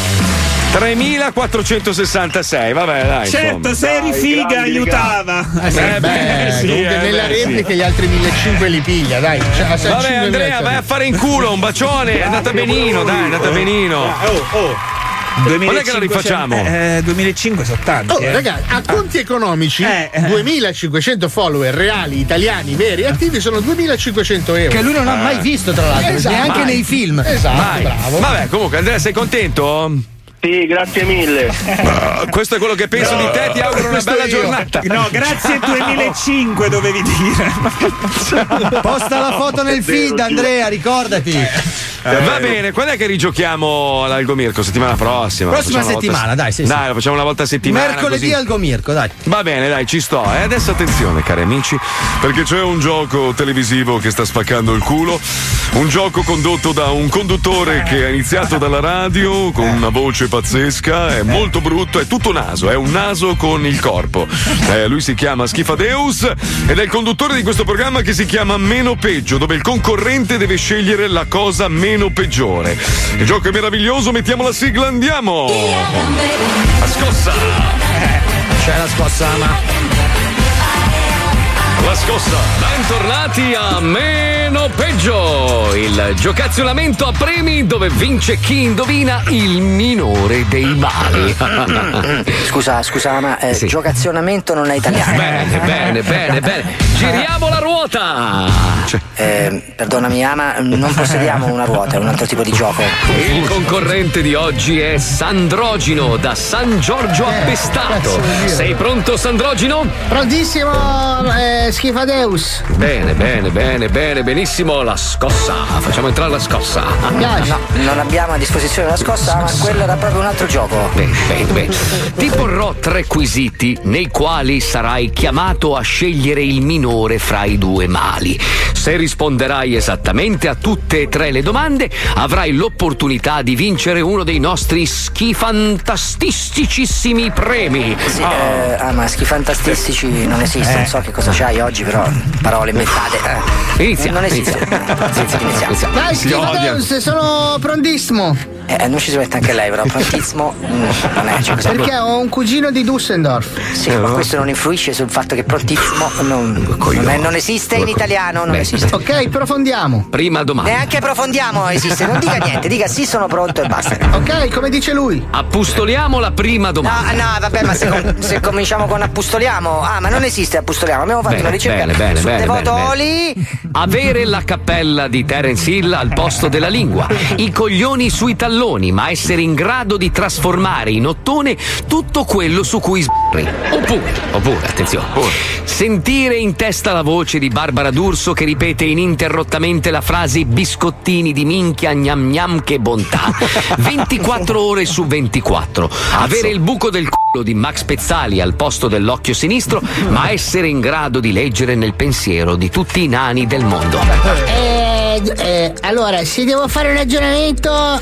Speaker 3: 3466, vabbè, dai.
Speaker 6: Eh,
Speaker 9: Certo,
Speaker 3: insomma.
Speaker 9: se eri
Speaker 3: Dai,
Speaker 9: figa
Speaker 3: grandi,
Speaker 9: aiutava.
Speaker 3: Eh, sì, Eh, beh, beh, sì,
Speaker 6: Comunque
Speaker 3: eh,
Speaker 6: nella
Speaker 3: beh, sì.
Speaker 6: replica gli altri 1500 li piglia, dai. Cioè, a
Speaker 3: ragazzi. Vabbè
Speaker 6: 5.000
Speaker 3: Andrea, vai a fare in culo, un bacione, è andata benino, dai, è
Speaker 6: Eh.
Speaker 3: andata benino.
Speaker 9: Oh,
Speaker 3: Quando è che la rifacciamo?
Speaker 9: Eh, 25 sono tanti.
Speaker 6: Oh,
Speaker 9: eh.
Speaker 6: ragazzi, a conti economici, 2500 follower reali, italiani, veri e attivi sono 2500 euro.
Speaker 2: Che lui non ha mai visto, tra l'altro,
Speaker 6: Esatto.
Speaker 2: neanche
Speaker 6: Mai.
Speaker 2: nei film.
Speaker 6: Esatto,
Speaker 3: Vai.
Speaker 6: bravo.
Speaker 3: Vabbè, comunque Andrea, sei contento? Eh,
Speaker 17: Sì, grazie mille.
Speaker 3: Questo è quello che penso di te, ti auguro una
Speaker 9: Questo
Speaker 3: bella
Speaker 9: io.
Speaker 3: giornata.
Speaker 9: No, grazie
Speaker 3: Ciao.
Speaker 9: 2005 dovevi dire.
Speaker 2: Posta la foto nel feed, Andrea, ricordati.
Speaker 3: Eh, Va bene, quando è che rigiochiamo l'Algomirco? Settimana prossima.
Speaker 2: Prossima
Speaker 3: Lo facciamo una volta
Speaker 2: settimana,
Speaker 3: se-
Speaker 2: dai, sì, sì.
Speaker 3: Dai, lo facciamo una volta a settimana.
Speaker 2: Mercoledì
Speaker 3: così.
Speaker 2: al Gomirco, dai.
Speaker 3: Va bene, dai, ci sto. E adesso attenzione, cari amici, perché c'è un gioco televisivo che sta spaccando il culo. Un gioco condotto da un conduttore che ha iniziato dalla radio con una voce pazzesca, è molto brutto, è tutto naso, è un naso con il corpo. Eh, lui si chiama Schifadeus ed è il conduttore di questo programma che si chiama Meno Peggio, dove il concorrente deve scegliere la cosa meno peggiore. Il gioco è meraviglioso, mettiamo la sigla, andiamo! La scossa! Eh,
Speaker 2: C'è la scossa, ma.
Speaker 18: La scossa. Bentornati a Meno Peggio, il giocaziolamento a premi dove vince chi indovina il minore dei mali.
Speaker 10: Mm. Scusa, scusa, ma eh, giocazionamento non è italiano.
Speaker 18: Bene, bene, bene, bene. Giriamo la ruota.
Speaker 10: Eh, perdonami, ama, non possediamo una ruota, è un altro tipo di gioco.
Speaker 18: Il concorrente di oggi è Sandrogino da San Giorgio a Pestato. Sei pronto Sandrogino?
Speaker 21: Prontissimo, eh, Schifadeus.
Speaker 18: Bene, bene, bene, bene, benissimo la scossa. Facciamo entrare la scossa.
Speaker 10: No, non abbiamo a disposizione la scossa, ma quello era proprio un altro gioco.
Speaker 18: Bene, bene, bene. Ti porrò tre quesiti nei quali sarai chiamato a scegliere il minore fra i due mali. Se risponderai esattamente a tutte e tre le domande, avrai l'opportunità di vincere uno dei nostri schifantasticissimi premi.
Speaker 10: Sì, eh, ah, ma schifantastistici non esiste, non so che cosa c'hai oggi, però parole inventate. eh.
Speaker 18: Eh. Inizia,
Speaker 10: Non esiste. Senza che iniziamo.
Speaker 21: Dai, Schivadeus, sono prontissimo.
Speaker 10: Eh, non ci si mette anche lei, però prontismo mm, non è cioè, questo-
Speaker 21: Perché ho un cugino di Dusseldorf.
Speaker 10: Sì, ma questo non influisce sul fatto che prontismo non, non è- non esiste in italiano, non
Speaker 21: Beh,
Speaker 10: esiste.
Speaker 21: Ok, profondiamo.
Speaker 18: Prima domanda.
Speaker 10: Neanche approfondiamo esiste, non dica niente, dica sì sono pronto e basta.
Speaker 21: Ok, come dice lui.
Speaker 18: Appustoliamo la prima domanda.
Speaker 10: Ah no, vabbè, ma se, com- se cominciamo con appustoliamo. Ah, ma non esiste appustoliamo, abbiamo fatto
Speaker 18: Bene,
Speaker 10: una ricerca
Speaker 18: bene, bene,
Speaker 10: su
Speaker 18: bene, bene,
Speaker 10: Devotoli.
Speaker 18: Avere la cappella di Terence Hill al posto della lingua, i coglioni sui talloni, ma essere in grado di trasformare in ottone tutto quello su cui sbarri. Oppure, oppure, attenzione, sentire in testa la voce di Barbara D'Urso che ripete ininterrottamente la frase biscottini di minchia gnam gnam che bontà. 24 ore su 24. Avere il buco del culo di Max Pezzali al posto dell'occhio sinistro, ma essere in grado di leggere nel pensiero di tutti i nani del mondo.
Speaker 21: Eh, eh, allora, se devo fare un ragionamento,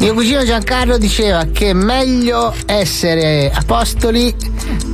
Speaker 21: mio cugino Giancarlo diceva che è meglio essere apostoli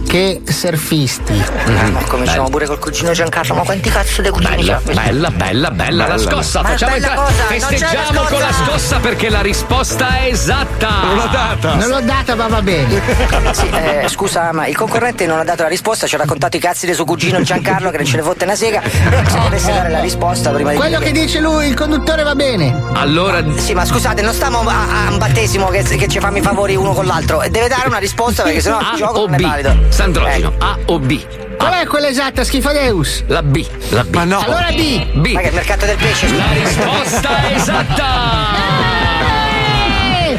Speaker 21: che surfisti.
Speaker 10: Ma Eh, come siamo pure col cugino Giancarlo, ma quanti cazzo dei cugini
Speaker 18: Bella,
Speaker 10: c'ha?
Speaker 18: bella, bella, bella la scossa.
Speaker 10: Ma
Speaker 18: Facciamo
Speaker 10: bella
Speaker 18: entrare.
Speaker 10: cosa, non c'è la
Speaker 18: Festeggiamo con la scossa perché la risposta è esatta.
Speaker 21: Non l'ho data, ma va bene.
Speaker 10: Sì, eh, scusa, ma il concorrente non ha dato la risposta, ci ha raccontato i cazzi del suo cugino Giancarlo che non ce ne fotte una sega. Se potesse dare la risposta prima di
Speaker 21: Quello che dice lui, il conduttore va bene.
Speaker 18: Allora.
Speaker 10: Sì, ma scusate, non stiamo a, a un battesimo che, che ci fanno i favori uno con l'altro. E Deve dare una risposta perché sennò
Speaker 18: A
Speaker 10: il gioco
Speaker 18: o
Speaker 10: non è valido. Ecco.
Speaker 18: B? Sandrogeno, A o B?
Speaker 21: Qual è quella esatta, Schifadeus?
Speaker 18: La B, la B. Ma no.
Speaker 21: Allora B.
Speaker 18: B.
Speaker 10: Ma che è il mercato del pesce?
Speaker 18: La risposta è esatta.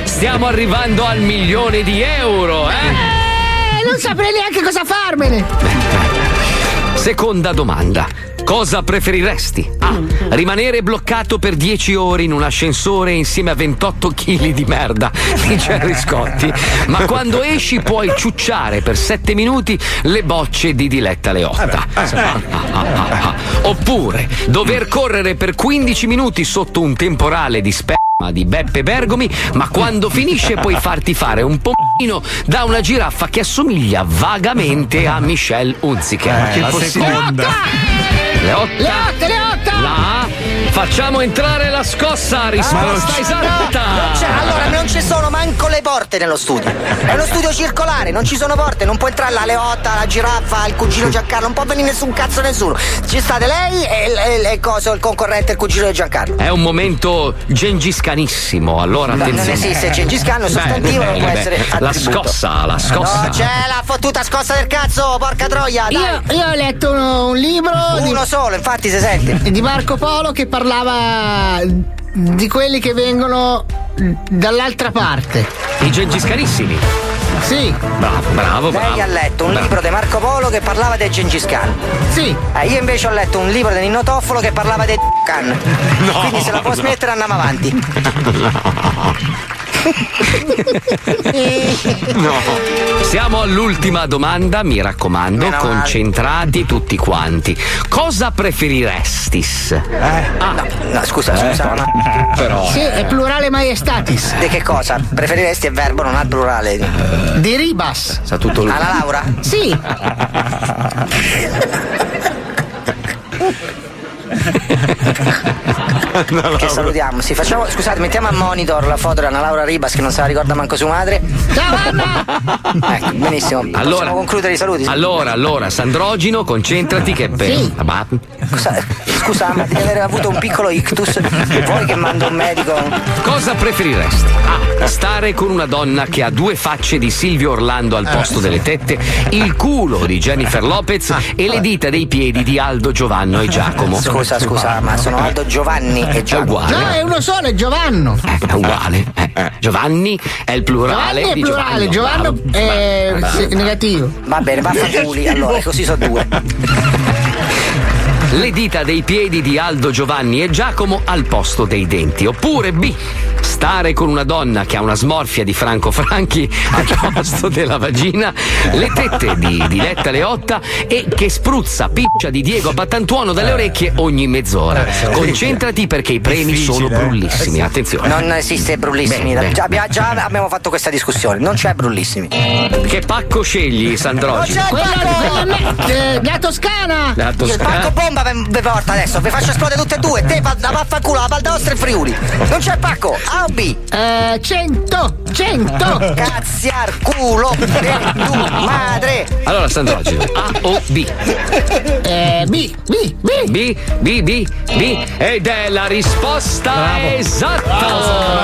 Speaker 18: Stiamo arrivando al milione di euro, eh?
Speaker 21: Eh, non saprei neanche cosa farmene.
Speaker 18: Seconda domanda. Cosa preferiresti? A. Rimanere bloccato per 10 ore in un ascensore insieme a 28 kg di merda di Jerry Scotti, ma quando esci puoi ciucciare per 7 minuti le bocce di Diletta Leotta. Ah, ah, ah, ah. Oppure dover correre per 15 minuti sotto un temporale di sperma di Beppe Bergomi, ma quando finisce puoi farti fare un pompino da una giraffa che assomiglia vagamente a Michelle Hunziker.
Speaker 12: Eh, la seconda.
Speaker 18: Le otto.
Speaker 21: Le otte, le otta!
Speaker 18: La Facciamo entrare la scossa, risposta esatta!
Speaker 10: Ah, Non c'è- allora non ci sono manco le porte nello studio. È uno studio circolare, non ci sono porte, non può entrare la leotta, la giraffa, il cugino Giancarlo, non può venire nessun cazzo nessuno. Ci state lei e, e- e cosa, il concorrente, il cugino di Giancarlo.
Speaker 18: È un momento gengiscanissimo, allora
Speaker 10: No,
Speaker 18: attenzione.
Speaker 10: non esiste, Gengis Khan è un
Speaker 18: Bene,
Speaker 10: sostantivo, non
Speaker 18: bene,
Speaker 10: può
Speaker 18: bene.
Speaker 10: essere
Speaker 18: La
Speaker 10: attributo.
Speaker 18: scossa, la scossa.
Speaker 10: No, c'è la fottuta scossa del cazzo, porca troia! Dai.
Speaker 21: Io, io ho letto uno- un libro.
Speaker 10: Uno
Speaker 21: di-
Speaker 10: solo, infatti si sente.
Speaker 21: di Marco Polo che parlava di quelli che vengono dall'altra parte.
Speaker 18: I gengiscanissimi.
Speaker 21: Sì.
Speaker 18: Bravo, bravo, bravo.
Speaker 10: Lei ha letto un
Speaker 18: Bravo.
Speaker 10: libro di Marco Polo che parlava del Gengis Khan.
Speaker 21: Sì.
Speaker 10: Eh, io invece ho letto un libro di Nino Toffolo che parlava dei Khan.
Speaker 18: No,
Speaker 10: Quindi se la può
Speaker 18: no.
Speaker 10: smettere andiamo avanti.
Speaker 18: No. Siamo all'ultima domanda, mi raccomando,
Speaker 10: Meno male.
Speaker 18: concentrati tutti quanti. Cosa preferiresti?
Speaker 10: Eh?
Speaker 18: Ah.
Speaker 10: No, scusa, scusa, ma-
Speaker 18: Eh. Però. eh.
Speaker 21: Sì, è plurale maiestatis.
Speaker 10: Di che cosa? Preferiresti il verbo non al plurale?
Speaker 21: Di Ribas.
Speaker 18: Sa tutto lui. Ah,
Speaker 10: Alla Laura?
Speaker 21: Sì.
Speaker 10: che salutiamo. Sì, facciamo, scusate, mettiamo a monitor la foto di Anna Laura Ribas che non se la ricorda manco sua madre.
Speaker 21: Ciao Anna!
Speaker 10: Ecco, benissimo.
Speaker 18: Allora,
Speaker 10: Possiamo concludere i saluti.
Speaker 18: allora, allora, Sandrogino, concentrati che per. Ma-
Speaker 10: Scusa, scusa, ma devi aver avuto un piccolo ictus. Vuoi che mando un medico?
Speaker 18: Cosa preferiresti? A. Stare con una donna che ha due facce di Silvio Orlando
Speaker 21: Eh,
Speaker 18: al posto delle tette, il culo di Jennifer Lopez
Speaker 21: Ah.
Speaker 18: e le dita dei piedi di Aldo Giovanno e Giacomo.
Speaker 10: Scusa, scusa, ma sono Aldo Giovanni e
Speaker 18: È
Speaker 10: Giacomo.
Speaker 18: uguale.
Speaker 21: No, è uno solo, è Giovanno.
Speaker 18: È uguale. eh. Giovanni è il plurale.
Speaker 21: Giovanni è
Speaker 18: di
Speaker 21: plurale, Giovanno
Speaker 18: Bravo.
Speaker 21: è
Speaker 18: Bravo.
Speaker 21: sì, negativo.
Speaker 10: Va bene, vaffanculo. Allora, così sono due.
Speaker 18: Le dita dei piedi di Aldo Giovanni e Giacomo al posto dei denti. Oppure B. Stare con una donna che ha una smorfia di Franco Franchi al posto della vagina, le tette di Diletta Leotta e che spruzza piccia di Diego Pattantuono
Speaker 10: Eh.
Speaker 18: dalle orecchie ogni mezz'ora. Concentrati perché i premi sono
Speaker 10: Difficile, eh.
Speaker 18: brullissimi, attenzione.
Speaker 10: Non esiste brullissimi.
Speaker 18: Bene,
Speaker 10: Già,
Speaker 18: bene.
Speaker 10: abbi- già abbiamo fatto questa discussione. Non c'è brullissimi.
Speaker 18: Che pacco scegli, Sandrogino?
Speaker 10: la Toscana!
Speaker 18: La Toscana.
Speaker 10: Il pacco bomba ve- ve porta adesso, vi faccio esplodere tutte e due, te va- la vaffanculo, la Val d'Aosta e il Friuli. Non c'è pacco, A o B? Eh, 100, 100! Cazzi al culo di tu madre!
Speaker 18: Allora, Sandrogino, A o B?
Speaker 21: Eh,
Speaker 10: B, B,
Speaker 18: B. B, B, B, B. Ed è la risposta esatta.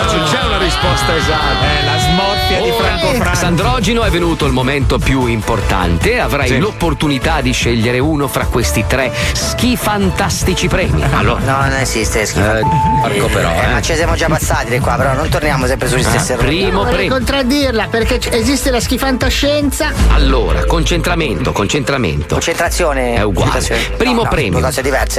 Speaker 3: c'è una risposta esatta.
Speaker 18: È la smorfia di Franco Franco. Oh, eh, Sandrogino è venuto il momento più importante. Avrai
Speaker 3: Sì.
Speaker 18: l'opportunità di scegliere uno fra questi tre schifantastici premi. Allora.
Speaker 10: No, non esiste schifo.
Speaker 18: porco però,
Speaker 10: Eh,
Speaker 18: eh.
Speaker 10: ma ci siamo già passati di qua, però non torniamo sempre sulle stesse rotte.
Speaker 18: ah, Primo
Speaker 21: Vorrei
Speaker 18: premio.
Speaker 21: contraddirla perché c- esiste la scienza.
Speaker 18: Allora, concentramento, concentramento.
Speaker 10: Concentrazione.
Speaker 18: È uguale. Primo premio.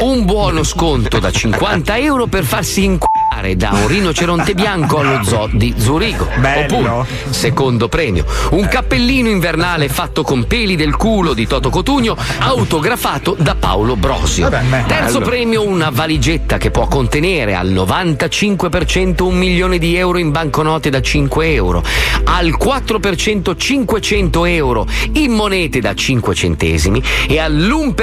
Speaker 18: Un buono sconto da 50 euro per farsi inculare da un rinoceronte bianco allo zoo di Zurigo. Oppure, secondo premio, un cappellino invernale fatto con peli del culo di Toto Cotugno, autografato da Paolo Brosio. Terzo
Speaker 3: bello.
Speaker 18: premio, una valigetta che può contenere al 95% un milione di euro in banconote da 5 euro, al 4% 500 euro in monete da 5 centesimi e all'1%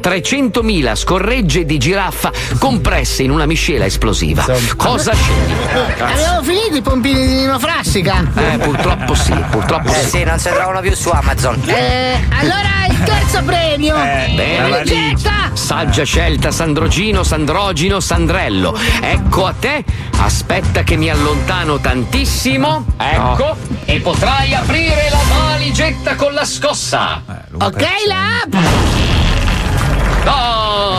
Speaker 18: 300.000 scorregge di giraffa compresse in una miscela esplosiva. Cosa scegli?
Speaker 21: Abbiamo finito i pompini di Nino Frassica.
Speaker 18: Eh, purtroppo sì, purtroppo
Speaker 10: Eh
Speaker 18: sì.
Speaker 10: sì, non si trovano più su Amazon.
Speaker 21: Eh, allora il terzo premio.
Speaker 18: Bella
Speaker 21: La
Speaker 18: Eh, valigia.
Speaker 21: ricetta.
Speaker 18: Saggia scelta, Sandrogino, Sandrogino, Sandrello. Ecco a te. Aspetta che mi allontano tantissimo. Ecco. E potrai aprire la valigetta con la scossa.
Speaker 21: Eh, Ok, la app.
Speaker 18: Oh,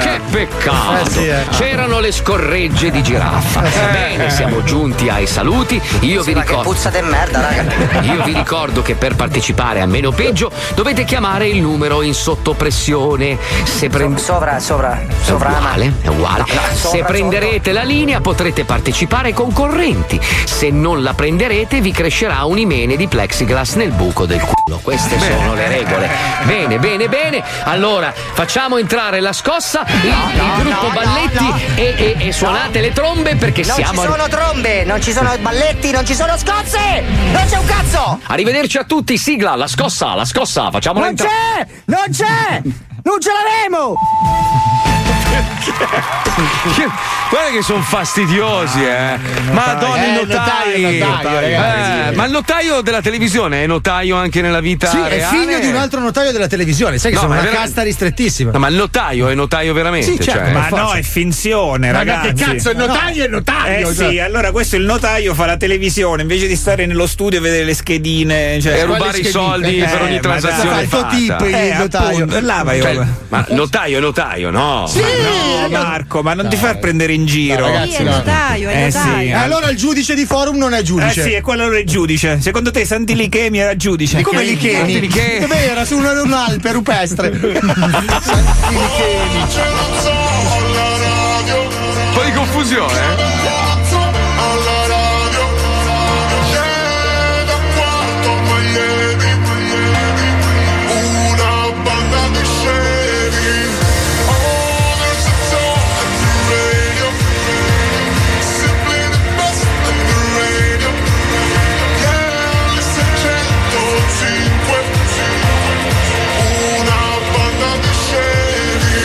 Speaker 18: Che peccato!
Speaker 21: Eh sì, eh.
Speaker 18: C'erano le scorregge di giraffa. Bene, siamo giunti ai saluti. Io vi ricordo.
Speaker 10: Puzza di merda, raga.
Speaker 18: Io vi ricordo che per partecipare a meno peggio dovete chiamare il numero in sottopressione. Se prendete
Speaker 10: sovra, sovra,
Speaker 18: sovra. È uguale, è uguale. Se prenderete la linea potrete partecipare con correnti. Se non la prenderete vi crescerà un imene di plexiglass nel buco del culo. Queste
Speaker 3: Bene.
Speaker 18: sono le
Speaker 3: eh,
Speaker 18: regole. Bene, bene, bene. Allora facciamo entrare la scossa, il, il gruppo balletti e, e- e suonate le trombe perché
Speaker 10: non
Speaker 18: siamo.
Speaker 10: ci sono trombe, non ci sono balletti, non ci sono scozze! Non c'è un cazzo!
Speaker 18: Arrivederci a tutti, sigla, la scossa, la scossa, facciamola
Speaker 12: Non
Speaker 18: entrare.
Speaker 12: c'è! Non c'è! Non ce l'avremo!
Speaker 3: eh. Guarda che sono fastidiosi,
Speaker 2: Ah,
Speaker 3: eh. Madonna,
Speaker 4: Eh,
Speaker 3: i
Speaker 4: il notaio,
Speaker 3: notai.
Speaker 4: il notaio,
Speaker 3: Eh,
Speaker 4: ragazzi.
Speaker 3: ma il notaio della televisione è notaio anche nella vita
Speaker 2: Sì,
Speaker 3: reale?
Speaker 2: è figlio di un altro notaio della televisione, sai che
Speaker 3: No,
Speaker 2: sono
Speaker 3: ma è
Speaker 2: una
Speaker 3: vera-
Speaker 2: casta ristrettissima.
Speaker 3: No, ma il notaio è notaio veramente.
Speaker 2: Sì, certo,
Speaker 3: cioè.
Speaker 7: Ma no, è finzione,
Speaker 3: Ma
Speaker 7: ragazzi.
Speaker 3: che cazzo, il notaio
Speaker 7: è notaio. Eh
Speaker 3: cioè.
Speaker 7: sì, allora questo il notaio fa la televisione invece di stare nello studio e vedere le schedine. Eh, Cioè,
Speaker 3: E rubare i soldi per ogni transazione fatta.
Speaker 7: Eh, appunto, là vai
Speaker 3: Cioè,
Speaker 7: ora.
Speaker 3: ma notaio, è notaio, Oh, no?
Speaker 7: Sì, no, Marco, ma non ti far prendere in giro.
Speaker 2: ragazzi, Sì, è no. notaio, è
Speaker 7: Eh
Speaker 2: notaio.
Speaker 7: sì.
Speaker 2: E allora il giudice di forum non è giudice.
Speaker 7: Eh sì, e quello allora è giudice. Secondo te Santilichemi era giudice?
Speaker 2: Come li chiedi? Dove era? Su una- un'alpe rupestre.
Speaker 3: Un po' di confusione. eh?
Speaker 12: Una banda di scemi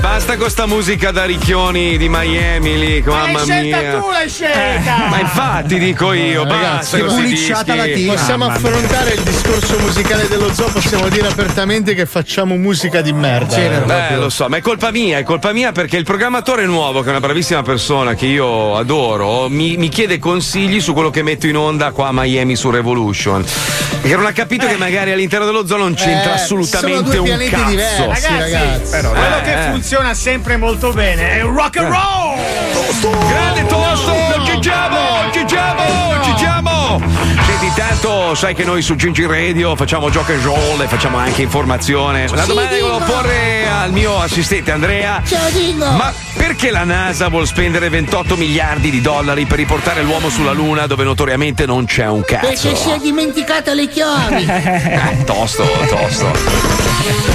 Speaker 3: basta con sta musica da ricchioni di Miami lì, mamma mia.
Speaker 6: l'hai scelta!
Speaker 3: Ma infatti dico io,
Speaker 6: Ragazzi,
Speaker 3: basta con sti dischi.
Speaker 6: Possiamo
Speaker 3: Mamma mia.
Speaker 6: affrontare il discorso musicale dello zoo, possiamo dire apertamente che facciamo musica di merda.
Speaker 3: Beh, Eh, lo so, ma è colpa mia, è colpa mia perché il programmatore nuovo, che è una bravissima persona che io adoro, mi, mi chiede consigli su quello che metto in onda qua a Miami su Revolution. Perché non ha capito che magari all'interno dello zoo non c'entra
Speaker 12: Eh,
Speaker 3: assolutamente
Speaker 12: sono due
Speaker 3: un
Speaker 12: pianeti
Speaker 3: cazzo.
Speaker 12: diversi, ragazzi,
Speaker 3: Però,
Speaker 12: quello
Speaker 3: eh,
Speaker 12: che
Speaker 3: eh.
Speaker 12: funziona sempre molto bene è il rock and
Speaker 3: Eh.
Speaker 12: roll
Speaker 3: grande tosto ci siamo ci siamo ci siamo senti tanto sai che noi su Gingi Radio facciamo gioco e roll e facciamo anche informazione la
Speaker 12: Sì,
Speaker 3: domanda che
Speaker 12: Dingo.
Speaker 3: volevo porre al mio assistente Andrea
Speaker 12: Ciao, Dingo.
Speaker 3: ma perché la NASA vuol spendere 28 miliardi di dollari per riportare l'uomo sulla luna dove notoriamente non c'è un
Speaker 21: Perché si
Speaker 3: cazzo
Speaker 21: è dimenticato le chiavi.
Speaker 3: Eh, tosto tosto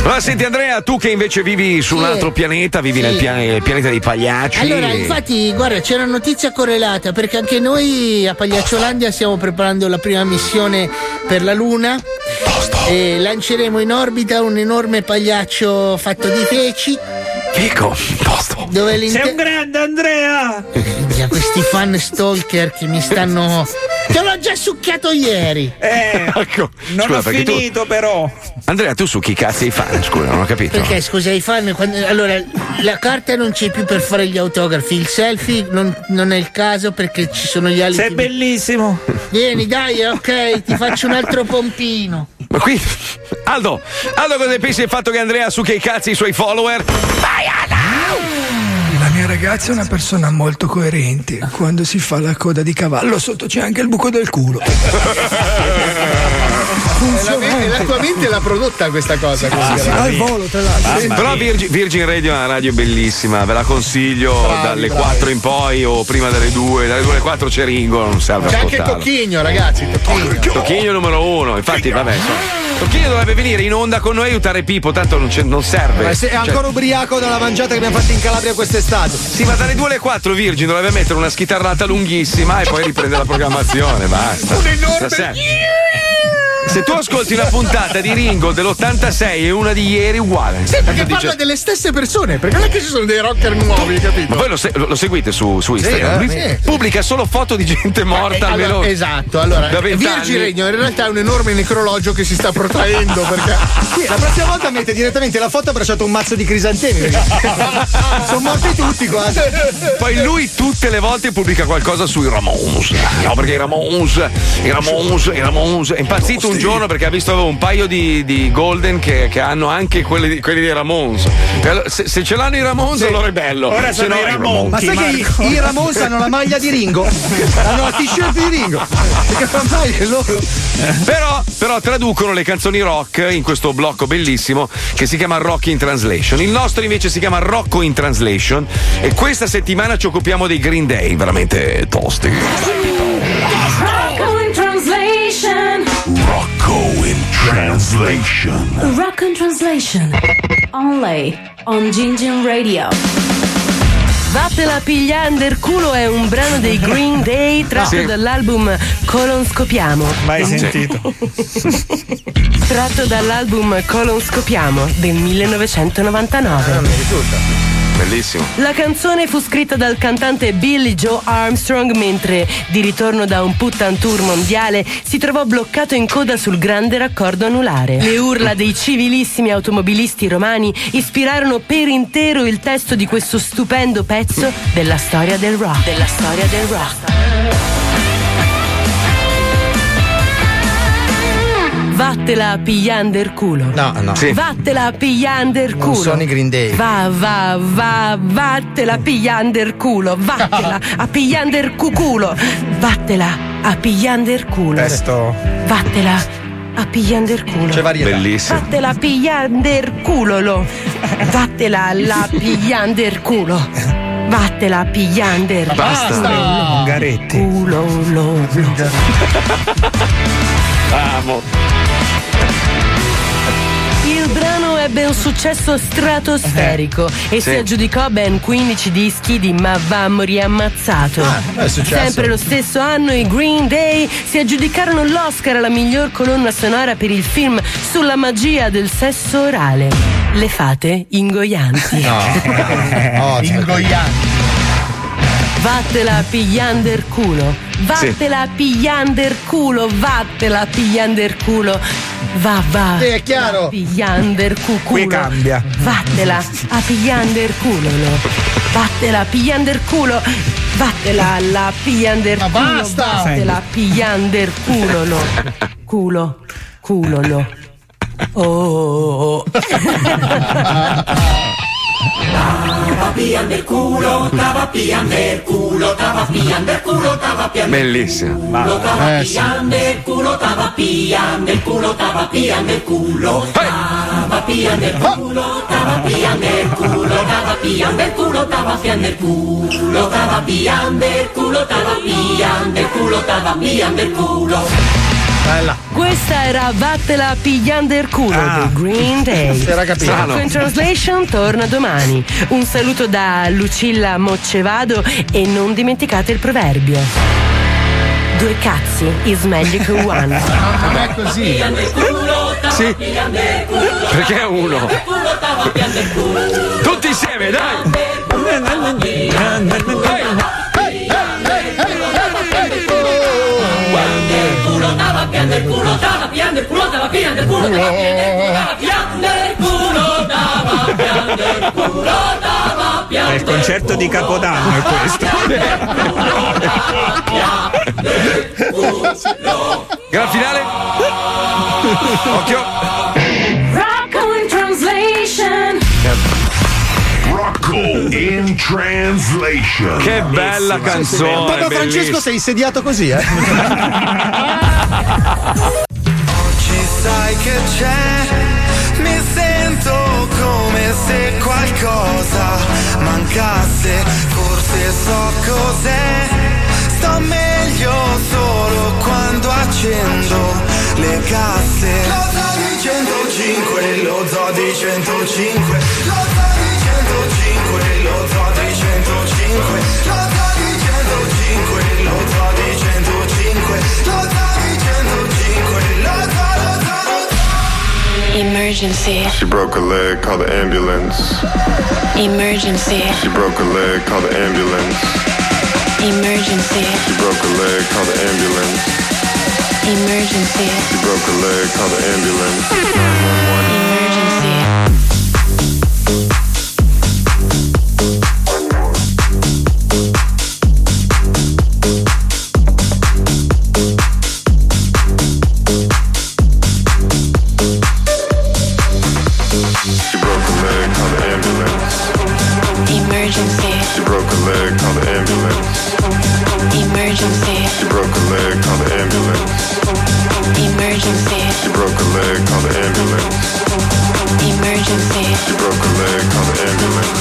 Speaker 3: allora senti Andrea tu che invece vivi su un
Speaker 21: Sì.
Speaker 3: altro pianeta vivi nel
Speaker 21: Sì.
Speaker 3: pian- pianeta dei pagliacci
Speaker 21: Allora, infatti, guarda, c'è una notizia correlata perché anche noi a Pagliacciolandia stiamo preparando la prima missione per la Luna e lanceremo in orbita un enorme pagliaccio fatto di feci.
Speaker 3: Fico, Ecco, posto.
Speaker 21: Dove
Speaker 7: Sei un
Speaker 21: grande Andrea! questi fan stalker che mi stanno. Te l'ho già succhiato ieri!
Speaker 7: Eh,
Speaker 3: Ecco.
Speaker 7: non
Speaker 3: Scusa,
Speaker 7: ho
Speaker 3: perché tu-
Speaker 7: finito però.
Speaker 3: Andrea, tu su chi cazzo hai fan? Scusa, non ho capito.
Speaker 21: Perché scusa i fan, quando- allora la carta non c'è più per fare gli autografi, il selfie non, non è il caso perché ci sono gli altri. Sei
Speaker 7: bellissimo!
Speaker 21: Vieni dai, ok, ti faccio un altro pompino.
Speaker 3: Ma qui. Aldo, Aldo, cosa ne pensi del fatto che Andrea su che cazzo i suoi follower?
Speaker 25: La mia ragazza è una persona molto coerente. Quando si fa la coda di cavallo, sotto c'è anche il buco del culo.
Speaker 6: La, mente- la tua mente l'ha prodotta questa cosa. così,
Speaker 25: Ah, sì,
Speaker 6: alla
Speaker 25: al
Speaker 6: fine.
Speaker 25: volo, tra l'altro.
Speaker 3: Ah,
Speaker 6: Sì.
Speaker 3: Però Virgin, Virgin Radio è una radio bellissima, ve la consiglio dalle 4 in poi o prima dalle 2, dalle 2 alle 4 c'è Ringo, non serve
Speaker 6: C'è anche
Speaker 3: ascoltarlo.
Speaker 6: Cocchigno, ragazzi. Cocchigno.
Speaker 3: Tocchino numero uno, infatti, vabbè. insomma. Tocchino dovrebbe venire in onda con noi e aiutare Pippo, tanto non, c'è- non serve.
Speaker 2: Ma se è
Speaker 3: Cioè-
Speaker 2: ancora ubriaco dalla mangiata che abbiamo fatto in Calabria quest'estate.
Speaker 3: Sì, ma dalle 2 alle 4 Virgin dovrebbe mettere una schitarrata lunghissima e poi riprende la programmazione, basta.
Speaker 12: Un enorme-
Speaker 3: Stasera- Se tu ascolti la puntata di Ringo dell'86 e una di ieri uguale.
Speaker 6: Sì, perché
Speaker 3: Tanto
Speaker 6: parla
Speaker 3: dice-
Speaker 6: delle stesse persone, perché non è che ci sono dei rocker nuovi, capito?
Speaker 3: Ma voi lo, se- lo- lo seguite su, su
Speaker 6: Sì,
Speaker 3: Instagram? Lui
Speaker 6: veramente.
Speaker 3: Pubblica solo foto di gente morta
Speaker 6: Eh, allora,
Speaker 3: almeno.
Speaker 6: esatto, allora
Speaker 3: da vent'anni.
Speaker 6: Virgin Regno in realtà è un enorme necrologio che si sta protraendo perché
Speaker 2: Sì, la prossima volta mette direttamente la foto abbracciato a un mazzo di crisantemi. Sono morti tutti qua.
Speaker 3: Poi lui tutte le volte pubblica qualcosa sui Ramones. No, perché i Ramones, i Ramones, i Ramones. È impazzito un giorno perché ha visto un paio di, di Golden che, che hanno anche quelli, di- quelli dei Ramones. E allora, Se, se ce l'hanno i Ramones, allora è bello.
Speaker 7: Ora
Speaker 3: se
Speaker 7: sono
Speaker 3: no
Speaker 7: i Ramones.
Speaker 2: Ma sai che i, i Ramones hanno la maglia di Ringo? Hanno la t-shirt di Ringo. Perché ormai è loro.
Speaker 3: Però, però traducono le canzoni rock in questo blocco bellissimo che si chiama Rock in Translation. Il nostro invece si chiama Rocco in Translation. E questa settimana ci occupiamo dei Green Day, veramente tosti.
Speaker 12: Rocco in translation
Speaker 26: Rocco in translation.
Speaker 27: Rock and Translation. Only on Gingin Radio.
Speaker 24: Vattela pigliando il culo è un brano dei Green Day tratto
Speaker 27: Sì.
Speaker 24: dall'album Colon Scopiamo.
Speaker 7: Mai
Speaker 24: Sì.
Speaker 7: sentito.
Speaker 24: Tratto dall'album Colon Scopiamo del 1999.
Speaker 3: Bellissimo.
Speaker 24: La canzone fu scritta dal cantante Billy Joe Armstrong mentre, di ritorno da un puttan tour mondiale, si trovò bloccato in coda sul grande raccordo anulare. Le urla dei civilissimi automobilisti romani ispirarono per intero il testo di questo stupendo pezzo della storia del rock. Della storia del rock. Vattela pigliando il culo.
Speaker 2: No, no. Sì.
Speaker 24: Vattela pigliando il culo.
Speaker 2: Non sono i Green Day.
Speaker 24: Va, va, va, vattela pigliando il culo. Vattela a pigliando il cuculo. Vattela a pigliando il culo.
Speaker 8: Testo.
Speaker 24: Vattela a pigliando il culo.
Speaker 8: C'è varietà. Bellissimo.
Speaker 24: Vattela a pigliando il culolo. Vattela la pigliando il culo. Vattela a pigliando il culo.
Speaker 8: Ungaretti.
Speaker 12: Uh,
Speaker 24: Culo, lo,
Speaker 3: Amo.
Speaker 24: Il brano ebbe un successo stratosferico e si
Speaker 12: sì.
Speaker 24: aggiudicò ben 15 dischi di Ma Vammo riammazzato.
Speaker 12: Ah, è successo.
Speaker 24: Sempre lo stesso anno i Green Day si aggiudicarono l'Oscar alla miglior colonna sonora per il film Sulla magia del sesso orale. Le fate ingoianti.
Speaker 7: Eh,
Speaker 3: Oh,
Speaker 6: No,
Speaker 3: cioè.
Speaker 6: ingoianti.
Speaker 24: Vattela pigliander culo. Vattela pigliander culo. Vattela pigliander culo. Va, va.
Speaker 6: è chiaro.
Speaker 24: Pigliander cu-
Speaker 28: Qui
Speaker 24: culo.
Speaker 28: cambia.
Speaker 24: Vattela a pigliander culo. no. Vattela a pigliander culo. Vattela alla pigliander culo.
Speaker 6: basta!
Speaker 24: Vattela a pigliander culo. no. Culo. Culo. no. Oh, oh, oh.
Speaker 3: Bellissimo.
Speaker 12: Pigliando culo, estaba pillando el culo, estaba pillando el culo. Estaba pillando el culo, estaba pillando el culo, estaba pillando el culo, estaba pillando el culo, estaba pillando el culo, estaba pillando el culo, estaba pillando el culo.
Speaker 6: Bella.
Speaker 24: Questa era Vattela pigliander culo
Speaker 6: Ah.
Speaker 24: dei Green Day.
Speaker 6: Si era capito.
Speaker 24: Rocco in Translation torna domani. Un saluto da Lucilla Moccevado e non dimenticate il proverbio. Due cazzi is meglio che one.
Speaker 6: Vabbè così.
Speaker 3: Sì. Perché è uno? Tutti insieme, dai!
Speaker 12: culo, estaba pillando el culo, estaba pillando el culo, estaba pillando el culo, estaba pillando el culo, estaba pillando el culo, estaba
Speaker 7: È il concerto di Capodanno è questo.
Speaker 3: Gran finale. Occhio.
Speaker 29: Rocco in translation.
Speaker 30: Rocco in translation.
Speaker 3: Che bella canzone.
Speaker 2: Papa Francesco sei insediato così, eh?
Speaker 31: Oggi sai che c'è, mi sento come se qualcosa mancasse, forse so cos'è, sto meglio solo quando accendo le casse. Lo zoo di 105, lo zoo di 105, lo zoo di 105, lo zoo di 105, lo zoo di 105, lo zoo di 105, lo zoo di 105, lo zoo, lo zoo, lo zoo.
Speaker 4: Emergency.
Speaker 15: She broke a leg, call the ambulance.
Speaker 4: Emergency.
Speaker 15: She broke a leg, call the ambulance.
Speaker 4: Emergency.
Speaker 15: She broke a leg, call the ambulance.
Speaker 4: Emergency.
Speaker 15: She broke a leg, call the ambulance.
Speaker 4: Emergency.
Speaker 15: She broke a leg, call the ambulance.
Speaker 4: Emergency.
Speaker 15: She broke a leg, call the ambulance.
Speaker 4: Emergency.
Speaker 15: She broke a leg, call the ambulance.
Speaker 4: Emergency.
Speaker 15: She broke a leg, call the ambulance.
Speaker 4: Emergency.
Speaker 15: She broke a leg, call the ambulance.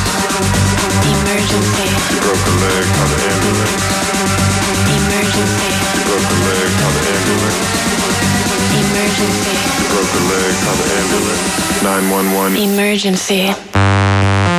Speaker 4: Emergency.
Speaker 15: She broke a leg, call the ambulance.
Speaker 4: Emergency.
Speaker 15: She broke a leg, call the ambulance.
Speaker 4: Emergency.
Speaker 15: She broke a leg, call the ambulance. 911.
Speaker 4: Emergency.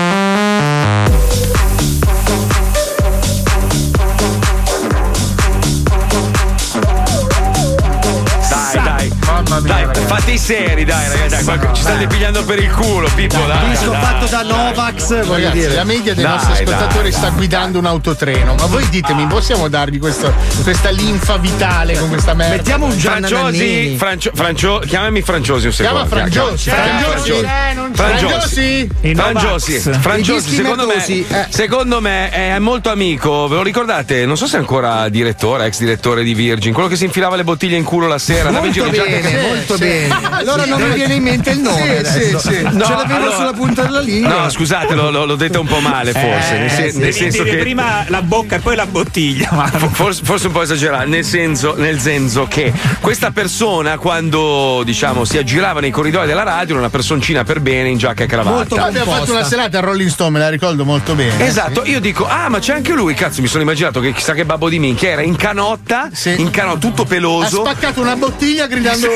Speaker 3: Dai, dai. dai, fate i seri, dai, ragazzi. dai, qua- ci state pigliando per il culo, Pippo. Dai,
Speaker 2: Disco
Speaker 3: dai.
Speaker 2: fatto da Novax, voglio
Speaker 6: Ragazzi,
Speaker 2: dire.
Speaker 6: la media dei
Speaker 3: Dai,
Speaker 6: nostri
Speaker 3: dai,
Speaker 6: ascoltatori
Speaker 3: dai,
Speaker 6: sta guidando un autotreno. Ma voi ditemi, possiamo darvi questo- questa linfa vitale con questa merda?
Speaker 3: Franciosi, Francio, Francio- chiamami Franciosi un secondo.
Speaker 6: Chiama Frangiosi. Frangiosi. Eh, non c'è.
Speaker 3: Frangiosi.
Speaker 6: Frangiosi.
Speaker 3: Frangiosi.
Speaker 6: I
Speaker 3: Frangiosi,
Speaker 6: dischi eh.
Speaker 3: secondo
Speaker 6: merdosi,
Speaker 3: me, secondo me è molto amico. Ve lo ricordate? Non so se è ancora direttore, ex direttore di Virgin, quello che si infilava le bottiglie in culo la sera. andava in
Speaker 2: Molto
Speaker 3: giro in giacca
Speaker 2: bene,
Speaker 3: che-
Speaker 2: molto
Speaker 3: Sì.
Speaker 2: bene. Allora non mi viene in mente il nome.
Speaker 3: Sì,
Speaker 2: adesso.
Speaker 3: sì, sì.
Speaker 2: Ce
Speaker 3: No,
Speaker 2: l'avevo
Speaker 3: allora-
Speaker 2: sulla punta della lingua.
Speaker 3: No, scusate, l'ho, l'ho- l'ho detto un po' male forse.
Speaker 7: Eh,
Speaker 3: nel sen-
Speaker 7: sì.
Speaker 3: nel
Speaker 7: Devi
Speaker 3: senso
Speaker 7: dire
Speaker 3: che
Speaker 7: prima la bocca e poi la bottiglia. ma-
Speaker 3: Fo- Forse, forse un po' esagerato, nel senso, nel senso che questa persona, quando diciamo si aggirava nei corridoi della radio, era una personcina per bene in giacca e cravatta.
Speaker 6: Abbiamo fatto una serata a Rolling Stone, me la ricordo molto bene.
Speaker 3: Esatto, io dico, ah, ma c'è anche lui. Cazzo, mi sono immaginato che chissà che babbo di minchia era in canotta, in canotta, tutto
Speaker 6: Ha
Speaker 3: peloso.
Speaker 6: spaccato una bottiglia gridando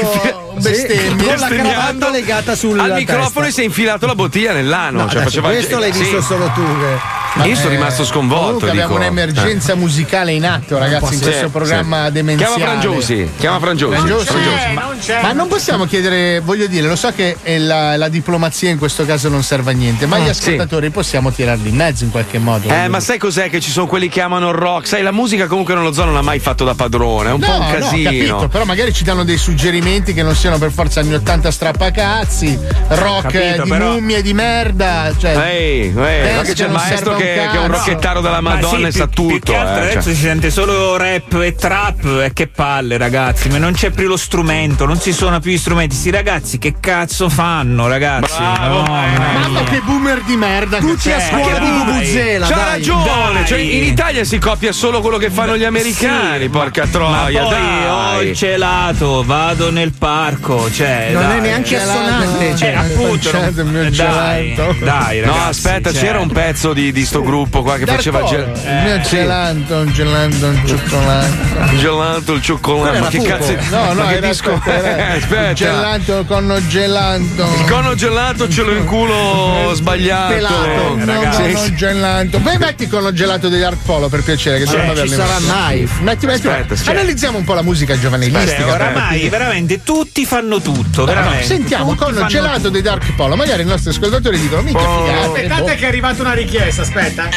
Speaker 6: bestemmie.
Speaker 2: con la cravatta legata sulla
Speaker 3: Al microfono e si è infilato la bottiglia nell'ano.
Speaker 2: No,
Speaker 3: cioè,
Speaker 2: adesso
Speaker 3: faceva
Speaker 2: questo l'hai
Speaker 3: sì.
Speaker 2: visto solo tu. che-
Speaker 3: Io sono rimasto sconvolto.
Speaker 6: Eh, Comunque abbiamo
Speaker 3: dico.
Speaker 6: un'emergenza musicale in atto, Ecco, ragazzi, in
Speaker 3: Sì,
Speaker 6: questo
Speaker 3: sì.
Speaker 6: programma demenziale.
Speaker 3: Chiama Frangiusi, chiama Frangiusi.
Speaker 6: Frangiusi?
Speaker 3: Frangiusi.
Speaker 9: Eh,
Speaker 6: Ma,
Speaker 3: Certo.
Speaker 6: ma non possiamo chiedere, voglio dire, lo so che eh, la, la diplomazia in questo caso non serve a niente, ma
Speaker 3: Ah,
Speaker 6: gli
Speaker 3: sì.
Speaker 6: ascoltatori possiamo tirarli in mezzo in qualche modo.
Speaker 3: Eh, ma sai cos'è che ci sono quelli che amano il rock? Sai, la musica comunque non lo zoo non l'ha mai fatto da padrone, è un
Speaker 6: no,
Speaker 3: po' un
Speaker 6: No,
Speaker 3: casino.
Speaker 6: capito, però magari ci danno dei suggerimenti che non siano per forza anni 80 strappacazzi, rock
Speaker 3: Capito,
Speaker 6: eh, di
Speaker 3: però-
Speaker 6: mummie di merda. Cioè,
Speaker 3: Ehi, ehi,
Speaker 6: penso
Speaker 3: no, che c'è il
Speaker 6: non
Speaker 3: maestro
Speaker 6: serve
Speaker 3: che,
Speaker 6: un
Speaker 3: che è un
Speaker 6: cazzo.
Speaker 3: rocchettaro della
Speaker 9: Ma
Speaker 3: Madonna
Speaker 9: sì,
Speaker 3: e sa
Speaker 9: più- più
Speaker 3: tutto.
Speaker 9: che altro
Speaker 3: eh,
Speaker 9: adesso
Speaker 3: cioè.
Speaker 9: si sente solo rap e trap e che palle ragazzi, ma non c'è più lo strumento, non si suona più gli strumenti. Sti ragazzi che cazzo fanno ragazzi?
Speaker 3: Eh,
Speaker 6: Mamma che boomer di merda. Tutti
Speaker 3: Ma che dai? C'ha ragione, cioè, in Italia si copia solo quello che fanno gli americani, porca
Speaker 9: Ma
Speaker 3: troia.
Speaker 9: poi
Speaker 3: dai.
Speaker 9: ho il gelato, vado nel parco, cioè
Speaker 3: Non è
Speaker 9: dai.
Speaker 3: neanche
Speaker 9: Gelato,
Speaker 3: assonante,
Speaker 9: eh,
Speaker 3: cioè,
Speaker 9: appunto,
Speaker 3: non-
Speaker 9: non- eh, dai, dai,
Speaker 3: no,
Speaker 9: ragazzi,
Speaker 3: aspetta,
Speaker 9: cioè.
Speaker 3: c'era un pezzo di, di sto gruppo qua che
Speaker 6: Dark
Speaker 3: faceva
Speaker 6: Horse,
Speaker 3: gel-
Speaker 6: il mio
Speaker 3: sì.
Speaker 6: gelato, un gelato, un cioccolato.
Speaker 3: il gelato, il cioccolato. Ma che
Speaker 6: Quello era
Speaker 3: cazzo
Speaker 6: Fugo. No, no,
Speaker 3: ma che
Speaker 6: era-
Speaker 3: disco? Eh,
Speaker 6: era-
Speaker 3: aspetta.
Speaker 6: Gelato con gelato.
Speaker 3: Il cono gelato ce l'ho in culo sbagliato.
Speaker 6: Pelato,
Speaker 3: Eh,
Speaker 6: no,
Speaker 3: ragazzi.
Speaker 6: no, no, gelato. Poi metti con lo gelato degli Art Polo per piacere, che
Speaker 9: Eh,
Speaker 6: se no
Speaker 9: non
Speaker 6: vabbè,
Speaker 9: ci
Speaker 6: ne-
Speaker 9: sarà mai.
Speaker 6: Metti, metti,
Speaker 9: Aspetta, sì.
Speaker 6: analizziamo un po' la musica giovanilistica.
Speaker 9: Cioè, oramai
Speaker 6: perché-
Speaker 9: veramente tutti fanno tutto,
Speaker 6: No, no,
Speaker 9: veramente.
Speaker 6: sentiamo
Speaker 9: Tutti
Speaker 6: con lo
Speaker 9: fanno
Speaker 6: gelato dei Dark Polo. Magari i nostri ascoltatori dicono: Mica
Speaker 9: Oh.
Speaker 6: figata.
Speaker 10: Aspettate che è arrivata una richiesta, aspetta.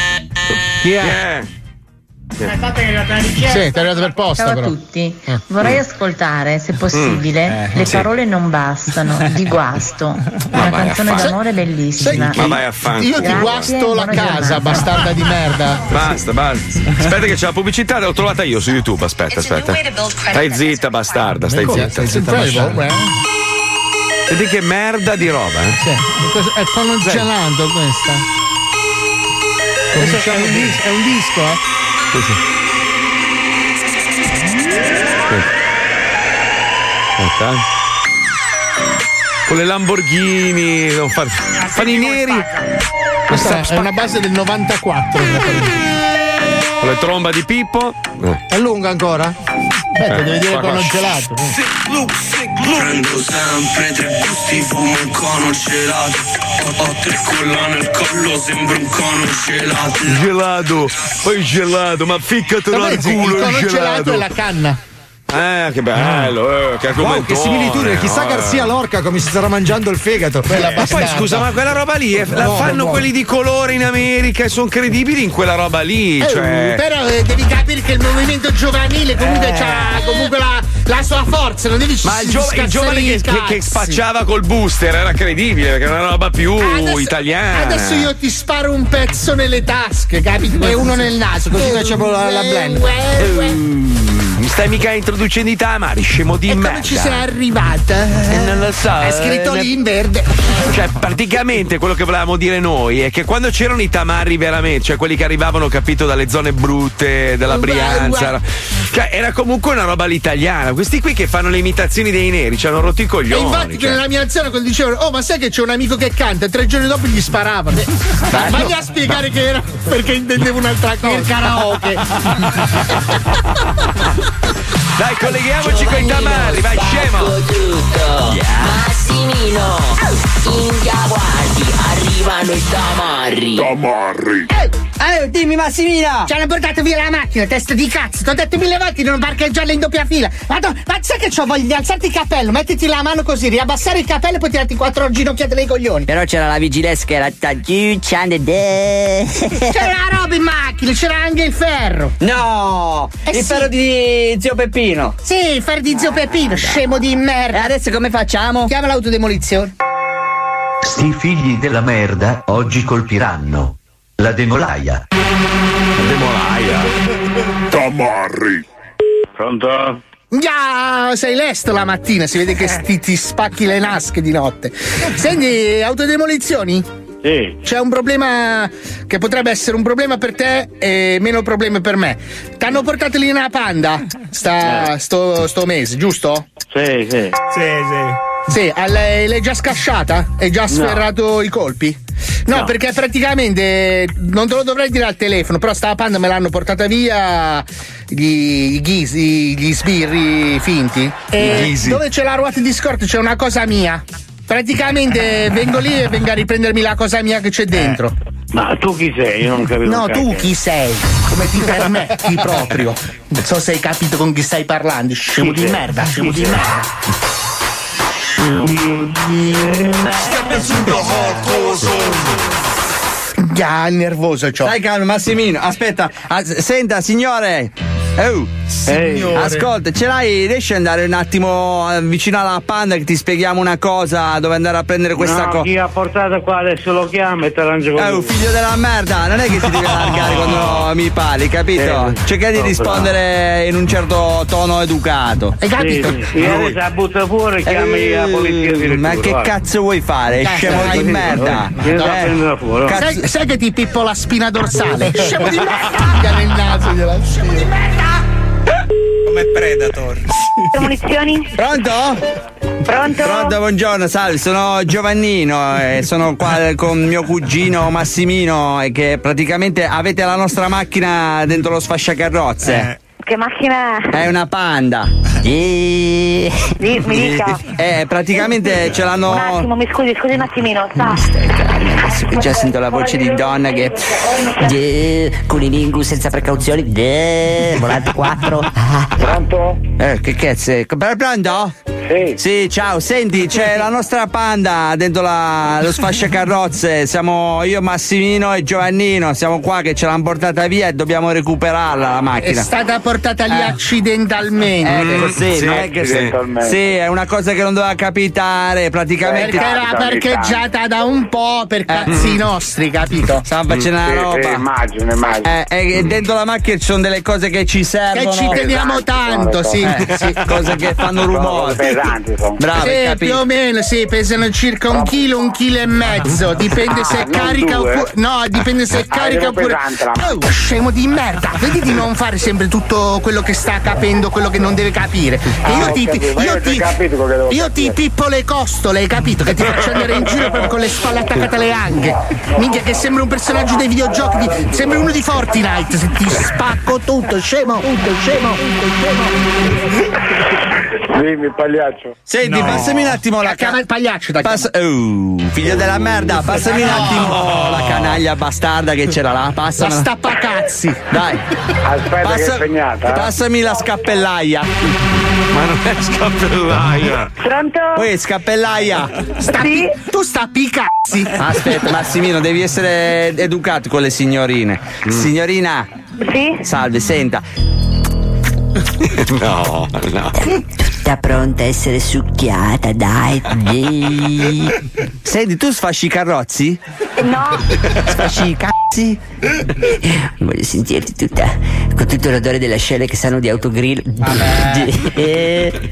Speaker 6: Chi è?
Speaker 10: Aspettate che è arrivata una richiesta.
Speaker 6: Sì, ti è arrivato per posta,
Speaker 11: Ciao a
Speaker 6: però. Ah.
Speaker 11: tutti, vorrei ascoltare, se possibile,
Speaker 6: Mm, eh,
Speaker 11: le
Speaker 6: sì.
Speaker 11: parole non bastano di Guasto, una
Speaker 6: vai a
Speaker 11: canzone
Speaker 6: fa-
Speaker 11: d'amore bellissima.
Speaker 6: Sai che- Io ti
Speaker 11: Grazie,
Speaker 6: guasto la
Speaker 11: buona giornata.
Speaker 6: casa, bastarda di merda.
Speaker 3: Basta, basta. Aspetta che c'è la pubblicità, l'ho trovata io su YouTube. Aspetta, aspetta. Stai zitta, bastarda, stai
Speaker 6: Come?
Speaker 3: zitta.
Speaker 6: Senti, incredible, eh?
Speaker 3: Senti che merda di roba, eh?
Speaker 6: Sì, è cos- è con lo gelato questa. Questo è un, dis- è un disco, eh?
Speaker 3: Aspetta. eh. Con le Lamborghini, non far... fanno i neri.
Speaker 6: Questa è una base del 94.
Speaker 3: Con le tromba di Pippo. Eh.
Speaker 2: È lunga ancora?
Speaker 6: Aspetta, devi dire
Speaker 3: qua,
Speaker 6: con
Speaker 3: qua.
Speaker 6: lo gelato.
Speaker 14: Prendo sempre tre gusti, fumo un cono gelato. Ho, ho tre collane al collo, sembra un cono gelato.
Speaker 3: Gelato, poi gelato, ma ficcatelo
Speaker 6: Vabbè,
Speaker 3: al
Speaker 6: sì, il
Speaker 3: culo
Speaker 6: cono
Speaker 3: il
Speaker 6: gelato
Speaker 3: gelato.
Speaker 6: è la canna.
Speaker 3: Eh, che bello, eh, che argomentone. eh,
Speaker 2: Wow, che similitudine, chissà Garzia Lorca come si starà mangiando il fegato.
Speaker 3: ma poi scusa, ma quella roba lì è- la
Speaker 2: Buono,
Speaker 3: fanno
Speaker 2: buono.
Speaker 3: quelli di colore in America e sono credibili in quella roba lì.
Speaker 6: Eh,
Speaker 3: Cioè...
Speaker 6: Però eh, devi capire che il movimento giovanile comunque
Speaker 3: Eh.
Speaker 6: ha comunque la, la sua forza, non devi
Speaker 3: Ma il, gio- il giovane che, che- che spacciava col booster era credibile perché era una roba più Uh, italiana.
Speaker 6: Ah, Adesso io ti sparo un pezzo nelle tasche, capito? E uno nel naso, così facciamo la, la
Speaker 3: Eh, Mm. Mi stai mica introducendo i tamari, scemo di merda.
Speaker 6: Ci sei arrivata?
Speaker 3: non lo so.
Speaker 6: È scritto
Speaker 3: eh,
Speaker 6: lì in verde.
Speaker 3: Cioè, praticamente quello che volevamo dire noi è che quando c'erano i tamari veramente, cioè quelli che arrivavano, capito, dalle zone brutte, dalla Brianza, era- cioè era comunque una roba all'italiana. Questi qui che fanno le imitazioni dei neri ci hanno rotto i
Speaker 6: E
Speaker 3: coglioni.
Speaker 6: infatti
Speaker 3: cioè.
Speaker 6: nella mia zona quando dicevano Oh ma sai che c'è un amico che canta Tre giorni dopo gli sparava Beh,
Speaker 3: Bello.
Speaker 6: Vai a spiegare che era Perché intendevo un'altra cosa Il karaoke
Speaker 3: Dai, colleghiamoci con i tamari, vai scemo.
Speaker 1: Massimino, India guardi, arrivano i tamarri. Tamarri.
Speaker 21: Allora, dimmi Massimino! Ci hanno portato via la macchina, testa di cazzo! Ti ho detto mille volte di non parcheggiarla in doppia fila! Madonna, ma sai che c'ho voglia di alzarti il cappello, mettiti la mano così, riabbassare il cappello e poi tirarti quattro ginocchiate nei coglioni!
Speaker 17: Però c'era la vigilesca che era
Speaker 21: C'era la roba in macchina, c'era anche il ferro!
Speaker 17: No!
Speaker 21: Eh
Speaker 17: il
Speaker 21: sì.
Speaker 17: ferro di zio Peppino!
Speaker 21: Sì, il ferro di zio Peppino, scemo di merda! E adesso come facciamo? Chiama l'autodemolizione!
Speaker 32: Sti figli della merda oggi colpiranno la demolaia.
Speaker 3: Demolaia.
Speaker 32: Tamarri.
Speaker 33: Pronto?
Speaker 6: Ya, sei lesto la mattina, si vede che sti- ti spacchi le nasche di notte. Senti, autodemolizioni?
Speaker 33: Sì.
Speaker 6: C'è un problema che potrebbe essere un problema per te e meno problemi per me. T'hanno portato lì una panda sta, sto, sto mese, giusto?
Speaker 33: Sì, sì.
Speaker 6: Sì, sì. Sì, a lei- l'hai già scasciata? Hai già sferrato i colpi? No,
Speaker 33: No.
Speaker 6: perché praticamente non te lo dovrei dire al telefono, però sta panda me l'hanno portata via gli, gli, gli sbirri finti.
Speaker 33: I
Speaker 6: E
Speaker 33: ghisi.
Speaker 6: dove c'è la ruota di scorta c'è una cosa mia. Praticamente vengo lì e vengo a riprendermi la cosa mia che c'è dentro.
Speaker 11: Ma tu chi sei? Io Eh, non capisco.
Speaker 6: No, tu chi sei? Come ti permetti proprio? Non so se hai capito con chi stai parlando. Scemo di
Speaker 11: sei?
Speaker 6: merda, scemo
Speaker 11: Chi
Speaker 6: di
Speaker 11: sei?
Speaker 6: merda.
Speaker 11: Stepping through the hardcore
Speaker 6: Ah, nervoso ciò.
Speaker 4: Dai calmo, Massimino, aspetta. as- senta, signore. Oh,
Speaker 6: Signore.
Speaker 4: Ascolta, ce l'hai? Riesci ad andare un attimo eh, vicino alla panda che ti spieghiamo una cosa dove andare a prendere questa
Speaker 11: no,
Speaker 4: cosa?
Speaker 11: chi ha portato qua adesso lo chiama e te l'arrangio con
Speaker 4: Eh, un
Speaker 11: lui.
Speaker 4: figlio della merda, non è che si deve allargare quando mi pali, capito?
Speaker 11: Eh,
Speaker 4: Cercate di
Speaker 11: no,
Speaker 4: rispondere in un certo tono educato. Eh,
Speaker 11: Sì, sì. E adesso la butta fuori e chiama la polizia direttore.
Speaker 4: Ma che
Speaker 11: guarda.
Speaker 4: cazzo vuoi fare?
Speaker 11: Dai,
Speaker 4: Scemo
Speaker 11: dai,
Speaker 4: di
Speaker 11: dai,
Speaker 4: merda! Eh,
Speaker 11: dai, vieni da prenderla fuori, va.
Speaker 6: Sai, sai che ti pippo la spina dorsale? Scemo di merda! Gli nel naso, gliela. Scemo di merda!
Speaker 4: Come Predator.
Speaker 12: Munizioni?
Speaker 4: Pronto?
Speaker 12: Pronto?
Speaker 4: Pronto, buongiorno, salve, sono Giovannino e sono qua con mio cugino Massimino e che praticamente avete la nostra macchina dentro lo sfasciacarrozze.
Speaker 12: Che macchina è?
Speaker 4: È una panda. Mi
Speaker 12: mi dica.
Speaker 4: Eh, praticamente ce
Speaker 12: Un
Speaker 4: l'hanno.
Speaker 12: attimo, mi scusi, scusi un attimino, sta.
Speaker 4: Già sento la voce di donna che.
Speaker 34: Cunilingus senza precauzioni. De, volante 4.
Speaker 4: Pronto? Eh, che cazzo è? Per- Pronto? Sì. ciao, senti, c'è la nostra panda dentro la, lo sfasciacarrozze. Siamo io, Massimino e Giovannino. Siamo qua che ce l'hanno portata via e dobbiamo recuperarla la
Speaker 6: È
Speaker 4: macchina.
Speaker 6: stata portata lì accidentalmente.
Speaker 4: Eh, così, non è che sì. Sì, è una cosa che non doveva capitare, praticamente.
Speaker 6: Perché era parcheggiata da un po' per cazzi nostri, capito?
Speaker 4: Stanno facendo una roba. Eh, eh, e dentro la macchina ci sono delle cose che ci servono.
Speaker 6: ci teniamo Pesanti, tanto, sono sì. le
Speaker 4: Eh,
Speaker 6: cose.
Speaker 4: sì, Cose che fanno rumore. Bravo,
Speaker 6: Sì,
Speaker 4: hai
Speaker 6: più
Speaker 4: capito.
Speaker 6: o meno, sì, pesano circa un chilo, un chilo
Speaker 11: Ah,
Speaker 6: e mezzo. Dipende se
Speaker 4: Ah,
Speaker 6: è
Speaker 4: non
Speaker 6: carica
Speaker 4: due?
Speaker 6: oppure. No, dipende se
Speaker 4: Ah,
Speaker 6: è carica
Speaker 4: era
Speaker 6: oppure.
Speaker 4: pesante la-
Speaker 6: Oh, scemo di merda! Vedi di non fare sempre tutto quello che sta capendo, quello che non deve capire. E
Speaker 11: Ah,
Speaker 6: io
Speaker 11: ho
Speaker 6: ti.
Speaker 11: capito, ma
Speaker 6: io
Speaker 11: io ti
Speaker 6: ti.
Speaker 11: capito quello che devo
Speaker 6: io ti
Speaker 11: capire.
Speaker 6: pippo le costole, hai capito? Che ti faccio andare in giro proprio con le spalle attaccate alle anghe. Minchia, che sembra un personaggio dei videogiochi. di- Sembra uno di Fortnite. Se ti spacco tutto, scemo, tutto, scemo, tutto, scemo.
Speaker 11: Dimmi, pagliaccio.
Speaker 4: Senti, passami un attimo la
Speaker 6: chiama il pagliaccio. dai.
Speaker 4: Passa- oh, figlio della merda, passami un
Speaker 6: No.
Speaker 4: attimo la canaglia bastarda che c'era là. Passa.
Speaker 6: La stappacazzi.
Speaker 4: Dai.
Speaker 11: Aspetta che è
Speaker 4: Passa-
Speaker 11: impegnata. eh.
Speaker 4: Passami la scappellaia.
Speaker 11: Ma non è scappellaia. Eh.
Speaker 12: Pronto?
Speaker 4: Poi scappellaia.
Speaker 6: Sta pi- tu stappi i cazzi.
Speaker 4: Aspetta, Massimino, devi essere educato con le signorine.
Speaker 11: Mm.
Speaker 4: Signorina.
Speaker 12: Sì?
Speaker 4: Salve, senta.
Speaker 3: No, no.
Speaker 34: Tutta pronta a essere succhiata, dai.
Speaker 4: Senti, tu sfasci i carrozzi?
Speaker 12: No.
Speaker 34: Sfasci i cazzi? Voglio sentirti tutta con tutto l'odore delle ascelle che sanno di autogrill.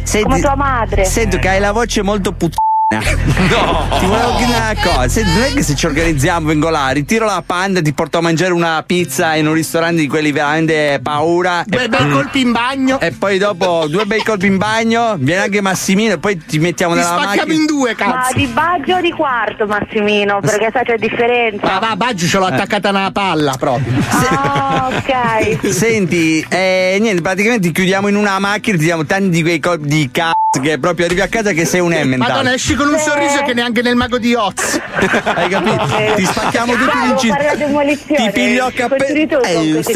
Speaker 4: Senti,
Speaker 34: Come tua
Speaker 12: madre.
Speaker 4: Sento che hai la voce molto puttana.
Speaker 3: No.
Speaker 4: Eh. Ti volevo dire una cosa, senti, non è che se ci organizziamo vengo là, ritiro la panda e ti porto a mangiare una pizza in un ristorante di quelli veramente paura.
Speaker 6: Due
Speaker 4: e- Mm.
Speaker 6: bei colpi in bagno.
Speaker 4: E poi dopo due bei colpi in bagno, viene anche Massimino e poi ti mettiamo
Speaker 6: Ti
Speaker 4: nella
Speaker 6: spacchiamo
Speaker 4: macchina.
Speaker 6: in due,
Speaker 12: Ma
Speaker 6: cazzo.
Speaker 12: di Baggio o di quarto, Massimino? Perché sai c'è differenza.
Speaker 6: Ma va, Baggio ce l'ho
Speaker 4: Eh.
Speaker 6: attaccata una palla proprio.
Speaker 12: Ah, ok.
Speaker 4: Senti, eh, niente, praticamente ti chiudiamo in una macchina e ti diamo tanti di quei colpi di cazzo che proprio arrivi a casa che sei un
Speaker 6: Madonna,
Speaker 4: emmental.
Speaker 6: esci con un sorriso che neanche nel mago di Oz.
Speaker 4: Hai capito? Ti spacchiamo tutti
Speaker 12: Bravo,
Speaker 4: in giro.
Speaker 12: fare la demolizione.
Speaker 4: Ti piglio a
Speaker 12: Continui tu con
Speaker 34: Eh,
Speaker 4: cappellate.
Speaker 12: questi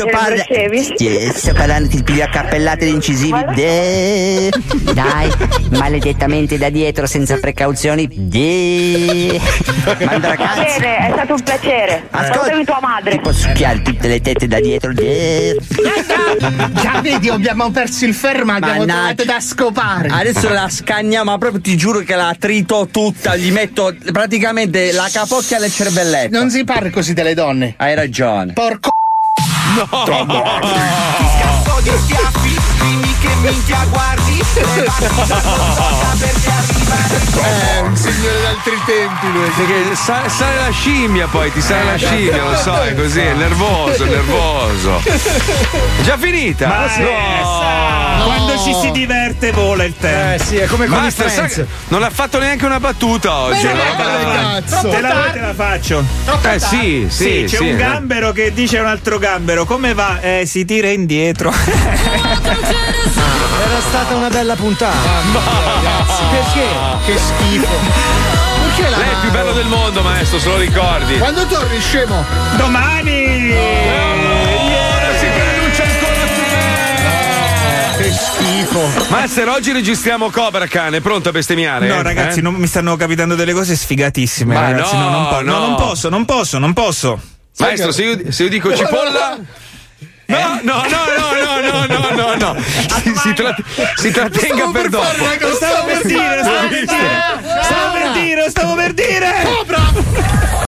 Speaker 12: conoscevi.
Speaker 34: Sto parlando di piglio a cappellate di incisivi. De- Dai, maledettamente da dietro, senza precauzioni. De- Manda la
Speaker 12: Va
Speaker 34: cazzo.
Speaker 12: bene, è stato un piacere. Ascoltami tua madre.
Speaker 34: Può succhiare tutte le tette da dietro. De-
Speaker 6: Già vedi, abbiamo perso il fermo, abbiamo
Speaker 4: Mannaggia.
Speaker 6: trovato da scopare.
Speaker 4: Adesso la scagniamo, ma proprio ti giuro che la trito tutta, gli metto praticamente la capocchia alle cervellette.
Speaker 6: Non si parla così delle donne.
Speaker 4: Hai ragione.
Speaker 6: Porco. È Eh, un signore d'altri tempi lui. Eh,
Speaker 3: Perché sa- sale la scimmia poi, ti sale la scimmia, lo so, è così, è nervoso, è nervoso. È Già finita?
Speaker 7: Ma sì, sa, Quando ci si diverte vola il tempo.
Speaker 2: Eh, sì, è come con i
Speaker 3: Basta, sa-
Speaker 2: Friends.
Speaker 3: non ha fatto neanche una battuta oggi.
Speaker 7: Te la- Te la, te la faccio.
Speaker 3: Eh sì,
Speaker 7: Sì,
Speaker 3: sì,
Speaker 7: c'è
Speaker 3: sì. eh.
Speaker 7: un gambero che dice a un altro gambero come va? Eh, si tira indietro.
Speaker 2: Era stata una bella puntata. Perché?
Speaker 6: Che schifo. Perché la
Speaker 3: Lei è il più bello del mondo, maestro, se lo ricordi.
Speaker 6: Quando torni, scemo? Domani!
Speaker 3: Ora si preannuncia ancora
Speaker 6: Che schifo.
Speaker 3: Master, oggi registriamo Cobra Khan, è pronto a bestemmiare? Eh?
Speaker 7: No, ragazzi, non- mi stanno capitando delle cose sfigatissime.
Speaker 3: Ma
Speaker 7: ragazzi,
Speaker 3: no,
Speaker 7: no, non po-
Speaker 3: no.
Speaker 7: no, non posso, non posso, non posso.
Speaker 3: Maestro, se io, se io dico cipolla. No, no, no, no, no, no, no, no, no. Si, si, tra- si trattenga per dopo.
Speaker 7: stavo per dire, stavo per dire, stavo per dire, stavo per dire.